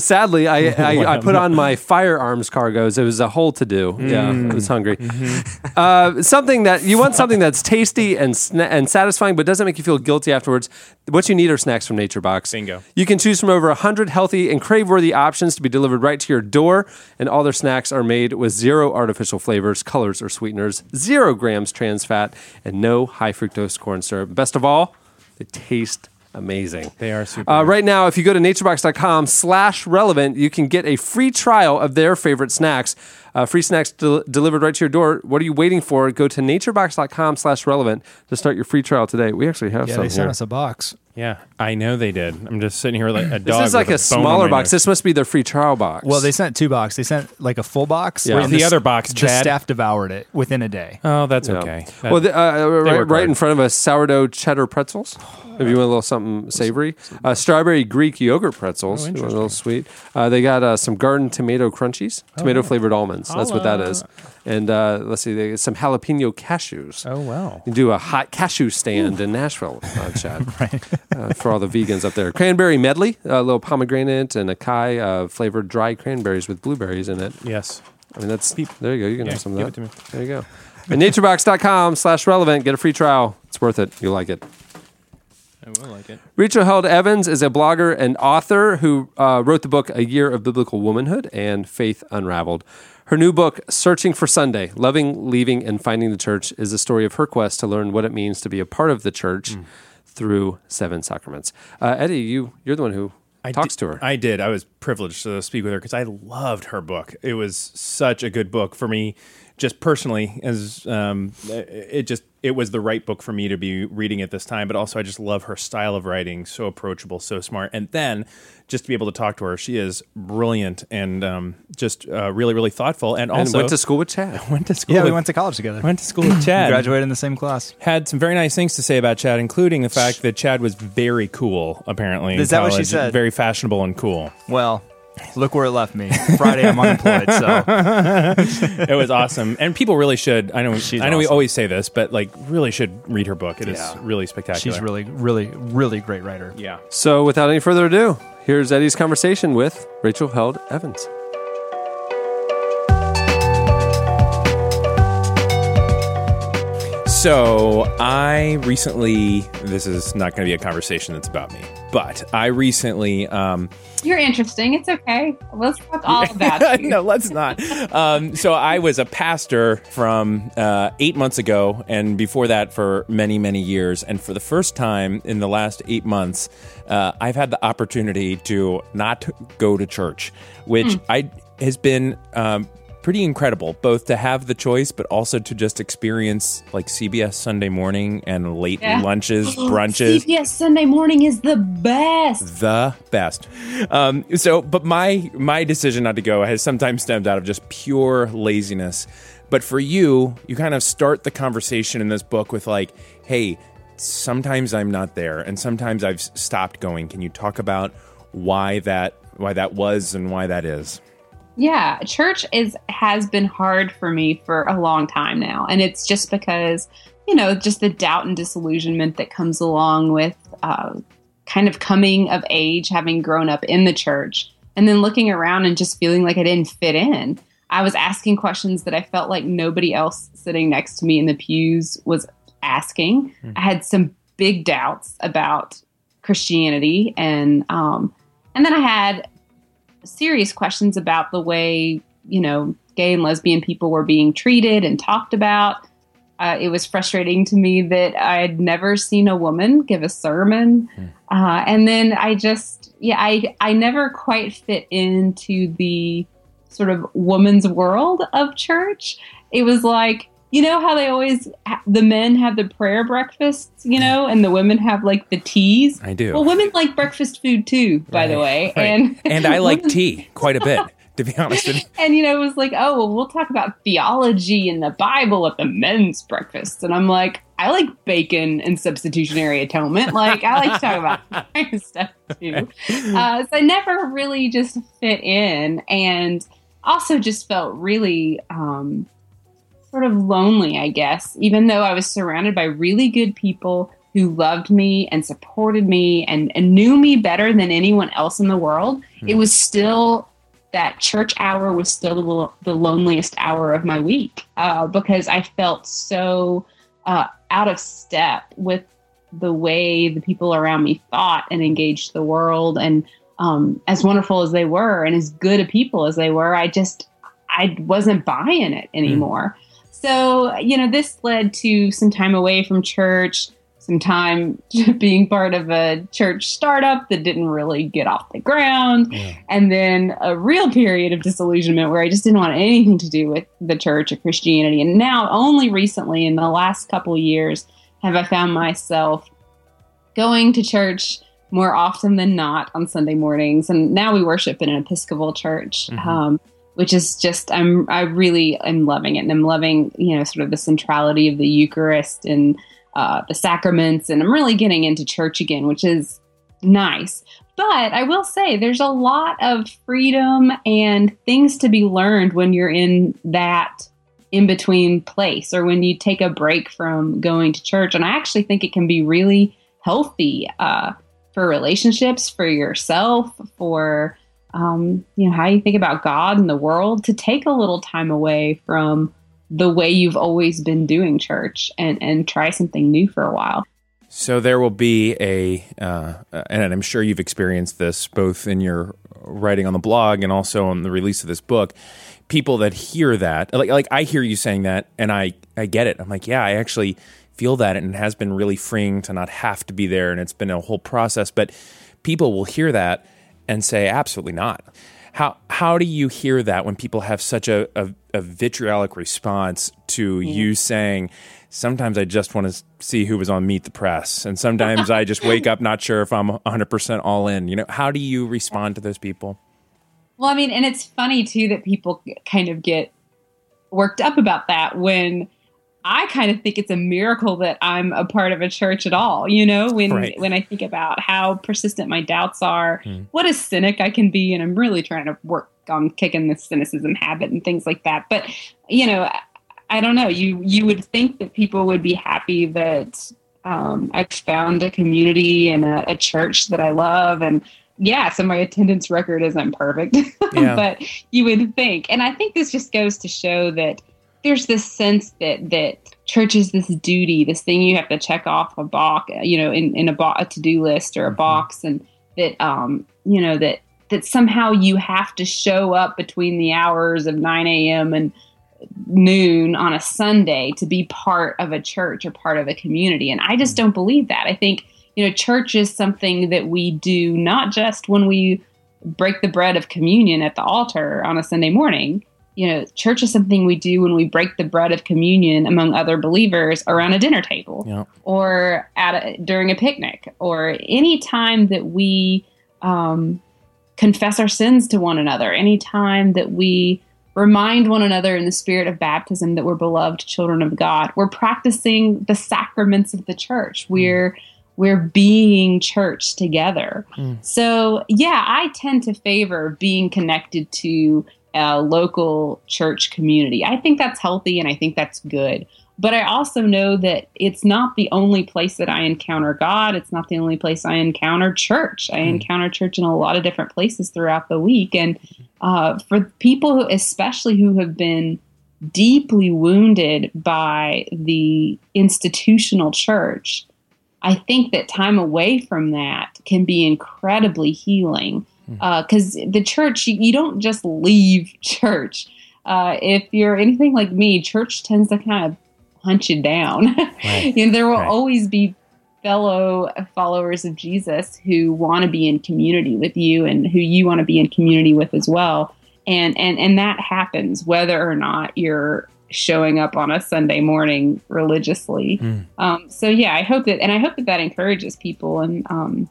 [SPEAKER 7] [laughs]
[SPEAKER 3] sadly, I, I, I put on my firearms cargos. It was a whole to do.
[SPEAKER 7] Mm.
[SPEAKER 3] Yeah, I was hungry.
[SPEAKER 7] Mm-hmm.
[SPEAKER 3] [laughs] Uh, something that you want something that's tasty and sna- and satisfying, but doesn't make you feel guilty afterwards. What you need are snacks from Nature Box.
[SPEAKER 7] Bingo.
[SPEAKER 3] You can choose from over 100 healthy and crave worthy options to be delivered right to your door, and all their snacks are made with zero artificial flavors, colors, or sweeteners, zero grams trans fat, and no high fructose corn syrup. Best of all, they taste amazing.
[SPEAKER 7] They are super
[SPEAKER 3] Uh,
[SPEAKER 7] good.
[SPEAKER 3] right now, if you go to naturebox.com slash relevant, you can get a free trial of their favorite snacks. Uh, free snacks del- delivered right to your door. What are you waiting for? Go to naturebox.com slash relevant to start your free trial today. We actually have
[SPEAKER 6] Yeah,
[SPEAKER 3] some
[SPEAKER 6] they sent
[SPEAKER 3] here.
[SPEAKER 6] us a box.
[SPEAKER 7] yeah, I know they did. I'm just sitting here like a dog.
[SPEAKER 3] This is like
[SPEAKER 7] with a,
[SPEAKER 3] a,
[SPEAKER 7] bone on
[SPEAKER 3] smaller
[SPEAKER 7] my
[SPEAKER 3] box.
[SPEAKER 7] nose.
[SPEAKER 3] This must be their free trial box.
[SPEAKER 6] Well, they sent two boxes. They sent like a full box.
[SPEAKER 3] Yeah.
[SPEAKER 6] and
[SPEAKER 3] Where's
[SPEAKER 7] the
[SPEAKER 6] s-
[SPEAKER 7] other box,
[SPEAKER 6] The
[SPEAKER 7] Chad?
[SPEAKER 6] staff devoured it within a day.
[SPEAKER 7] Oh, that's
[SPEAKER 3] Yeah.
[SPEAKER 7] okay.
[SPEAKER 3] well,
[SPEAKER 7] That-
[SPEAKER 3] the, uh, right,
[SPEAKER 7] work
[SPEAKER 3] right
[SPEAKER 7] hard.
[SPEAKER 3] in front of us, sourdough cheddar pretzels. If you want a little something savory, uh, strawberry Greek yogurt
[SPEAKER 7] Oh,
[SPEAKER 3] pretzels. if you want a little sweet. Uh, they got uh, some garden tomato crunchies,
[SPEAKER 7] Oh,
[SPEAKER 3] tomato flavored almonds. That's what that is. And uh, let's see, they got some jalapeno cashews.
[SPEAKER 7] oh wow.
[SPEAKER 3] You can do a hot cashew stand in Nashville, uh, Chad, uh, for all the vegans up there. Cranberry medley, a little pomegranate and a kai uh, flavored dry cranberries with blueberries in it.
[SPEAKER 7] Yes.
[SPEAKER 3] I mean, that's there you go. You can have some of
[SPEAKER 7] give
[SPEAKER 3] that.
[SPEAKER 7] it to me.
[SPEAKER 3] There you go. And naturebox.com slash relevant. Get a free trial. It's worth it. You'll like it.
[SPEAKER 7] I will like it.
[SPEAKER 3] Rachel Held Evans is a blogger and author who uh, wrote the book A Year of Biblical Womanhood and Faith Unraveled. Her new book, Searching for Sunday Loving, Leaving, and Finding the Church, is the story of her quest to learn what it means to be a part of the church
[SPEAKER 6] Mm.
[SPEAKER 3] through seven sacraments. Uh, Eddie, you, you're the one who talks
[SPEAKER 7] di-
[SPEAKER 3] to her.
[SPEAKER 7] I did. I was privileged to speak with her because I loved her book. It was such a good book for me, just personally. As um, it it just it was the right book for me to be reading at this time. But also, I just love her style of writing. So approachable, so smart, and then just to be able to talk to her, she is brilliant and um, just uh, really, really thoughtful. And
[SPEAKER 3] and
[SPEAKER 7] also
[SPEAKER 3] went to school with
[SPEAKER 7] [laughs]
[SPEAKER 3] Chad.
[SPEAKER 7] went to school.
[SPEAKER 6] Yeah, we
[SPEAKER 7] with-
[SPEAKER 6] went to college together.
[SPEAKER 7] went to school
[SPEAKER 6] [clears throat]
[SPEAKER 7] with [coughs] Chad.
[SPEAKER 6] Graduated in the same class.
[SPEAKER 7] Had some very nice things to say about Chad, including the fact that Chad was very cool. Apparently, in
[SPEAKER 6] Is that what she
[SPEAKER 7] college,
[SPEAKER 6] said?
[SPEAKER 7] Very fashionable and cool.
[SPEAKER 6] Well, look where it left me. Friday, I'm unemployed, so
[SPEAKER 7] [laughs] it was awesome, and people really should. I know. I know we
[SPEAKER 6] awesome.
[SPEAKER 7] always say this, but like, really should read her book. It is really spectacular.
[SPEAKER 6] she's really, really, really great writer.
[SPEAKER 7] yeah.
[SPEAKER 3] So, without any further ado, here's Eddie's conversation with Rachel Held Evans.
[SPEAKER 7] So I recently. This is not going to be a conversation that's about me, but I recently. Um,
[SPEAKER 10] You're interesting. It's okay. Let's talk all about you.
[SPEAKER 7] no, let's not. Um, so I was a pastor from uh, eight months ago, and before that for many, many years. And for the first time in the last eight months, uh, I've had the opportunity to not go to church, which I has been. Um, pretty incredible both to have the choice but also to just experience like cbs sunday morning and late
[SPEAKER 10] Yeah. [laughs]
[SPEAKER 7] lunches
[SPEAKER 10] [gasps]
[SPEAKER 7] brunches
[SPEAKER 10] CBS Sunday morning is the best.
[SPEAKER 7] the best. Um, so, but my my decision not to go has sometimes stemmed out of just pure laziness. But for you, you kind of start the conversation in this book with like, "Hey, sometimes I'm not there, and sometimes I've s- stopped going. Can you talk about why that why that was and why that is?"
[SPEAKER 10] Yeah, church is has been hard for me for a long time now, and it's just because you know just the doubt and disillusionment that comes along with uh, kind of coming of age, having grown up in the church, and then looking around and just feeling like I didn't fit in. I was asking questions that I felt like nobody else sitting next to me in the pews was asking. I had some big doubts about Christianity, and um, and then I had serious questions about the way you know gay and lesbian people were being treated and talked about. Uh, it was frustrating to me that I had never seen a woman give a sermon,
[SPEAKER 7] Hmm.
[SPEAKER 10] uh, and then I just yeah I I never quite fit into the sort of woman's world of church. It was like you know how they always ha- the men have the prayer breakfasts, you know, and the women have like the teas.
[SPEAKER 7] Hmm. I do.
[SPEAKER 10] Well, women like breakfast food too, by the way,
[SPEAKER 7] Right.
[SPEAKER 10] and
[SPEAKER 7] [laughs] and
[SPEAKER 10] [laughs]
[SPEAKER 7] I like tea quite a bit, to be honest with you.
[SPEAKER 10] and you know, it was like, oh, well, we'll talk about theology and the Bible at the men's breakfast. And I'm like, I like bacon and substitutionary atonement. Like, I like to talk about
[SPEAKER 9] [laughs]
[SPEAKER 10] [laughs] that kind of stuff
[SPEAKER 9] Mm.
[SPEAKER 10] too. Uh, so I never really just fit in, and also just felt really um, sort of lonely, I guess, even though I was surrounded by really good people who loved me and supported me and, and knew me better than anyone else in the world. It was still that church hour was still the, lo- the loneliest hour of my week uh, because I felt so uh, out of step with the way the people around me thought and engaged the world. And um, as wonderful as they were and as good a people as they were, I just I wasn't buying it anymore. So you know, this led to some time away from church. Some time [laughs] being part of a church startup that didn't really get off the ground and then a real period of disillusionment where I just didn't want anything to do with the church or Christianity. And now, only recently, in the last couple years, have I found myself going to church more often than not on Sunday mornings. And now we worship in an Episcopal church, um, which is just I'm I really am loving it, and I'm loving you know sort of the centrality of the Eucharist and uh, the sacraments, and I'm really getting into church again, which is nice. But I will say there's a lot of freedom and things to be learned when you're in that in between place or when you take a break from going to church. And I actually think it can be really healthy uh, for relationships, for yourself, for um, you know how you think about God and the world. To take a little time away from the way you've always been doing church and and try something new for a while.
[SPEAKER 7] So there will be a, uh, and I'm sure you've experienced this both in your writing on the blog and also on the release of this book. People that hear that, like like I hear you saying that, and I I get it. I'm like, yeah, I actually feel that, and it has been really freeing to not have to be there, and it's been a whole process. But people will hear that and say, absolutely not. How how do you hear that when people have such a, a, a vitriolic response to you saying, sometimes I just want to see who was on Meet the Press, and sometimes I just wake up not sure if I'm 100% all in. You know, how do you respond to those people?
[SPEAKER 10] Well, I mean, and it's funny too that people kind of get worked up about that when I kind of think it's a miracle that I'm a part of a church at all. You know, when
[SPEAKER 7] Right.
[SPEAKER 10] when I think about how persistent my doubts are, what a cynic I can be, and I'm really trying to work on kicking this cynicism habit and things like that. But you know, I- I don't know. You you would think that people would be happy that um, I found a community and a, a church that I love, and yeah, so my attendance record isn't perfect, [laughs]
[SPEAKER 7] Yeah.
[SPEAKER 10] but you would think, and I think this just goes to show that there's this sense that that church is this duty, this thing you have to check off a box, you know, in, in a, bo- a to do list or a box, and that um, you know that that somehow you have to show up between the hours of 9 a.m. and noon on a Sunday to be part of a church or part of a community. And I just don't believe that. I think, you know, church is something that we do not just when we break the bread of communion at the altar on a Sunday morning. You know, church is something we do when we break the bread of communion among other believers around a dinner table
[SPEAKER 7] Yeah.
[SPEAKER 10] or at a, during a picnic or any time that we um, confess our sins to one another, any time that we remind one another in the spirit of baptism that we're beloved children of God. We're practicing the sacraments of the church. We're we're being church together. So, yeah, I tend to favor being connected to a local church community. I think that's healthy and I think that's good. But I also know that it's not the only place that I encounter God. It's not the only place I encounter church. I encounter church in a lot of different places throughout the week. And uh, for people, who, especially who have been deeply wounded by the institutional church, I think that time away from that can be incredibly healing
[SPEAKER 4] Hmm.
[SPEAKER 10] because the church, you, you don't just leave [laughs] church. Uh, if you're anything like me, church tends to kind of hunt you down. [laughs] you know, there will
[SPEAKER 4] Right.
[SPEAKER 10] always be fellow followers of Jesus who want to be in community with you and who you want to be in community with as well. And, and and that happens whether or not you're showing up on a Sunday morning religiously. Um, so yeah, I hope that, and I hope that that encourages people, and um,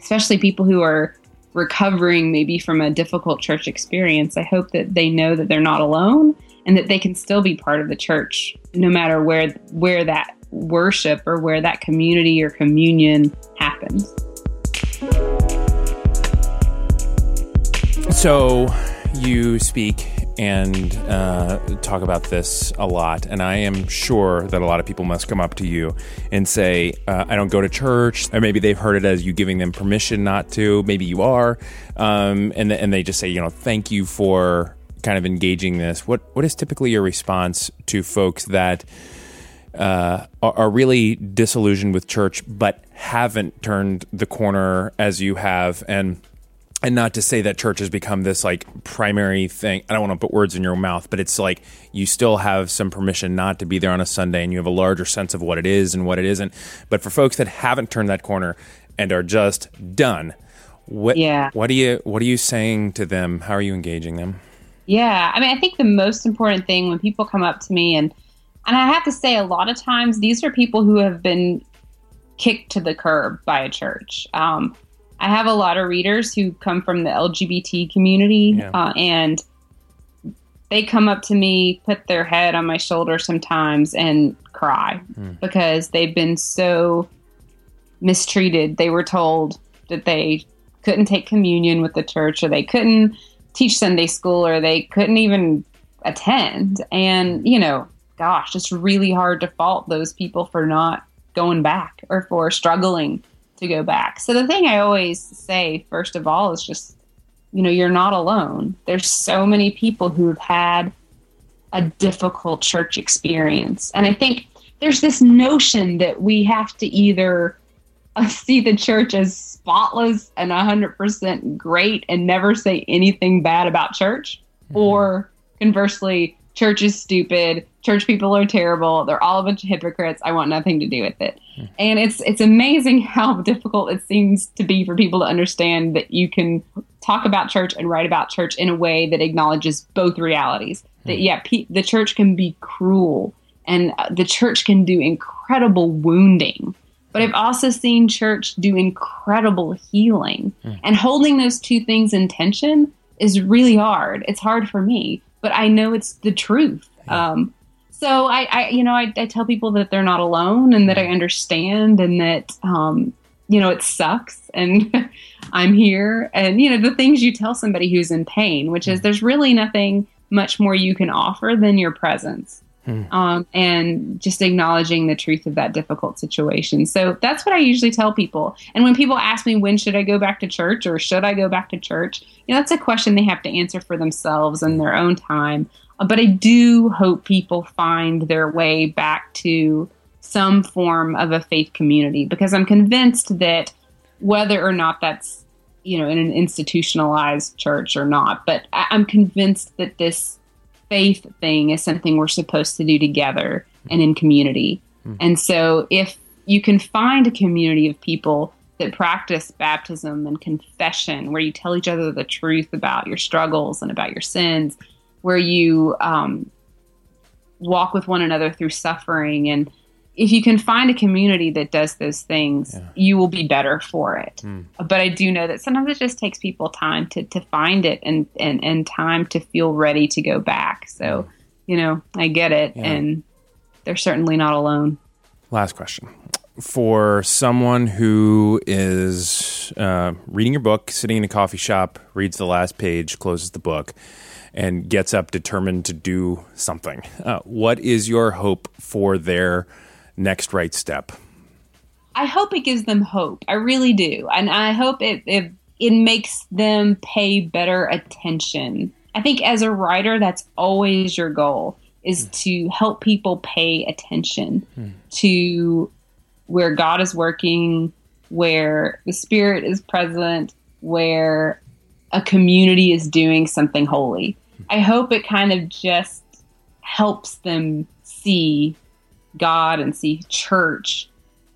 [SPEAKER 10] especially people who are recovering maybe from a difficult church experience. I hope that they know that they're not alone and that they can still be part of the church, no matter where where that worship or where that community or communion happens.
[SPEAKER 7] So you speak and uh, talk about this a lot, and I am sure that a lot of people must come up to you and say, uh, "I don't go to church," or maybe they've heard it as you giving them permission not to. Maybe you are, um, and th- and they just say, you know, thank you for kind of engaging this. What what is typically your response to folks that? uh, are, are really disillusioned with church, but haven't turned the corner as you have, and and not to say that church has become this like primary thing. I don't want to put words in your mouth, but it's like you still have some permission not to be there on a Sunday, and you have a larger sense of what it is and what it isn't. But for folks that haven't turned that corner and are just done, what
[SPEAKER 10] Yeah.
[SPEAKER 7] what do you what are you saying to them? How are you engaging them?
[SPEAKER 10] Yeah, I mean, I think the most important thing when people come up to me and and I have to say, a lot of times these are people who have been kicked to the curb by a church. Um, I have a lot of readers who come from the LGBT community,
[SPEAKER 7] Yeah.
[SPEAKER 10] uh, and they come up to me, put their head on my shoulder sometimes, and cry because they've been so mistreated. They were told that they couldn't take communion with the church, or they couldn't teach Sunday school, or they couldn't even attend. And, you know, gosh, it's really hard to fault those people for not going back or for struggling to go back. So the thing I always say, first of all, is just, you know, you're not alone. There's so many people who've had a difficult church experience. And I think there's this notion that we have to either [laughs] uh, see the church as spotless and 100% great and never say anything bad about church, or conversely, church is stupid, church people are terrible, they're all a bunch of hypocrites, I want nothing to do with it. And it's it's amazing [laughs] how difficult it seems to be for people to understand that you can talk about church and write about church in a way that acknowledges both realities. That yeah, pe- the church can be cruel and uh, the church can do incredible wounding. But I've also seen church do incredible healing. And holding those two things in tension is really hard. It's hard for me, but I know it's the truth. Um, so I, I, you know, I, I tell people that they're not alone and that I understand and that, um, you know, it sucks and [laughs] I'm here. And, you know, the things you tell somebody who's in pain, which is there's really nothing much more you can offer than your presence um, and just acknowledging the truth of that difficult situation. So that's what I usually tell people. And when people ask me when should I go back to church or should I go back to church, you know, that's a question they have to answer for themselves in their own time. Uh, But I do hope people find their way back to some form of a faith community because I'm convinced that whether or not that's you know in an institutionalized church or not, but I- I'm convinced that this faith thing is something we're supposed to do together and in community.
[SPEAKER 9] Mm.
[SPEAKER 10] And so if you can find a community of people that practice baptism and confession, where you tell each other the truth about your struggles and about your sins, where you um, walk with one another through suffering and if you can find a community that does those things, you will be better for it. But I do know that sometimes it just takes people time to, to find it and, and, and time to feel ready to go back. So, you know, I get it. And they're certainly not alone.
[SPEAKER 7] Last question. For someone who is uh, reading your book, sitting in a coffee shop, reads the last page, closes the book,
[SPEAKER 4] and gets up determined to do something. Uh, what is your hope for their next right step?
[SPEAKER 10] I hope it gives them hope. I really do. And I hope it, it it makes them pay better attention. I think as a writer that's always your goal is to help people pay attention to where God is working, where the spirit is present, where a community is doing something holy. I hope it kind of just helps them see God and see church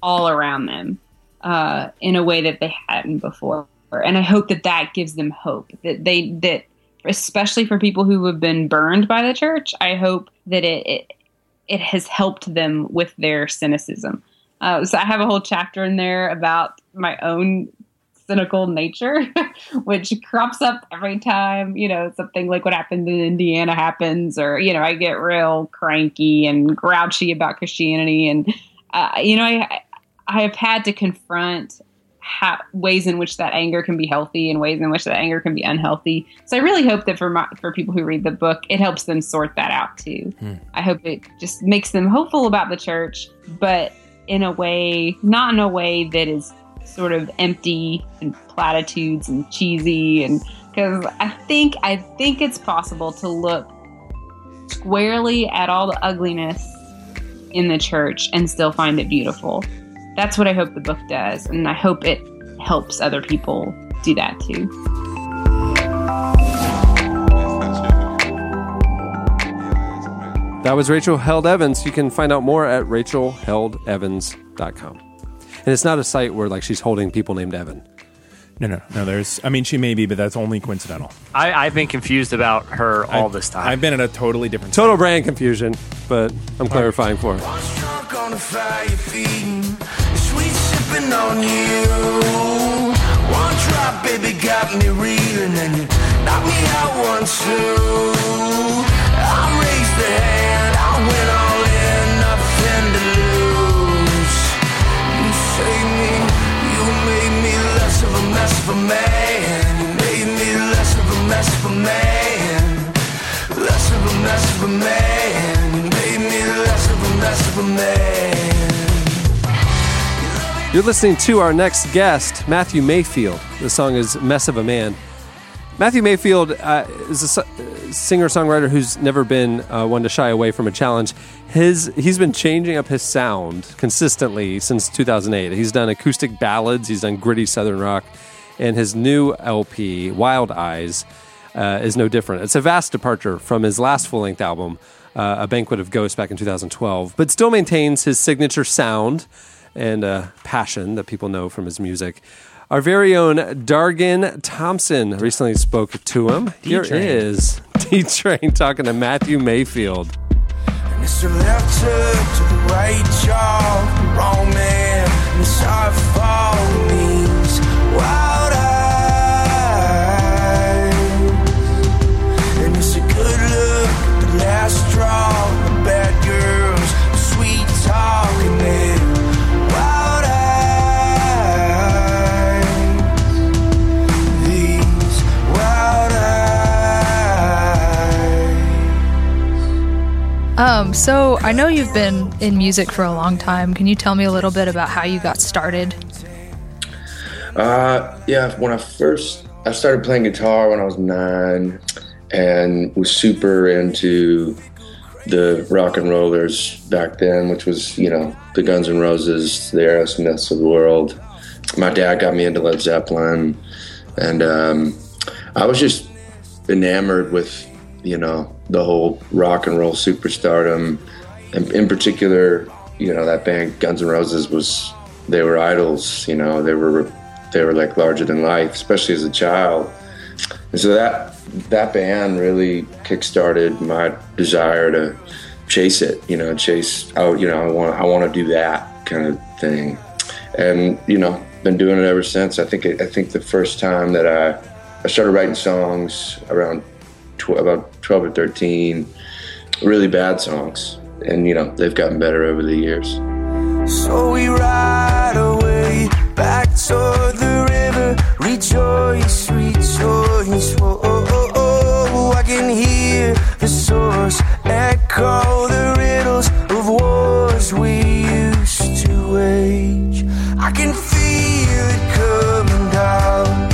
[SPEAKER 10] all around them uh, in a way that they hadn't before. And I hope that that gives them hope that they that especially for people who have been burned by the church. I hope that it it, it has helped them with their cynicism. Uh, so I have a whole chapter in there about my own cynical nature, [laughs] which crops up every time, you know, something like what happened in Indiana happens, or, you know, I get real cranky and grouchy about Christianity. And, uh, you know, I, I have had to confront how, ways in which that anger can be healthy and ways in which that anger can be unhealthy. So I really hope that for my, for people who read the book, it helps them sort that out too.
[SPEAKER 9] Mm.
[SPEAKER 10] I hope it just makes them hopeful about the church, but in a way, not in a way that is sort of empty and platitudes and cheesy and because I think I think it's possible to look squarely at all the ugliness in the church and still find it beautiful. That's what I hope the book does, and I hope it helps other people do that too.
[SPEAKER 3] That was Rachel Held Evans. You can find out more at rachelheldevans.com. And it's not a site where like she's holding people named Evan.
[SPEAKER 4] No, no, no. There's, I mean, she may be, but that's only coincidental.
[SPEAKER 5] I, I've been confused about her all this time.
[SPEAKER 4] I've been at a totally different.
[SPEAKER 3] Total brand confusion, but I'm clarifying for her.
[SPEAKER 2] One stroke on the fire feeding, sweet sipping on you. One drop, baby, got me reeling, and you knock me out one two. I raised the hand, I went all in, nothing to lose. You saved me, you made me less of a mess of a man. You made me less of a mess of a man, less of a mess of a man. You made me less of a mess of a man.
[SPEAKER 3] You're listening to our next guest, Matthew Mayfield. The song is Mess of a Man. Matthew Mayfield uh, is a su- singer songwriter who's never been uh, one to shy away from a challenge. His he's been changing up his sound consistently since 2008. He's done acoustic ballads, he's done gritty southern rock, and his new LP Wild Eyes uh, is no different. It's a vast departure from his last full length album, uh, A Banquet of Ghosts, back in 2012, but still maintains his signature sound and uh, passion that people know from his music. Our very own Dargan Thompson recently spoke to him. Here is [laughs] D Train talking to Matthew Mayfield.
[SPEAKER 2] It's a left hook to the right jaw, the wrong man. And it's our fault means wild eyes. And it's a good look, at the last straw, the bad girls, the sweet talking and wild eyes. These wild eyes.
[SPEAKER 11] Um, so I know you've been in music for a long time. Can you tell me a little bit about how you got started?
[SPEAKER 12] Uh, yeah, when I first I started playing guitar when I was nine, and was super into the rock and rollers back then, which was you know the Guns N' Roses, the Aerosmiths of the world. My dad got me into Led Zeppelin, and um, I was just enamored with you know the whole rock and roll superstardom, and in particular, you know that band Guns N' Roses was they were idols. You know they were they were like larger than life, especially as a child. And so that that band really kickstarted my desire to chase it. You know, chase. Oh, you know, I want I want to do that kind of thing. And you know, been doing it ever since. I think it, I think the first time that I I started writing songs around tw- about twelve or thirteen, really bad songs. And you know, they've gotten better over the years.
[SPEAKER 2] So we ride away back toward the river. Rejoice, rejoice. Whoa, oh, oh, oh, I can hear. I can feel it coming down.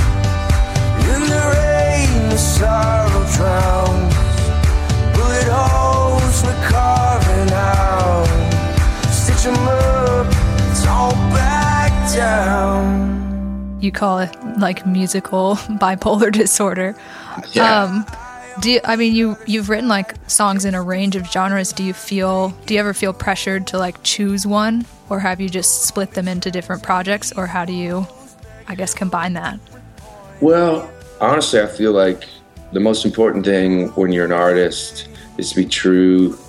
[SPEAKER 2] In the rain, the sorrow drowns. Bullet holes we're carving out. Stitch 'em up, it's all back down.
[SPEAKER 11] you call it like musical [laughs] bipolar disorder.
[SPEAKER 2] Yeah.
[SPEAKER 11] Um, do you, I mean you you've written like songs in a range of genres. Do you feel do you ever feel pressured to like choose one, or have you just split them into different projects, or how do you, I guess, combine that?
[SPEAKER 12] Well, honestly, I feel like the most important thing when you're an artist is to be true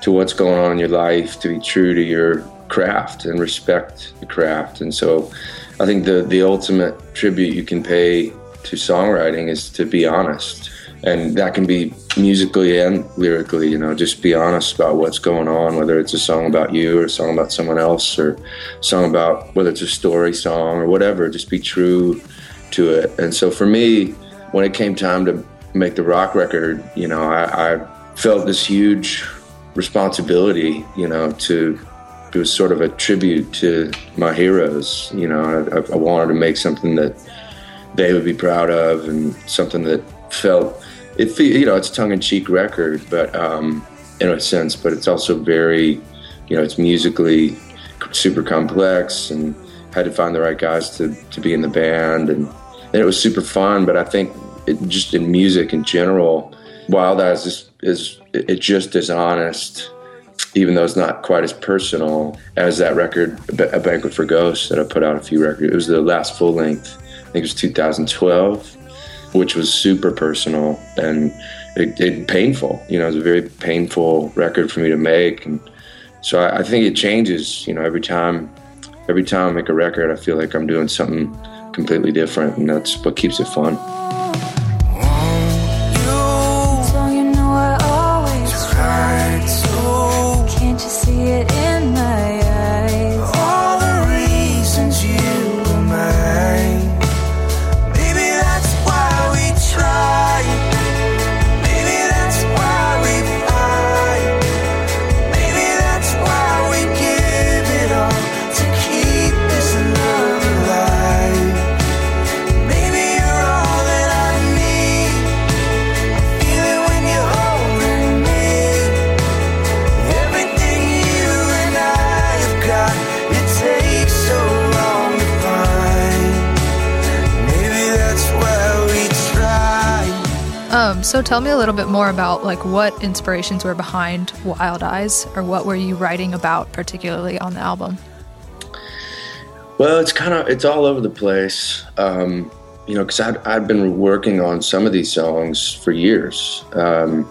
[SPEAKER 12] to what's going on in your life, to be true to your craft and respect the craft. And so I think the, the ultimate tribute you can pay to songwriting is to be honest. And that can be musically and lyrically, you know, just be honest about what's going on, whether it's a song about you or a song about someone else or a song about whether it's a story song or whatever. Just be true to it. And so for me, when it came time to make the rock record, you know, I, I felt this huge responsibility, you know, to it was sort of a tribute to my heroes. You know, I, I wanted to make something that they would be proud of and something that felt it. fe- You know, it's a tongue in cheek record, but um, in a sense, but it's also very, you know, it's musically super complex and had to find the right guys to, to be in the band and, and it was super fun but i think it, just in music in general wild eyes is, is it it just as honest even though it's not quite as personal as that record Ba- a banquet for ghosts that i put out a few records it was the last full length i think it was 2012 which was super personal and it, it painful you know it was a very painful record for me to make and so I, I think it changes you know every time every time i make a record i feel like i'm doing something completely different and that's what keeps it fun
[SPEAKER 2] So you know I always try to. Can't you see it in my eyes? All the reasons you were mine. Maybe that's why we try. Maybe that's why we fight. Maybe that's why we give it all to keep this love alive. Maybe you're all that I need. Even when you're holding me, everything you and I have got, it takes so long to find. Maybe that's why we try.
[SPEAKER 11] Um, so tell me a little bit more about like what inspirations were behind Wild Eyes, or what were you writing about particularly on the album?
[SPEAKER 12] Well, it's kind of it's all over the place, um, you know, because I'd, I'd been working on some of these songs for years, um,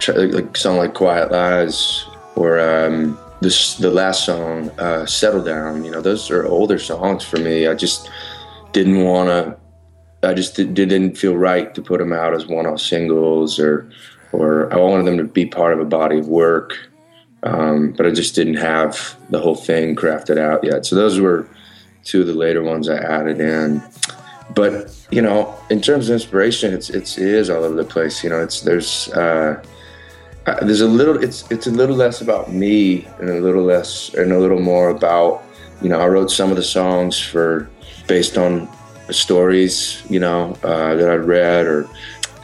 [SPEAKER 12] tr- like song like "Quiet Lies" or um, this the last song uh, "Settle Down." You know, those are older songs for me. I just didn't want to. I just did, didn't feel right to put them out as one-off singles, or or I wanted them to be part of a body of work, um, but I just didn't have the whole thing crafted out yet. So those were two of the later ones I added in. But you know, in terms of inspiration, it's it's it is all over the place. You know, it's there's uh, uh, there's a little it's it's a little less about me and a little less and a little more about you know I wrote some of the songs for based on stories you know uh, that I'd read or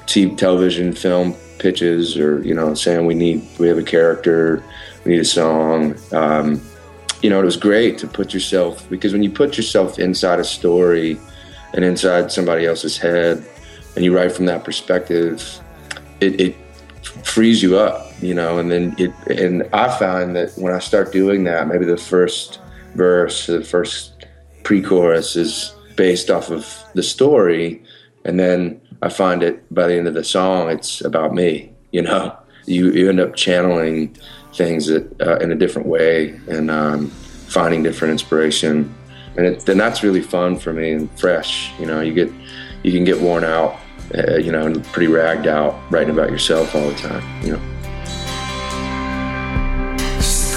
[SPEAKER 12] TV, television film pitches or you know saying we need we have a character we need a song um, you know, it was great to put yourself because when you put yourself inside a story and inside somebody else's head and you write from that perspective, it, it frees you up, you know, and then it and I found that when I start doing that, maybe the first verse, the first pre-chorus is based off of the story, and then I find it by the end of the song, it's about me, you know. [laughs] You, you end up channeling things that, uh, in a different way and um, finding different inspiration, and it, then that's really fun for me and fresh. You know, you get you can get worn out, uh, you know, and pretty ragged out writing about yourself all the time. You know.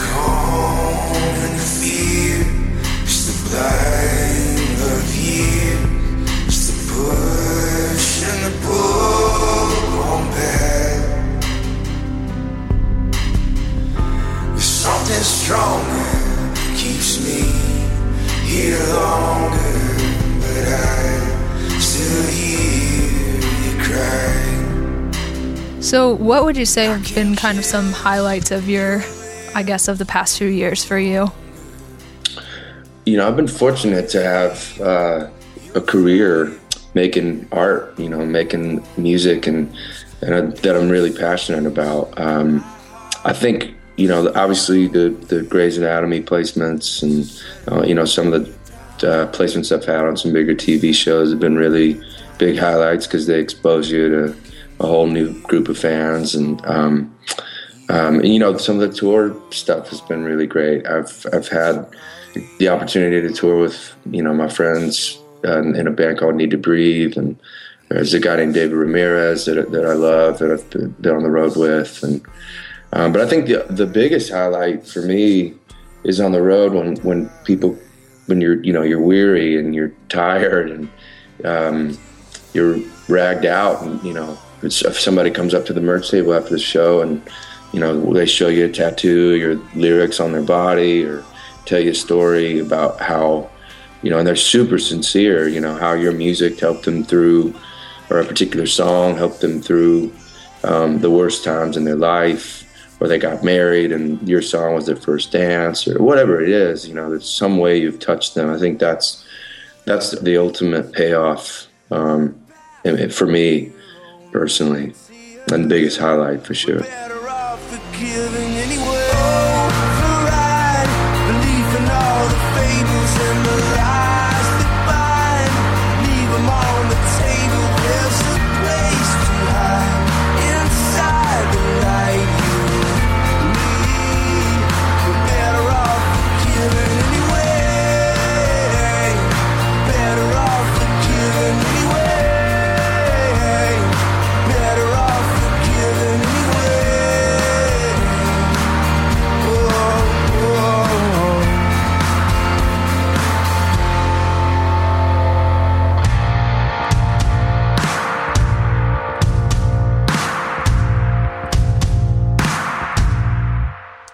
[SPEAKER 2] Calm and the fear, it's the blame of year, it's the push and the pull on back. There's something stronger keeps me here alone.
[SPEAKER 11] So, what would you say have been kind of some highlights of your, I guess, of the past few years for you?
[SPEAKER 12] you know, I've been fortunate to have uh, a career making art, you know, making music and, and I, that I'm really passionate about. Um, I think, you know, obviously the, the Grey's Anatomy placements and, uh, you know, some of the uh, placements I've had on some bigger TV shows have been really big highlights because they expose you to a whole new group of fans and, um, um, and you know some of the tour stuff has been really great. I've I've had the opportunity to tour with you know my friends uh, in, in a band called Need to Breathe, and there's a guy named David Ramirez that, that I love that I've been- been on the road with, and um, but I think the the biggest highlight for me is on the road when when people when you're you know you're weary and you're tired and um, you're ragged out and you know it's, if somebody comes up to the merch table after the show and you know they show you a tattoo your lyrics on their body or tell you a story about how you know and they're super sincere you know how your music helped them through or a particular song helped them through um, the worst times in their life or they got married and your song was their first dance or whatever it is you know there's some way you've touched them i think that's that's the ultimate payoff um, and it- for me personally and the biggest highlight for sure
[SPEAKER 2] Belief in all the fables and the lies that bind. Leave 'em on the table. There's a place to hide inside the light. You and me, we're better off forgiving anyway. Better off forgiving anyway. Better off forgiving anyway.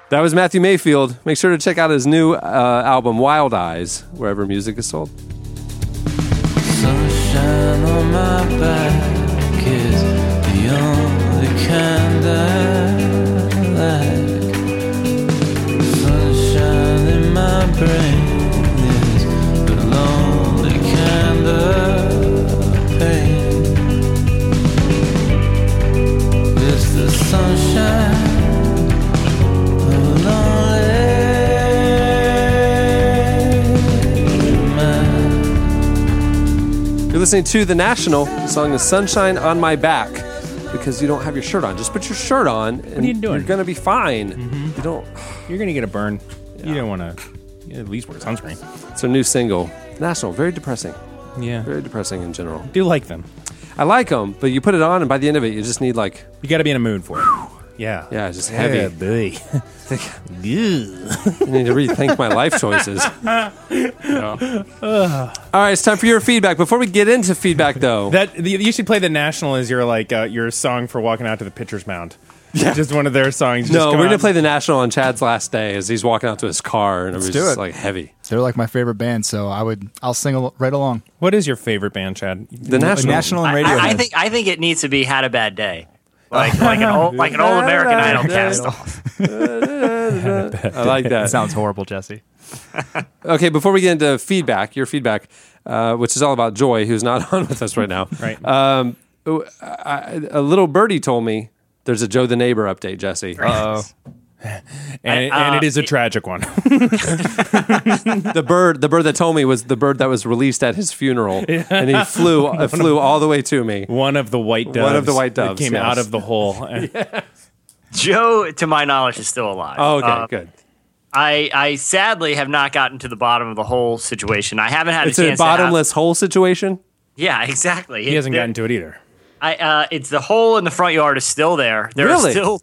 [SPEAKER 3] That was Matthew Mayfield. Make sure to check out his new uh, album, Wild Eyes, wherever music is sold.
[SPEAKER 2] Sunshine on my back is the only kind I like. Sunshine in my brain is the lonely kind of pain. It's the sunshine. of a lonely man.
[SPEAKER 3] You're listening to The National. The song is Sunshine on My Back because you don't have your shirt on. Just put your shirt on
[SPEAKER 4] are
[SPEAKER 3] and
[SPEAKER 4] you doing? Mm-hmm.
[SPEAKER 3] are going to be fine. You don't.
[SPEAKER 4] You're gonna get a burn. You don't want to. At least wear sunscreen.
[SPEAKER 3] It's a new single. National, very depressing.
[SPEAKER 4] Yeah.
[SPEAKER 3] Very depressing in general.
[SPEAKER 4] Do like them.
[SPEAKER 3] I like them, but you put it on and by the end of it, you just need like.
[SPEAKER 4] You got to be in a mood for it. Yeah.
[SPEAKER 3] Yeah, it's just heavy.
[SPEAKER 4] Yeah,
[SPEAKER 3] [laughs]
[SPEAKER 4] boy.
[SPEAKER 3] I need to rethink my life
[SPEAKER 4] [laughs]
[SPEAKER 3] [laughs] choices. Yeah. All right, it's time for your feedback. Before we get
[SPEAKER 4] [laughs]
[SPEAKER 3] into feedback, though,
[SPEAKER 4] That you you should play the national as your like uh, your song for walking out to the pitcher's mound. Yeah. Just one of their songs. Just
[SPEAKER 3] no,
[SPEAKER 4] come
[SPEAKER 3] we're gonna
[SPEAKER 4] out-
[SPEAKER 3] play the national on Chad's last day as he's walking out to his car and it was
[SPEAKER 9] do
[SPEAKER 3] just
[SPEAKER 9] it.
[SPEAKER 3] like heavy.
[SPEAKER 9] They're like my favorite band, so I would I'll sing al- right along.
[SPEAKER 4] What is your favorite band, Chad?
[SPEAKER 3] The national,
[SPEAKER 9] National and
[SPEAKER 5] I,
[SPEAKER 9] radio.
[SPEAKER 5] I- I think I think it needs to be had a bad day, like like an old like an
[SPEAKER 9] [laughs]
[SPEAKER 5] old American Idol cast off.
[SPEAKER 4] [laughs]
[SPEAKER 3] [laughs] I like that.
[SPEAKER 6] sounds horrible, Jesse.
[SPEAKER 3] [laughs] Okay, before we get into feedback, your feedback, uh, which is all about Joy, who's not [laughs] on with us right now.
[SPEAKER 4] [laughs] Right.
[SPEAKER 3] Um, oh, I, I- a little birdie told me there's a Joe the Neighbor update, Jesse.
[SPEAKER 5] Uh-oh.
[SPEAKER 4] [laughs] and, it-
[SPEAKER 5] I-
[SPEAKER 4] and it
[SPEAKER 5] uh,
[SPEAKER 4] is a tragic one. [laughs]
[SPEAKER 3] the bird, the bird that told me was the bird that was released at his funeral, and he
[SPEAKER 4] [laughs]
[SPEAKER 3] flew, it flew all the way to me.
[SPEAKER 4] one of the white doves.
[SPEAKER 3] One of the white
[SPEAKER 4] that
[SPEAKER 3] doves,
[SPEAKER 4] came
[SPEAKER 3] yes.
[SPEAKER 4] out of the hole.
[SPEAKER 5] Joe, to my knowledge, is still alive.
[SPEAKER 3] [laughs] Oh, okay,
[SPEAKER 5] Uh,
[SPEAKER 3] good.
[SPEAKER 5] I I sadly have not gotten to the bottom of the whole situation. I haven't had
[SPEAKER 3] It's
[SPEAKER 5] a
[SPEAKER 3] a
[SPEAKER 5] chance.
[SPEAKER 3] bottomless hole situation.
[SPEAKER 5] To have, yeah, exactly.
[SPEAKER 4] He hasn't gotten to it either.
[SPEAKER 5] I, uh, it's the hole in the front yard is still there. There
[SPEAKER 3] Really?
[SPEAKER 5] are still,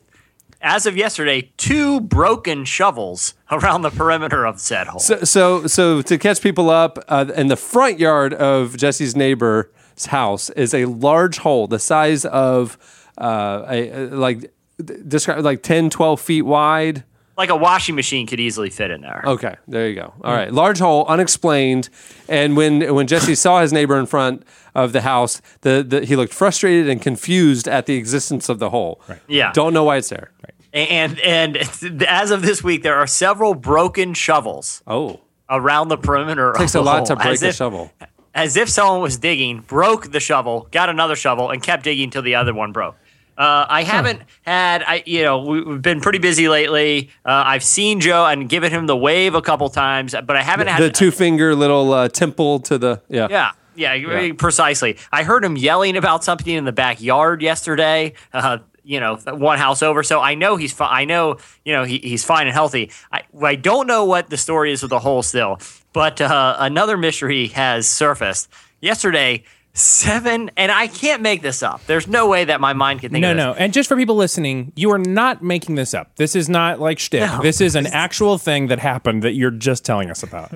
[SPEAKER 5] as of yesterday, two broken shovels [laughs] around the perimeter of said hole.
[SPEAKER 3] So, so, so to catch people up, uh, in the front yard of Jesse's neighbor's house is a large hole the size of uh, a, a- like d- describe like 10, 12 feet wide,
[SPEAKER 5] like a washing machine could easily fit in there.
[SPEAKER 3] Okay, there you go. All right, large hole, unexplained. And when when Jesse saw his neighbor in front of the house, the, the he looked frustrated and confused at the existence of the hole. Right.
[SPEAKER 5] Yeah.
[SPEAKER 3] don't know why it's there. Right.
[SPEAKER 5] And and as of this week, there are several broken shovels.
[SPEAKER 3] Oh,
[SPEAKER 5] around the perimeter. of
[SPEAKER 3] takes a
[SPEAKER 5] the
[SPEAKER 3] lot to
[SPEAKER 5] hole,
[SPEAKER 3] break
[SPEAKER 5] as
[SPEAKER 3] a
[SPEAKER 5] if-
[SPEAKER 3] shovel.
[SPEAKER 5] As if someone was digging, broke the shovel, got another shovel, and kept digging until the other one broke. Uh, I haven't had, I you know, we, we've been pretty busy lately. Uh, I've seen Joe and given him the wave a couple times, but I haven't had
[SPEAKER 3] The two finger little uh, temple to the yeah.
[SPEAKER 5] yeah. Yeah,
[SPEAKER 3] Yeah.
[SPEAKER 5] precisely. I heard him yelling about something in the backyard yesterday. Uh, you know, one house over. So I know he's fine. I know you know he, he's fine and healthy. I I don't know what the story is with the hole still, but uh, another mystery has surfaced yesterday. Seven, and I can't make this up. There's no way that my mind can think.
[SPEAKER 4] No,
[SPEAKER 5] of this.
[SPEAKER 4] no. And just for people listening, you are not making this up. This is not like shtick.
[SPEAKER 5] No.
[SPEAKER 4] This is an actual thing that happened that you're just telling us about.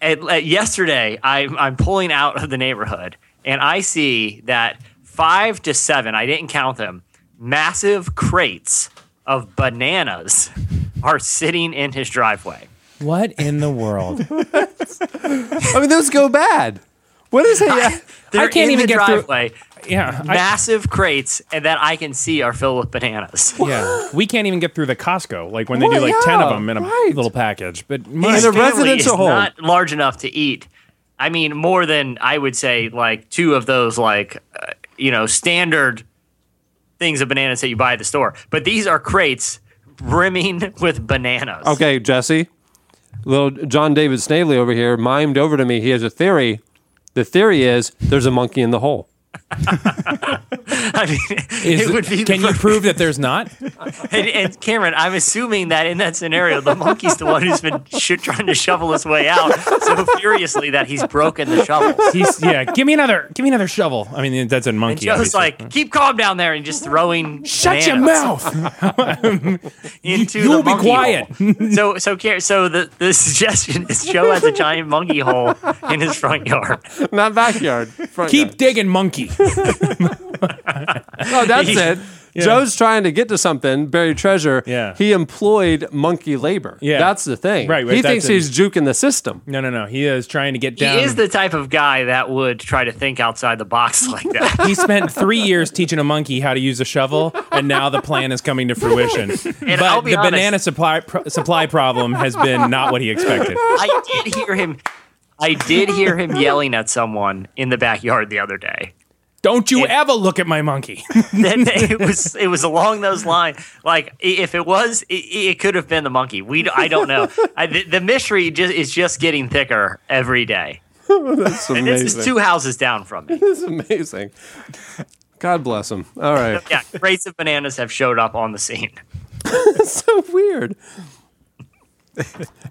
[SPEAKER 5] at, at- yesterday I, i'm pulling out of the neighborhood and i see that five to seven i didn't count them massive crates of bananas [laughs] are sitting in his driveway
[SPEAKER 4] what in the world? [laughs]
[SPEAKER 3] I mean, those go bad. What is it?
[SPEAKER 5] They're
[SPEAKER 4] I can't
[SPEAKER 5] in
[SPEAKER 4] even
[SPEAKER 5] the
[SPEAKER 4] get through-
[SPEAKER 5] driveway
[SPEAKER 4] Yeah, I-
[SPEAKER 5] massive crates and that i can see are filled with bananas
[SPEAKER 4] yeah, we can't even get through the Costco like when they
[SPEAKER 5] Well,
[SPEAKER 4] do like ten
[SPEAKER 5] yeah,
[SPEAKER 4] of them in a little package. But my
[SPEAKER 5] His family is not large enough to eat. I mean, more than I would say, like two of those, like uh, you know, standard things of bananas that you buy at the store. But these are crates brimming [laughs] with bananas.
[SPEAKER 3] Okay, Jesse. Little John David Snavely over here mimed over to me. He has a theory. The theory is there's a monkey in the hole.
[SPEAKER 5] I mean,
[SPEAKER 4] Is-
[SPEAKER 5] it would be.
[SPEAKER 4] can you prove that there's
[SPEAKER 5] [laughs]
[SPEAKER 4] not?
[SPEAKER 5] And, and Cameron, I'm assuming that in that scenario, the monkey's the one who's been sh- trying to shovel his way out so furiously that he's broken the shovel.
[SPEAKER 4] He's yeah. Give me another. Give me another shovel. I mean, that's a
[SPEAKER 5] And
[SPEAKER 4] monkey.
[SPEAKER 5] Joe's
[SPEAKER 4] obviously.
[SPEAKER 5] like, keep calm down there, and just throwing.
[SPEAKER 4] Shut your
[SPEAKER 5] bananas.
[SPEAKER 4] mouth.
[SPEAKER 5] [laughs] into
[SPEAKER 4] You-
[SPEAKER 5] the
[SPEAKER 4] you'll be
[SPEAKER 5] monkey
[SPEAKER 4] quiet.
[SPEAKER 5] hole. so so care so the, the suggestion is Joe has a giant monkey hole in his front yard.
[SPEAKER 3] Not backyard. Front
[SPEAKER 4] Keep digging, monkey.
[SPEAKER 3] yard. [laughs] No,
[SPEAKER 4] [laughs]
[SPEAKER 3] that's it. Joe's trying to get to something, buried treasure.
[SPEAKER 4] Yeah.
[SPEAKER 3] He employed monkey labor.
[SPEAKER 4] Yeah.
[SPEAKER 3] That's the thing.
[SPEAKER 4] Right, right,
[SPEAKER 3] He
[SPEAKER 4] that's
[SPEAKER 3] thinks
[SPEAKER 4] it.
[SPEAKER 3] he's juking the system.
[SPEAKER 4] No, no, no. He is trying to get down.
[SPEAKER 5] He is the type of guy that would try to think outside the box [laughs] like that.
[SPEAKER 4] he spent three years teaching a monkey how to use a shovel, and now the plan is coming to
[SPEAKER 5] [laughs]
[SPEAKER 4] fruition. but
[SPEAKER 5] I'll be
[SPEAKER 4] the
[SPEAKER 5] honest-
[SPEAKER 4] banana supply pro- supply problem has been not what he expected.
[SPEAKER 5] [laughs] I did hear him I did hear him yelling at someone in the backyard the other day.
[SPEAKER 4] Don't you ever look at my monkey?
[SPEAKER 5] [laughs]
[SPEAKER 4] [laughs]
[SPEAKER 5] Then it was it was along those lines. Like i- if it was, it, it could have been the monkey. We d- I don't
[SPEAKER 3] [laughs]
[SPEAKER 5] know. I, the, the mystery just is just getting thicker every day.
[SPEAKER 3] [laughs] that's amazing.
[SPEAKER 5] And this is
[SPEAKER 3] [laughs]
[SPEAKER 5] two houses down from me.
[SPEAKER 3] This is amazing. God bless him. All right.
[SPEAKER 5] [laughs] yeah, crates of bananas have showed up on the scene.
[SPEAKER 3] so weird.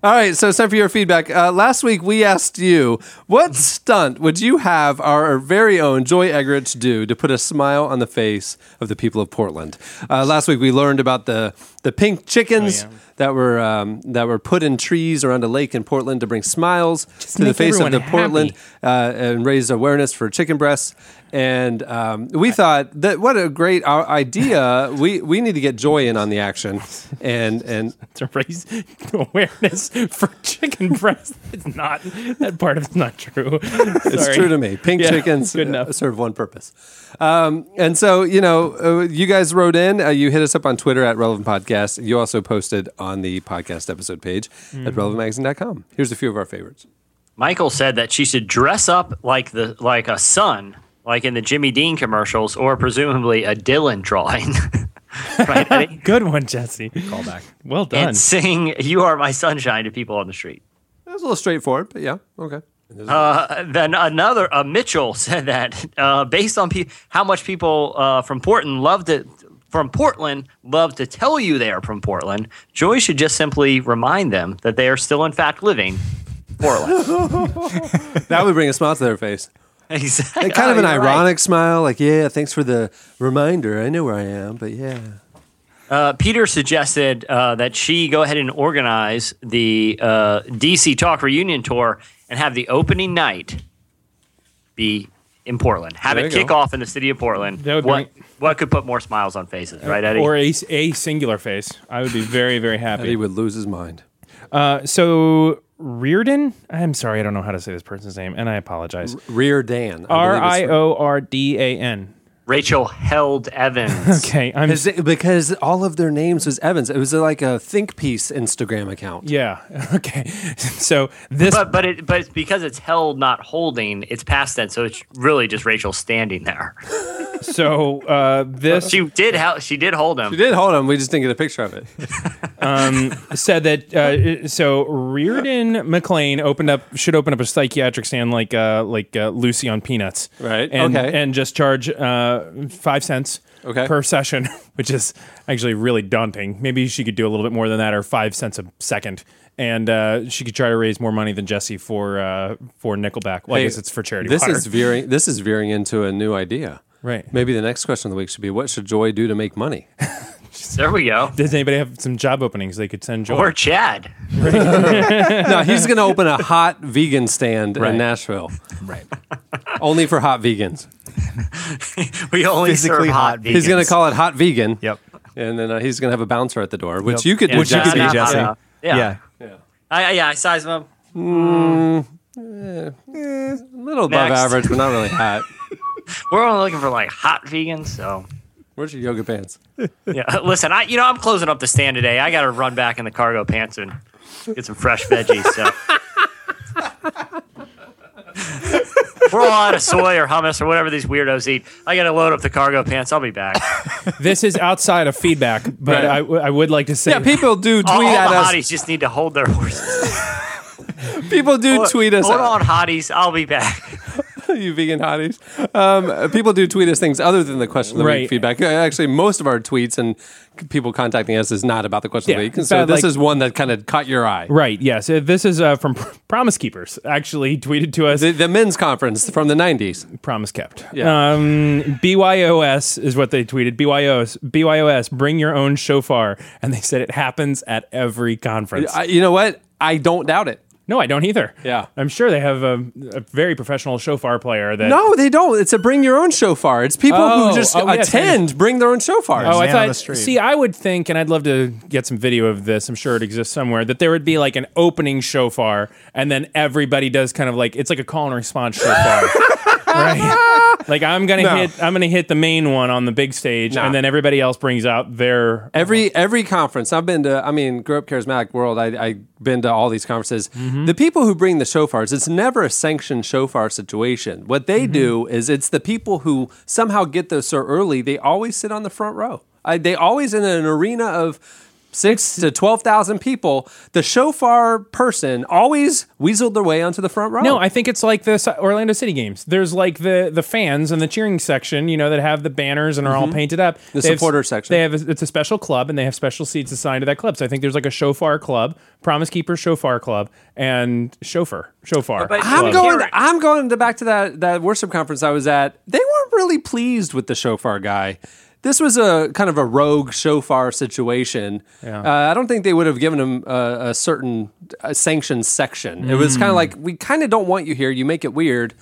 [SPEAKER 3] All right, so it's time for your feedback. Uh, last week we asked you, what stunt would you have our very own Joy Egrich do to put a smile on the face of the people of Portland? Uh, last week we learned about the the pink chickens
[SPEAKER 4] Oh,
[SPEAKER 3] that were um, that were put in trees around a lake in Portland to bring smiles to the
[SPEAKER 4] make
[SPEAKER 3] face of
[SPEAKER 4] everyone
[SPEAKER 3] the
[SPEAKER 4] happy.
[SPEAKER 3] Portland uh, and raise awareness for chicken breasts. And um, we thought that what a great uh, idea. we we need to get Joy in on the action, and and
[SPEAKER 4] [laughs] to raise awareness for chicken breast. It's not that part of it's not true.
[SPEAKER 7] [laughs]
[SPEAKER 3] it's true to me. Pink
[SPEAKER 4] Yeah,
[SPEAKER 3] chickens
[SPEAKER 4] good
[SPEAKER 3] uh,
[SPEAKER 4] enough.
[SPEAKER 3] serve one purpose. Um, and so you know, uh, you guys wrote in. Uh, you hit us up on Twitter at Relevant Podcast. You also posted on the podcast episode page at
[SPEAKER 7] Hmm.
[SPEAKER 3] relevantmagazine.com. Here's a few of our favorites.
[SPEAKER 5] Michael said that she should dress up like the like a sun, like in the Jimmy Dean commercials, or presumably a Dylan drawing. right, Eddie?
[SPEAKER 4] [laughs] Good one, Jesse. Call back. Well done.
[SPEAKER 5] [laughs] and sing "You Are My Sunshine" to people on the street.
[SPEAKER 3] That was a little straightforward, but yeah, okay.
[SPEAKER 5] Uh, then another uh, Mitchell [laughs] said that uh, based on pe- how much people uh, from Portland love to from Portland love to tell you they are from Portland, Joy should just simply remind them that they are still in fact living Portland.
[SPEAKER 3] [laughs] That would bring a smile to their face.
[SPEAKER 5] exactly.
[SPEAKER 3] Like,
[SPEAKER 7] Uh,
[SPEAKER 3] kind of
[SPEAKER 5] Oh,
[SPEAKER 3] an
[SPEAKER 5] you're right.
[SPEAKER 3] ironic smile, like yeah, thanks for the reminder. I know where I am, but yeah.
[SPEAKER 5] Uh, Peter suggested uh, that she go ahead and organize the uh, DC Talk reunion tour and have the opening night be in Portland. Have
[SPEAKER 7] There
[SPEAKER 5] it
[SPEAKER 7] you
[SPEAKER 5] kick
[SPEAKER 7] go.
[SPEAKER 5] off in the city of Portland.
[SPEAKER 7] That would be-
[SPEAKER 5] what what could put more smiles on faces, right, Eddie?
[SPEAKER 7] Or a, a singular face. I would be very, very happy.
[SPEAKER 5] Eddie
[SPEAKER 3] would lose his mind.
[SPEAKER 7] Uh, so Reardon, I'm sorry, I don't know how to say this person's name, and I apologize.
[SPEAKER 3] Reardan.
[SPEAKER 7] R
[SPEAKER 4] E
[SPEAKER 7] I O R D A N.
[SPEAKER 5] Rachel Held
[SPEAKER 7] [laughs]
[SPEAKER 5] Evans.
[SPEAKER 7] okay, I'm
[SPEAKER 3] His- because all of their names was Evans. It was like a think piece Instagram account.
[SPEAKER 7] Yeah. [laughs] Okay. So this,
[SPEAKER 5] but but it but it's because it's held not holding, it's past tense, so it's really just Rachel standing there.
[SPEAKER 7] So uh, this
[SPEAKER 5] she did hel- she did hold him.
[SPEAKER 3] She did hold him. We just didn't get a picture of it.
[SPEAKER 7] um, said that uh, so Reardon McLean opened up should open up a psychiatric stand like uh, like uh, Lucy on Peanuts, right? And,
[SPEAKER 3] Okay.
[SPEAKER 7] and just charge uh, five cents
[SPEAKER 3] Okay.
[SPEAKER 7] per session, [laughs] which is actually really daunting. Maybe she could do a little bit more than that, or five cents a second. And uh, she could try to raise more money than Jesse for uh, for Nickelback. Well, I
[SPEAKER 3] Hey,
[SPEAKER 7] guess it's for charity.
[SPEAKER 3] This
[SPEAKER 7] water.
[SPEAKER 3] is veering. This is veering into a new idea.
[SPEAKER 7] Right.
[SPEAKER 3] Maybe the next question of the week should be: What should Joy do to make money?
[SPEAKER 5] There we go.
[SPEAKER 7] [laughs] Does anybody have some job openings they could send Joy [laughs]
[SPEAKER 5] Or [laughs] Chad.
[SPEAKER 3] no, he's going to open a hot vegan stand
[SPEAKER 7] Right.
[SPEAKER 3] in Nashville. Right. [laughs] only for hot vegans.
[SPEAKER 5] [laughs] we only serve hot vegans.
[SPEAKER 3] He's going to call it hot vegan. Yep. And then uh, he's going to have a bouncer at the door, which
[SPEAKER 5] Yep.
[SPEAKER 3] you could,
[SPEAKER 5] Yeah,
[SPEAKER 3] which you could
[SPEAKER 5] Jesse.
[SPEAKER 3] be,
[SPEAKER 5] Jesse. Yeah. Yeah.
[SPEAKER 3] yeah.
[SPEAKER 5] I, I- yeah, I size him up.
[SPEAKER 3] Mm, eh, eh, a little above
[SPEAKER 5] Next.
[SPEAKER 3] average, but not
[SPEAKER 5] [laughs]
[SPEAKER 3] really hot.
[SPEAKER 5] We're only looking for like hot vegans, so
[SPEAKER 3] Where's your yoga pants?
[SPEAKER 5] yeah. [laughs] Listen, I you know I'm closing up the stand today. I got to run back in the cargo pants and get some fresh veggies.
[SPEAKER 3] [laughs]
[SPEAKER 5] So we're all out of soy or hummus or whatever these weirdos eat. I got to load up the cargo pants. I'll be back.
[SPEAKER 7] this is outside of feedback, but
[SPEAKER 5] Right.
[SPEAKER 7] I, w- I would like to say
[SPEAKER 3] Yeah, people do tweet
[SPEAKER 5] all, all
[SPEAKER 3] at
[SPEAKER 5] the
[SPEAKER 3] us.
[SPEAKER 5] hotties just need to hold their horses.
[SPEAKER 3] [laughs] People do
[SPEAKER 5] Hold-
[SPEAKER 3] tweet us.
[SPEAKER 5] Hold on, hotties. I'll be back.
[SPEAKER 3] [laughs] you vegan hotties. Um, uh, people do tweet us things other than the question of the
[SPEAKER 7] Right.
[SPEAKER 3] week feedback. Uh, Actually, most of our tweets and c- people contacting us is not about the question of
[SPEAKER 7] Yeah,
[SPEAKER 3] the week. And So
[SPEAKER 7] but,
[SPEAKER 3] this
[SPEAKER 7] like-
[SPEAKER 3] is one that kind of caught your eye.
[SPEAKER 7] Right. Yes. Uh, This is uh, from [laughs] Pr- Promise Keepers. Actually, tweeted to us
[SPEAKER 3] the, the men's conference from the nineties.
[SPEAKER 7] Promise kept.
[SPEAKER 3] Yeah.
[SPEAKER 7] Um, BYOS is what they tweeted. BYOS. BYOS. Bring your own shofar, and they said it happens at every conference.
[SPEAKER 3] I- you know what? I don't doubt it.
[SPEAKER 7] no, I don't either.
[SPEAKER 3] Yeah.
[SPEAKER 7] I'm sure they have a, a very professional shofar player. That
[SPEAKER 3] No, they don't. It's a bring your own shofar. It's people
[SPEAKER 7] Oh,
[SPEAKER 3] who just
[SPEAKER 7] oh, yes, I
[SPEAKER 3] attend, bring their own shofar.
[SPEAKER 7] Oh, I thought. See, I would think, and I'd love to get some video of this. I'm sure it exists somewhere. That there would be like an opening shofar, and then everybody does kind of like it's like a call and response
[SPEAKER 3] [laughs]
[SPEAKER 7] shofar, right? Like I'm gonna
[SPEAKER 3] No.
[SPEAKER 7] hit, I'm gonna hit the main one on the big stage,
[SPEAKER 3] Nah.
[SPEAKER 7] and then everybody else brings out their.
[SPEAKER 3] Every every conference I've been to, I mean, Grow Up Charismatic World, I, I've been to all these conferences.
[SPEAKER 7] Mm-hmm.
[SPEAKER 3] The people who bring the shofars, it's never a sanctioned shofar situation. What
[SPEAKER 7] Mm-hmm.
[SPEAKER 3] they do is it's the people who somehow get there so early, they always sit on the front row. I, they always in an arena of six to 12,000 people, the shofar person always weaseled their way onto the front row.
[SPEAKER 7] No, I think it's like the S- Orlando City games. There's like the the fans and the cheering section, you know, that have the banners and are all
[SPEAKER 3] Mhm.
[SPEAKER 7] painted up.
[SPEAKER 3] The
[SPEAKER 7] They have s-
[SPEAKER 3] supporter section.
[SPEAKER 7] They have a, it's a special club and they have special seats assigned to that club. So I think there's like a shofar club, Promise Keeper shofar club, and chauffeur shofar.
[SPEAKER 3] I'm
[SPEAKER 7] club.
[SPEAKER 3] going. I'm going to back to that that worship conference I was at. They weren't really pleased with the shofar guy. This was a kind of a rogue shofar situation.
[SPEAKER 7] Yeah.
[SPEAKER 3] Uh, I don't think they would have given him a, a certain uh sanctioned section. It was kind
[SPEAKER 7] Mm.
[SPEAKER 3] of like we kind of don't want you here. You make it weird,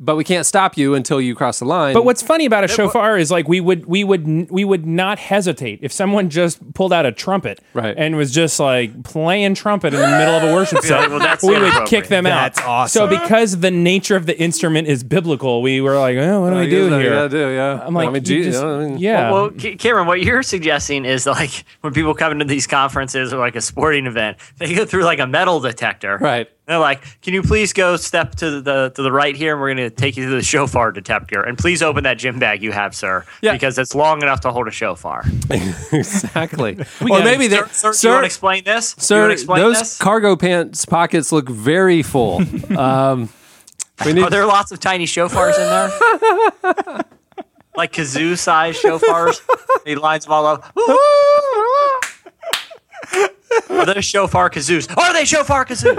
[SPEAKER 3] but we can't stop you until you cross the line.
[SPEAKER 7] But what's funny about a shofar is like we would we would n- we would not hesitate if someone just pulled out a trumpet
[SPEAKER 3] Right.
[SPEAKER 7] and was just like playing trumpet in the middle of a worship
[SPEAKER 3] [laughs] Yeah,
[SPEAKER 7] set.
[SPEAKER 3] well, that's
[SPEAKER 7] we would
[SPEAKER 3] inappropriate.
[SPEAKER 7] kick them out.
[SPEAKER 3] That's awesome.
[SPEAKER 7] So because the nature of the instrument is biblical, we were like, oh, what do we
[SPEAKER 3] I guess
[SPEAKER 7] do
[SPEAKER 3] that-
[SPEAKER 7] here?
[SPEAKER 3] yeah, I do, yeah.
[SPEAKER 7] I'm like,
[SPEAKER 3] I mean,
[SPEAKER 7] you
[SPEAKER 3] gee,
[SPEAKER 7] just-
[SPEAKER 3] I mean-
[SPEAKER 7] yeah.
[SPEAKER 5] Well, well, K- Cameron, what you're suggesting is like when people come into these conferences or like a sporting event, they go through like a metal detector.
[SPEAKER 3] Right.
[SPEAKER 5] They're like, "Can you please go step to the to the right here, and we're going to take you to the shofar detector, and please open that gym bag you have, sir,
[SPEAKER 3] Yeah.
[SPEAKER 5] because it's long enough to hold a shofar."
[SPEAKER 3] [laughs]
[SPEAKER 7] [laughs]
[SPEAKER 3] exactly?
[SPEAKER 5] We
[SPEAKER 3] or
[SPEAKER 5] got
[SPEAKER 3] maybe
[SPEAKER 5] it.
[SPEAKER 3] they're
[SPEAKER 5] Sir, sir, do you want to explain this? Do you
[SPEAKER 3] Sir,
[SPEAKER 5] want to explain
[SPEAKER 3] those
[SPEAKER 5] this?
[SPEAKER 3] cargo pants pockets look
[SPEAKER 5] [laughs]
[SPEAKER 3] very full. um, we need
[SPEAKER 5] Are there lots of tiny shofars in there?
[SPEAKER 7] [laughs]
[SPEAKER 5] like kazoo sized shofars? he lines them all up.
[SPEAKER 3] [laughs]
[SPEAKER 5] Are those shofar kazoos? Are they shofar kazoos?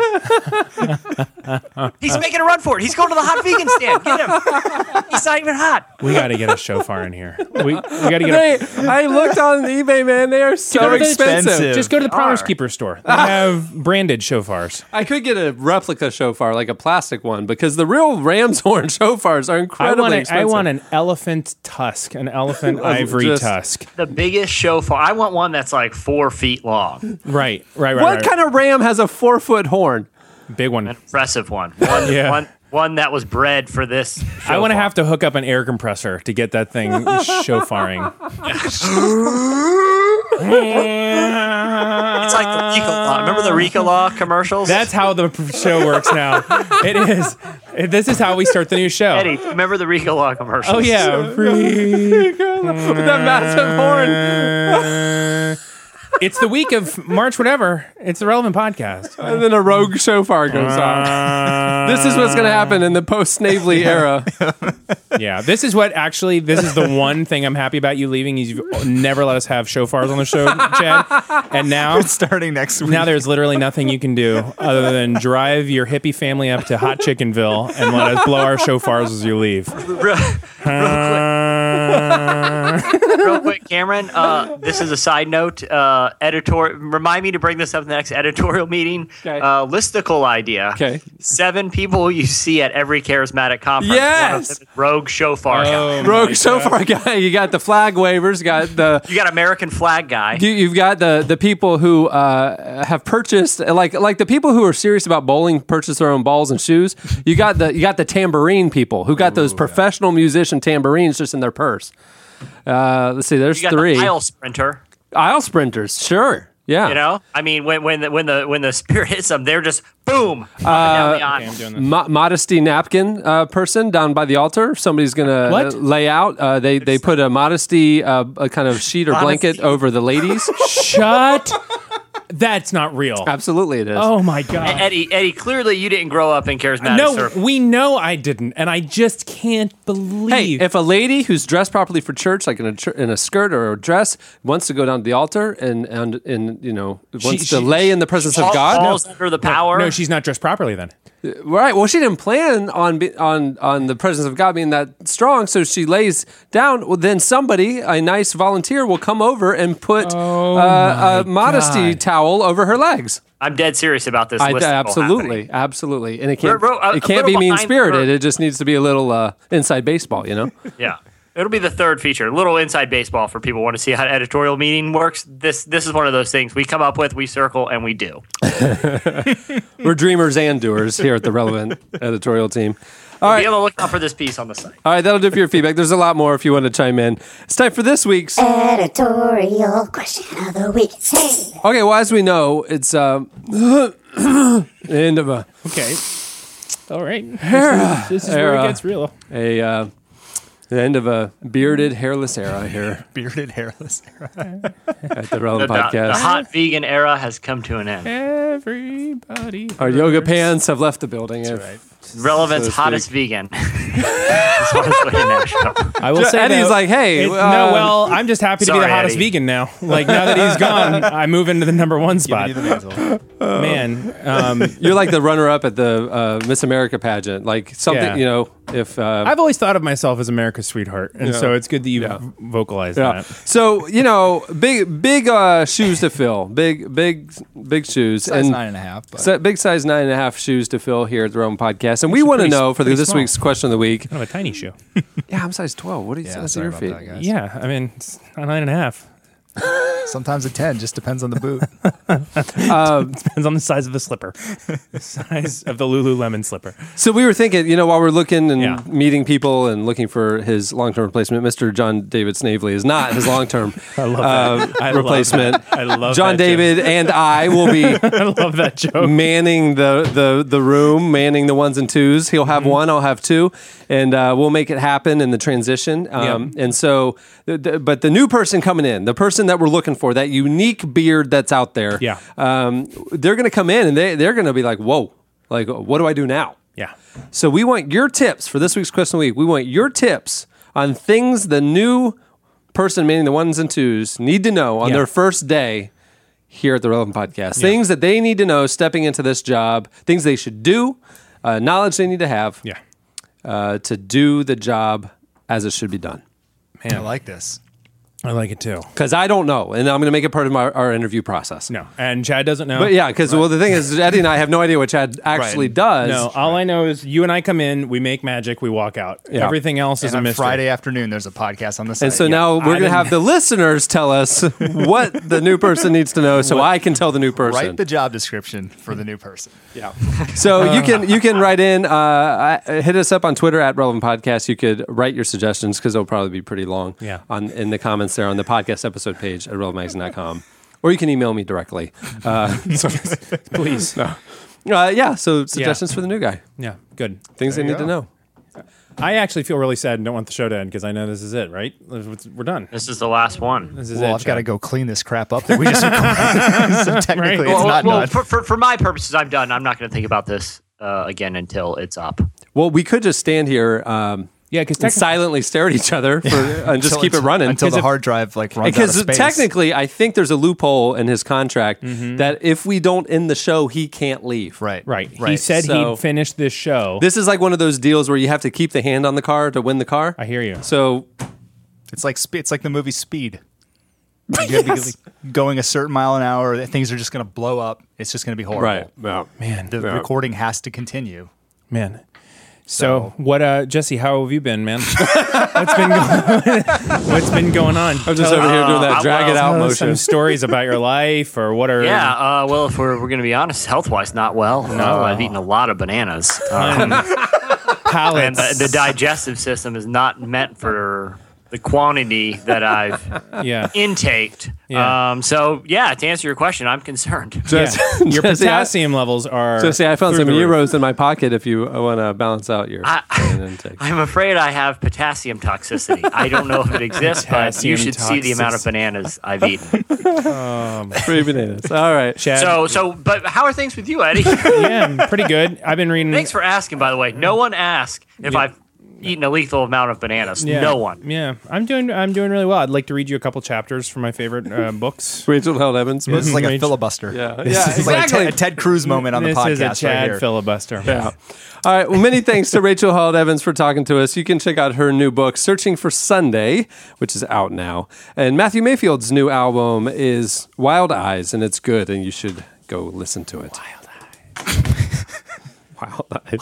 [SPEAKER 7] Uh,
[SPEAKER 5] He's making a run for it. He's going to the hot vegan stand. Get him. He's not even hot.
[SPEAKER 7] We got to get
[SPEAKER 5] [laughs]
[SPEAKER 7] a shofar in here. We, we
[SPEAKER 3] [laughs]
[SPEAKER 7] got to
[SPEAKER 3] They,
[SPEAKER 7] get a.
[SPEAKER 3] I looked on eBay, man. They are so
[SPEAKER 7] Go to the-
[SPEAKER 3] expensive.
[SPEAKER 7] Just go to the Promise
[SPEAKER 3] [laughs]
[SPEAKER 7] Keeper store. They have branded shofars.
[SPEAKER 3] I could get a replica shofar, like a plastic one, because the real ram's [laughs] horn shofars are
[SPEAKER 7] I
[SPEAKER 3] incredibly
[SPEAKER 7] want, a, I
[SPEAKER 3] expensive.
[SPEAKER 7] want an elephant tusk, an elephant
[SPEAKER 3] [laughs] Well,
[SPEAKER 7] ivory
[SPEAKER 3] just-
[SPEAKER 7] tusk.
[SPEAKER 5] The biggest shofar. I want one that's like four feet long.
[SPEAKER 7] Right, right, right.
[SPEAKER 3] what kind of ram has a four foot horn?
[SPEAKER 7] of big one?
[SPEAKER 5] Impressive one. One,
[SPEAKER 7] Yeah.
[SPEAKER 5] one, one that was bred for this.
[SPEAKER 7] I want [laughs]
[SPEAKER 5] shofar.
[SPEAKER 7] to have to hook up an air compressor to get that
[SPEAKER 3] [laughs]
[SPEAKER 7] thing shofaring.
[SPEAKER 5] [laughs] It's like the Rico Law. Remember the Rico Law commercials?
[SPEAKER 7] That's how the p- show works now. It is. It- This is how we start the new show.
[SPEAKER 5] Eddie. Remember the Rico Law commercials?
[SPEAKER 7] Oh yeah,
[SPEAKER 3] [laughs]
[SPEAKER 7] Free-
[SPEAKER 3] With that massive horn.
[SPEAKER 7] it's the week of March whatever. It's the relevant
[SPEAKER 3] [laughs]
[SPEAKER 7] podcast.
[SPEAKER 3] And then a rogue shofar goes on.
[SPEAKER 7] [laughs]
[SPEAKER 3] This is what's going to happen in the post Snavely era.
[SPEAKER 7] Yeah, this is what actually. This is
[SPEAKER 5] [laughs]
[SPEAKER 7] the one thing I'm happy about you leaving. Is you've never let us have shofars on the show, Chad. And now
[SPEAKER 1] starting next week.
[SPEAKER 7] Now there's literally nothing you can do other than drive your hippie family up to Hot Chickenville and let us blow our shofars as you leave.
[SPEAKER 5] [laughs] Real, real quick, Cameron. Uh, this is a side note. Uh, editor, remind me to bring this up in the next editorial meeting.
[SPEAKER 3] Okay.
[SPEAKER 5] Uh, listicle idea.
[SPEAKER 3] Okay.
[SPEAKER 5] Seven people you see at every charismatic conference. One of
[SPEAKER 3] Yes!
[SPEAKER 5] them is rogue shofar. guy.
[SPEAKER 3] Rogue shofar guy. You got the flag wavers, got the
[SPEAKER 5] You got American flag guy.
[SPEAKER 3] You, you've got the the people who uh, have purchased like like the people who are serious about bowling purchase their own balls and
[SPEAKER 7] [laughs]
[SPEAKER 3] shoes. You got the you got the tambourine people who got those professional musician tambourines just in their purse. Uh, let's see, there's
[SPEAKER 5] You got
[SPEAKER 3] three
[SPEAKER 5] the aisle sprinter.
[SPEAKER 3] Aisle sprinters.
[SPEAKER 5] [laughs]
[SPEAKER 3] Sure, yeah.
[SPEAKER 5] You know, I mean, when when the, when the when the spirit hits them, they're just boom up and down the aisle.
[SPEAKER 3] Uh, Mo- modesty napkin uh, person down by the altar. Somebody's gonna
[SPEAKER 7] What?
[SPEAKER 3] uh, lay out. Uh, they they put a modesty uh, a kind of sheet or blanket
[SPEAKER 5] Modesty.
[SPEAKER 3] over the ladies.
[SPEAKER 7] [laughs] Shut. That's not [laughs] real.
[SPEAKER 3] Absolutely, it is.
[SPEAKER 7] Oh my god.
[SPEAKER 5] E-, Eddie, Eddie, clearly you didn't grow up in charismatic
[SPEAKER 7] No,
[SPEAKER 5] circles.
[SPEAKER 7] we know I didn't, and I just can't
[SPEAKER 3] Hey,
[SPEAKER 7] believe.
[SPEAKER 3] if a lady who's dressed properly for church, like in a chur- in a skirt or a dress, wants to go down to the altar and and and you know wants to
[SPEAKER 7] she-
[SPEAKER 3] lay in the presence
[SPEAKER 5] Fall-
[SPEAKER 3] of God,
[SPEAKER 5] falls under the power.
[SPEAKER 7] no, she's not dressed properly then.
[SPEAKER 3] right? Well, she didn't plan on be, on on the presence of God being that strong, so she lays down. Well, then somebody, a nice volunteer, will come over and put uh, a
[SPEAKER 7] Oh
[SPEAKER 3] modesty
[SPEAKER 7] God.
[SPEAKER 3] towel over her legs.
[SPEAKER 5] I'm dead serious about this.
[SPEAKER 3] I,
[SPEAKER 5] listicle
[SPEAKER 3] absolutely,
[SPEAKER 5] happening.
[SPEAKER 3] absolutely, and it can't
[SPEAKER 5] Ro- a-
[SPEAKER 3] it
[SPEAKER 5] a
[SPEAKER 3] can't be
[SPEAKER 5] little
[SPEAKER 3] mean
[SPEAKER 5] behind the
[SPEAKER 3] spirited.
[SPEAKER 5] curve.
[SPEAKER 3] It just needs to be a little uh, inside baseball, you know.
[SPEAKER 5] Yeah. It'll be the third feature, little inside baseball for people who want to see how editorial meeting works. This this is one of those things we come up with, we circle, and we do.
[SPEAKER 3] We're dreamers and doers here at
[SPEAKER 7] [laughs]
[SPEAKER 3] the relevant editorial team.
[SPEAKER 5] Be on the lookout for this piece on the site.
[SPEAKER 3] All right, that'll do for your feedback. There's a lot more if you want to chime in. It's time for this week's.
[SPEAKER 2] Editorial question of the week. Hey.
[SPEAKER 3] Okay, well, as we know, it's um, [coughs] end of a,
[SPEAKER 7] Okay. All right. This is,
[SPEAKER 3] where it Hera. gets
[SPEAKER 7] gets real.
[SPEAKER 3] a uh, the end of a bearded, hairless era
[SPEAKER 7] [laughs]
[SPEAKER 3] here
[SPEAKER 1] bearded, hairless.
[SPEAKER 3] at the
[SPEAKER 7] Oh,
[SPEAKER 5] The,
[SPEAKER 3] Relevant
[SPEAKER 5] the- the
[SPEAKER 3] Podcast.
[SPEAKER 5] hot vegan era has come to an end.
[SPEAKER 7] Everybody.
[SPEAKER 3] Our yoga pants have left the building. That's
[SPEAKER 5] Relevance
[SPEAKER 3] So to
[SPEAKER 7] [laughs]
[SPEAKER 5] hottest vegan. That's what it's put in that show.
[SPEAKER 7] I [laughs] will say
[SPEAKER 3] Eddie's
[SPEAKER 7] though,
[SPEAKER 3] like, hey,
[SPEAKER 7] it- um,
[SPEAKER 3] uh,
[SPEAKER 7] no, well, I'm just happy to be
[SPEAKER 5] sorry,
[SPEAKER 7] the hottest
[SPEAKER 5] Eddie.
[SPEAKER 7] vegan now. Like now that he's
[SPEAKER 6] [laughs]
[SPEAKER 7] gone, I move into the number one spot. [laughs] Man,
[SPEAKER 3] [laughs]
[SPEAKER 7] um,
[SPEAKER 3] uh, You're like the runner-up at the uh, Miss America pageant. Like something,
[SPEAKER 7] Yeah.
[SPEAKER 3] you know, if uh,
[SPEAKER 7] I've always thought of myself as America's sweetheart, and so it's good that you [laughs]
[SPEAKER 3] Yeah.
[SPEAKER 7] have vocalized
[SPEAKER 3] Yeah.
[SPEAKER 7] that.
[SPEAKER 3] So you know, big big uh, shoes to fill. Big big big shoes.
[SPEAKER 6] Size nine and a half, but-
[SPEAKER 3] si- big size nine and a half shoes to fill here at the Rome Podcast. And we want to
[SPEAKER 7] pretty s-
[SPEAKER 3] know for the,
[SPEAKER 7] pretty
[SPEAKER 3] this
[SPEAKER 7] small.
[SPEAKER 3] week's question of the week.
[SPEAKER 7] Kind of a tiny shoe.
[SPEAKER 3] Yeah, I'm size twelve. What do you?
[SPEAKER 6] Yeah,
[SPEAKER 3] that's
[SPEAKER 6] sorry
[SPEAKER 3] your
[SPEAKER 6] about
[SPEAKER 3] feet.
[SPEAKER 6] that, guys.
[SPEAKER 7] yeah, I mean, it's a nine and a half.
[SPEAKER 6] Sometimes a ten, just depends on the boot.
[SPEAKER 7] [laughs]
[SPEAKER 3] Um,
[SPEAKER 7] Depends on the size of the slipper, [laughs] the size of the Lululemon slipper.
[SPEAKER 3] So we were thinking, you know, while we're looking and
[SPEAKER 7] Yeah.
[SPEAKER 3] meeting people and looking for his long term replacement, Mr. John David Snavely is not his long term
[SPEAKER 7] [laughs] I love that. I love
[SPEAKER 3] replacement.
[SPEAKER 7] that. I love
[SPEAKER 3] John
[SPEAKER 7] that joke.
[SPEAKER 3] David and I will
[SPEAKER 7] [laughs]
[SPEAKER 3] be
[SPEAKER 7] I love that joke.
[SPEAKER 3] manning the, the the room, manning the ones and twos. He'll
[SPEAKER 7] Mm-hmm.
[SPEAKER 3] have one, I'll have two, and uh, we'll make it happen in the transition. Um, And so, th- th- but the new person coming in, the person that we're looking for, that unique beard that's out there,
[SPEAKER 7] Yeah.
[SPEAKER 3] um, they're going to come in and they they're going to be like, whoa, like what do I do now?
[SPEAKER 7] Yeah.
[SPEAKER 3] So we want your tips for this week's question of the week. We want your tips on things the new person, meaning the ones and twos, need to know on
[SPEAKER 7] Yeah.
[SPEAKER 3] their first day here at the Relevant Podcast. Things that they need to know stepping into this job. Things they should do. uh, knowledge they need to have
[SPEAKER 7] Yeah.
[SPEAKER 3] uh, to do the job as it should be done.
[SPEAKER 6] I like this.
[SPEAKER 7] I like it too.
[SPEAKER 3] Because I don't know, and I'm going to make it part of my, our interview process.
[SPEAKER 7] No, and Chad doesn't know.
[SPEAKER 3] But yeah, because well, the thing is, Eddie and I have no idea what Chad actually does.
[SPEAKER 7] No, all I know is you and I come in, we make magic, we walk out.
[SPEAKER 3] Yeah.
[SPEAKER 7] Everything else is
[SPEAKER 6] And
[SPEAKER 7] a
[SPEAKER 6] on
[SPEAKER 7] mystery.
[SPEAKER 6] Friday afternoon, there's a podcast on the site.
[SPEAKER 3] And so
[SPEAKER 6] Yeah.
[SPEAKER 7] I
[SPEAKER 3] now we're [laughs] going to
[SPEAKER 7] didn't- [laughs]
[SPEAKER 3] have the listeners tell us what the new person needs to know, so I can tell the new person.
[SPEAKER 6] write the job description for the new person.
[SPEAKER 3] so
[SPEAKER 6] Uh.
[SPEAKER 3] you can you can write in, uh, I- hit us up on Twitter at Relevant Podcast. You could write your suggestions because it'll probably be pretty long.
[SPEAKER 7] Yeah.
[SPEAKER 3] On in the comments there on the podcast episode page at relevantmagazine.com. or you can email me directly.
[SPEAKER 6] [laughs]
[SPEAKER 3] Uh,
[SPEAKER 7] Please. no.
[SPEAKER 3] uh, yeah. So suggestions for the new guy,
[SPEAKER 7] Yeah, good.
[SPEAKER 3] things they need to know.
[SPEAKER 7] I actually feel really sad and don't want the show to end because I know this is it, right? It's- We're done.
[SPEAKER 5] This is the last one.
[SPEAKER 7] This is
[SPEAKER 6] Well,
[SPEAKER 7] it.
[SPEAKER 6] I've got to go clean this crap up that we just recorded. so technically, it's
[SPEAKER 5] well,
[SPEAKER 6] not
[SPEAKER 5] well,
[SPEAKER 6] done.
[SPEAKER 5] For, for, for my purposes, I'm done. I'm not going to think about this uh, again until it's up.
[SPEAKER 3] Well, we could just stand here. Um,
[SPEAKER 7] Yeah, 'cause
[SPEAKER 3] and
[SPEAKER 7] technically-
[SPEAKER 3] silently stare at each
[SPEAKER 6] [laughs]
[SPEAKER 3] other for, and just
[SPEAKER 6] Until
[SPEAKER 3] keep it
[SPEAKER 6] it's-
[SPEAKER 3] running
[SPEAKER 6] until the
[SPEAKER 3] Because if-
[SPEAKER 6] hard drive like runs out of
[SPEAKER 3] Because
[SPEAKER 6] space. Mm-hmm.
[SPEAKER 3] technically, I think there's a loophole in his contract that if we don't end the show, he can't leave.
[SPEAKER 6] right,
[SPEAKER 7] Right. [laughs] He
[SPEAKER 6] right.
[SPEAKER 7] said
[SPEAKER 3] So-
[SPEAKER 7] he'd finish this show.
[SPEAKER 3] This is like one of those deals where you have to keep the hand on the car to win the car.
[SPEAKER 7] I hear you.
[SPEAKER 3] So
[SPEAKER 6] It's like spe- it's like the movie Speed. You
[SPEAKER 7] [laughs]
[SPEAKER 6] gotta be like, going a certain mile an hour, that things are just going to blow up. It's just going to be horrible.
[SPEAKER 7] man,
[SPEAKER 6] The recording has to continue.
[SPEAKER 7] man. So, what, uh, Jesse? How have you been,
[SPEAKER 6] [laughs]
[SPEAKER 7] man? what's been going? what's been going on?
[SPEAKER 3] I'm just over here doing
[SPEAKER 5] Uh,
[SPEAKER 3] that
[SPEAKER 5] I
[SPEAKER 3] drag it
[SPEAKER 5] will-
[SPEAKER 3] out
[SPEAKER 7] Tell us some
[SPEAKER 3] motion.
[SPEAKER 7] stories about your
[SPEAKER 3] [laughs]
[SPEAKER 7] life, or what are?
[SPEAKER 5] Yeah. Uh, well, if we're, we're going to be honest, health wise, not well. No. I've eaten a lot of bananas. Um, and
[SPEAKER 7] palettes.
[SPEAKER 5] the, the digestive system is not meant for the quantity that I've
[SPEAKER 7] yeah,
[SPEAKER 5] intaked.
[SPEAKER 7] Yeah.
[SPEAKER 5] Um, so, yeah, to answer your question, I'm concerned.
[SPEAKER 7] yeah. your
[SPEAKER 3] Jesse, I-
[SPEAKER 7] potassium levels are.
[SPEAKER 3] So see, I found
[SPEAKER 7] through
[SPEAKER 3] some
[SPEAKER 7] the roof.
[SPEAKER 3] euros in my pocket. If you want to balance out your [laughs]
[SPEAKER 5] I-
[SPEAKER 3] iron intake,
[SPEAKER 5] I'm afraid I have potassium toxicity. I don't know if it exists, but you
[SPEAKER 7] Potassium
[SPEAKER 5] should see the amount of
[SPEAKER 7] toxicity.
[SPEAKER 5] bananas
[SPEAKER 7] [laughs]
[SPEAKER 5] I've eaten.
[SPEAKER 3] free bananas. All right,
[SPEAKER 7] Chad,
[SPEAKER 5] So, so, but how are things with you,
[SPEAKER 7] [laughs]
[SPEAKER 5] Eddie?
[SPEAKER 7] yeah, I'm pretty good. I've been reading.
[SPEAKER 5] Thanks for asking, by the way. No one asked if I've eaten a lethal amount of bananas.
[SPEAKER 7] Yeah. [laughs]
[SPEAKER 5] No one.
[SPEAKER 7] Yeah, I'm doing. I'm doing really well. I'd like to read you a couple chapters from my favorite
[SPEAKER 6] [laughs]
[SPEAKER 7] uh, books.
[SPEAKER 3] Rachel Held Evans.
[SPEAKER 6] This is like a
[SPEAKER 7] Rage-
[SPEAKER 6] filibuster.
[SPEAKER 3] Yeah,
[SPEAKER 6] This
[SPEAKER 3] yeah,
[SPEAKER 6] is like a Ted-
[SPEAKER 3] exactly.
[SPEAKER 6] a, Ted Cruz moment on
[SPEAKER 7] this
[SPEAKER 6] the podcast
[SPEAKER 7] is a
[SPEAKER 6] right
[SPEAKER 7] Chad
[SPEAKER 6] here.
[SPEAKER 7] filibuster. Yeah.
[SPEAKER 3] All right. Well, many thanks to Rachel Hall Evans for talking to us. You can check out her new book, Searching for Sunday, which is out now. And Matthew Mayfield's new album is Wild Eyes, and it's good, and you should go listen to it. [laughs] Wild Eyes.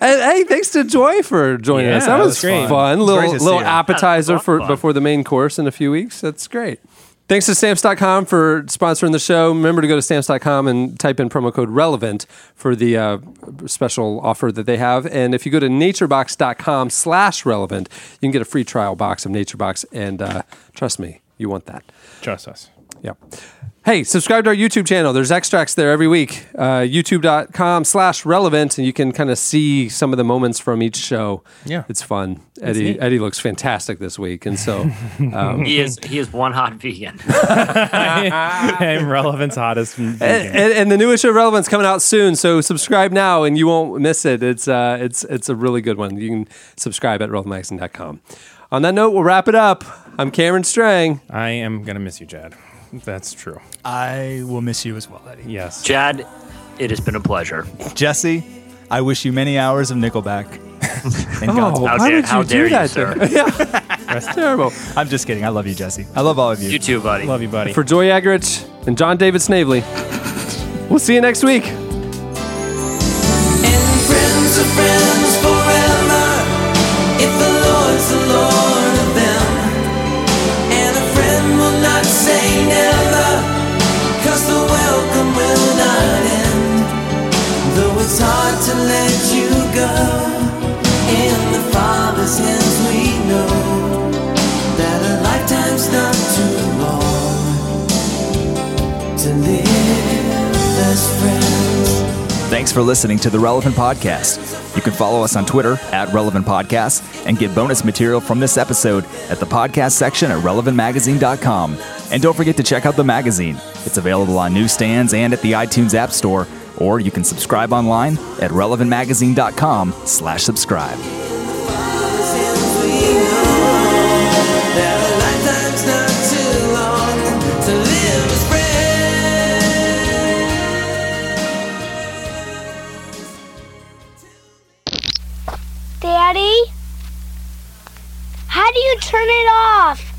[SPEAKER 3] And hey, thanks to Joy for joining
[SPEAKER 7] Yeah,
[SPEAKER 3] us.
[SPEAKER 7] that
[SPEAKER 3] That was,
[SPEAKER 7] was great.
[SPEAKER 3] fun.
[SPEAKER 6] Great
[SPEAKER 3] Little
[SPEAKER 6] to see
[SPEAKER 3] little
[SPEAKER 6] you.
[SPEAKER 3] appetizer
[SPEAKER 5] That's
[SPEAKER 3] for
[SPEAKER 5] fun.
[SPEAKER 3] before the main course in a few weeks. That's great. Thanks to stamps.com for sponsoring the show. Remember to go to stamps.com and type in promo code relevant for the uh, special offer that they have. And if you go to naturebox.com slash relevant, you can get a free trial box of Naturebox. And uh, trust me, you want that.
[SPEAKER 7] Trust us.
[SPEAKER 3] Yeah. Hey, subscribe to our YouTube channel. There's extracts there every week. Uh, YouTube.com slash relevant, and you can kind of see some of the moments from each show.
[SPEAKER 7] Yeah.
[SPEAKER 3] It's fun. Eddie Eddie looks fantastic this week. And so, um,
[SPEAKER 5] He is he is one
[SPEAKER 7] [laughs]
[SPEAKER 5] hot vegan. [laughs]
[SPEAKER 6] [laughs]
[SPEAKER 7] I'm relevance hottest.
[SPEAKER 3] and,
[SPEAKER 7] vegan.
[SPEAKER 3] and, and the newest show Relevant's coming out soon. So subscribe now and you won't miss it. It's, uh, it's, it's a really good one. You can subscribe at relevantmagazine.com. On that note, we'll wrap it up. I'm Cameron Strang.
[SPEAKER 7] I am gonna miss you, Chad. That's true.
[SPEAKER 6] I will miss you as well, Eddie.
[SPEAKER 7] Yes.
[SPEAKER 5] Chad, it has been a pleasure.
[SPEAKER 6] Jesse, I wish you many hours of
[SPEAKER 7] [laughs]
[SPEAKER 6] Nickelback. and
[SPEAKER 7] Oh,
[SPEAKER 6] Godspeed.
[SPEAKER 5] How
[SPEAKER 3] why
[SPEAKER 5] dare-
[SPEAKER 3] would
[SPEAKER 5] how
[SPEAKER 3] you
[SPEAKER 5] dare you,
[SPEAKER 3] do that?
[SPEAKER 5] sir.
[SPEAKER 3] to- [laughs] yeah, that's terrible.
[SPEAKER 6] I'm just kidding. I love you, Jesse. I love all of you.
[SPEAKER 5] You too, buddy.
[SPEAKER 7] Love you, buddy.
[SPEAKER 3] For Joy Agarich and John David Snavely, we'll see you next week.
[SPEAKER 2] And friends are friends forever if the Lord's the Lord of them. And a friend will not say never, cause the welcome will not end. Though it's hard to let you go, in the Father's hands we know that a lifetime's not too long to live as friends.
[SPEAKER 1] Thanks for listening to the Relevant Podcast. You can follow us on Twitter at Relevant Podcasts and get bonus material from this episode at the podcast section at relevantmagazine.com. And don't forget to check out the magazine. It's available on newsstands and at the iTunes App Store, or you can subscribe online at relevantmagazine.com slash subscribe.
[SPEAKER 2] That a lifetime's not too long to live as friends. Daddy? How do you turn it off?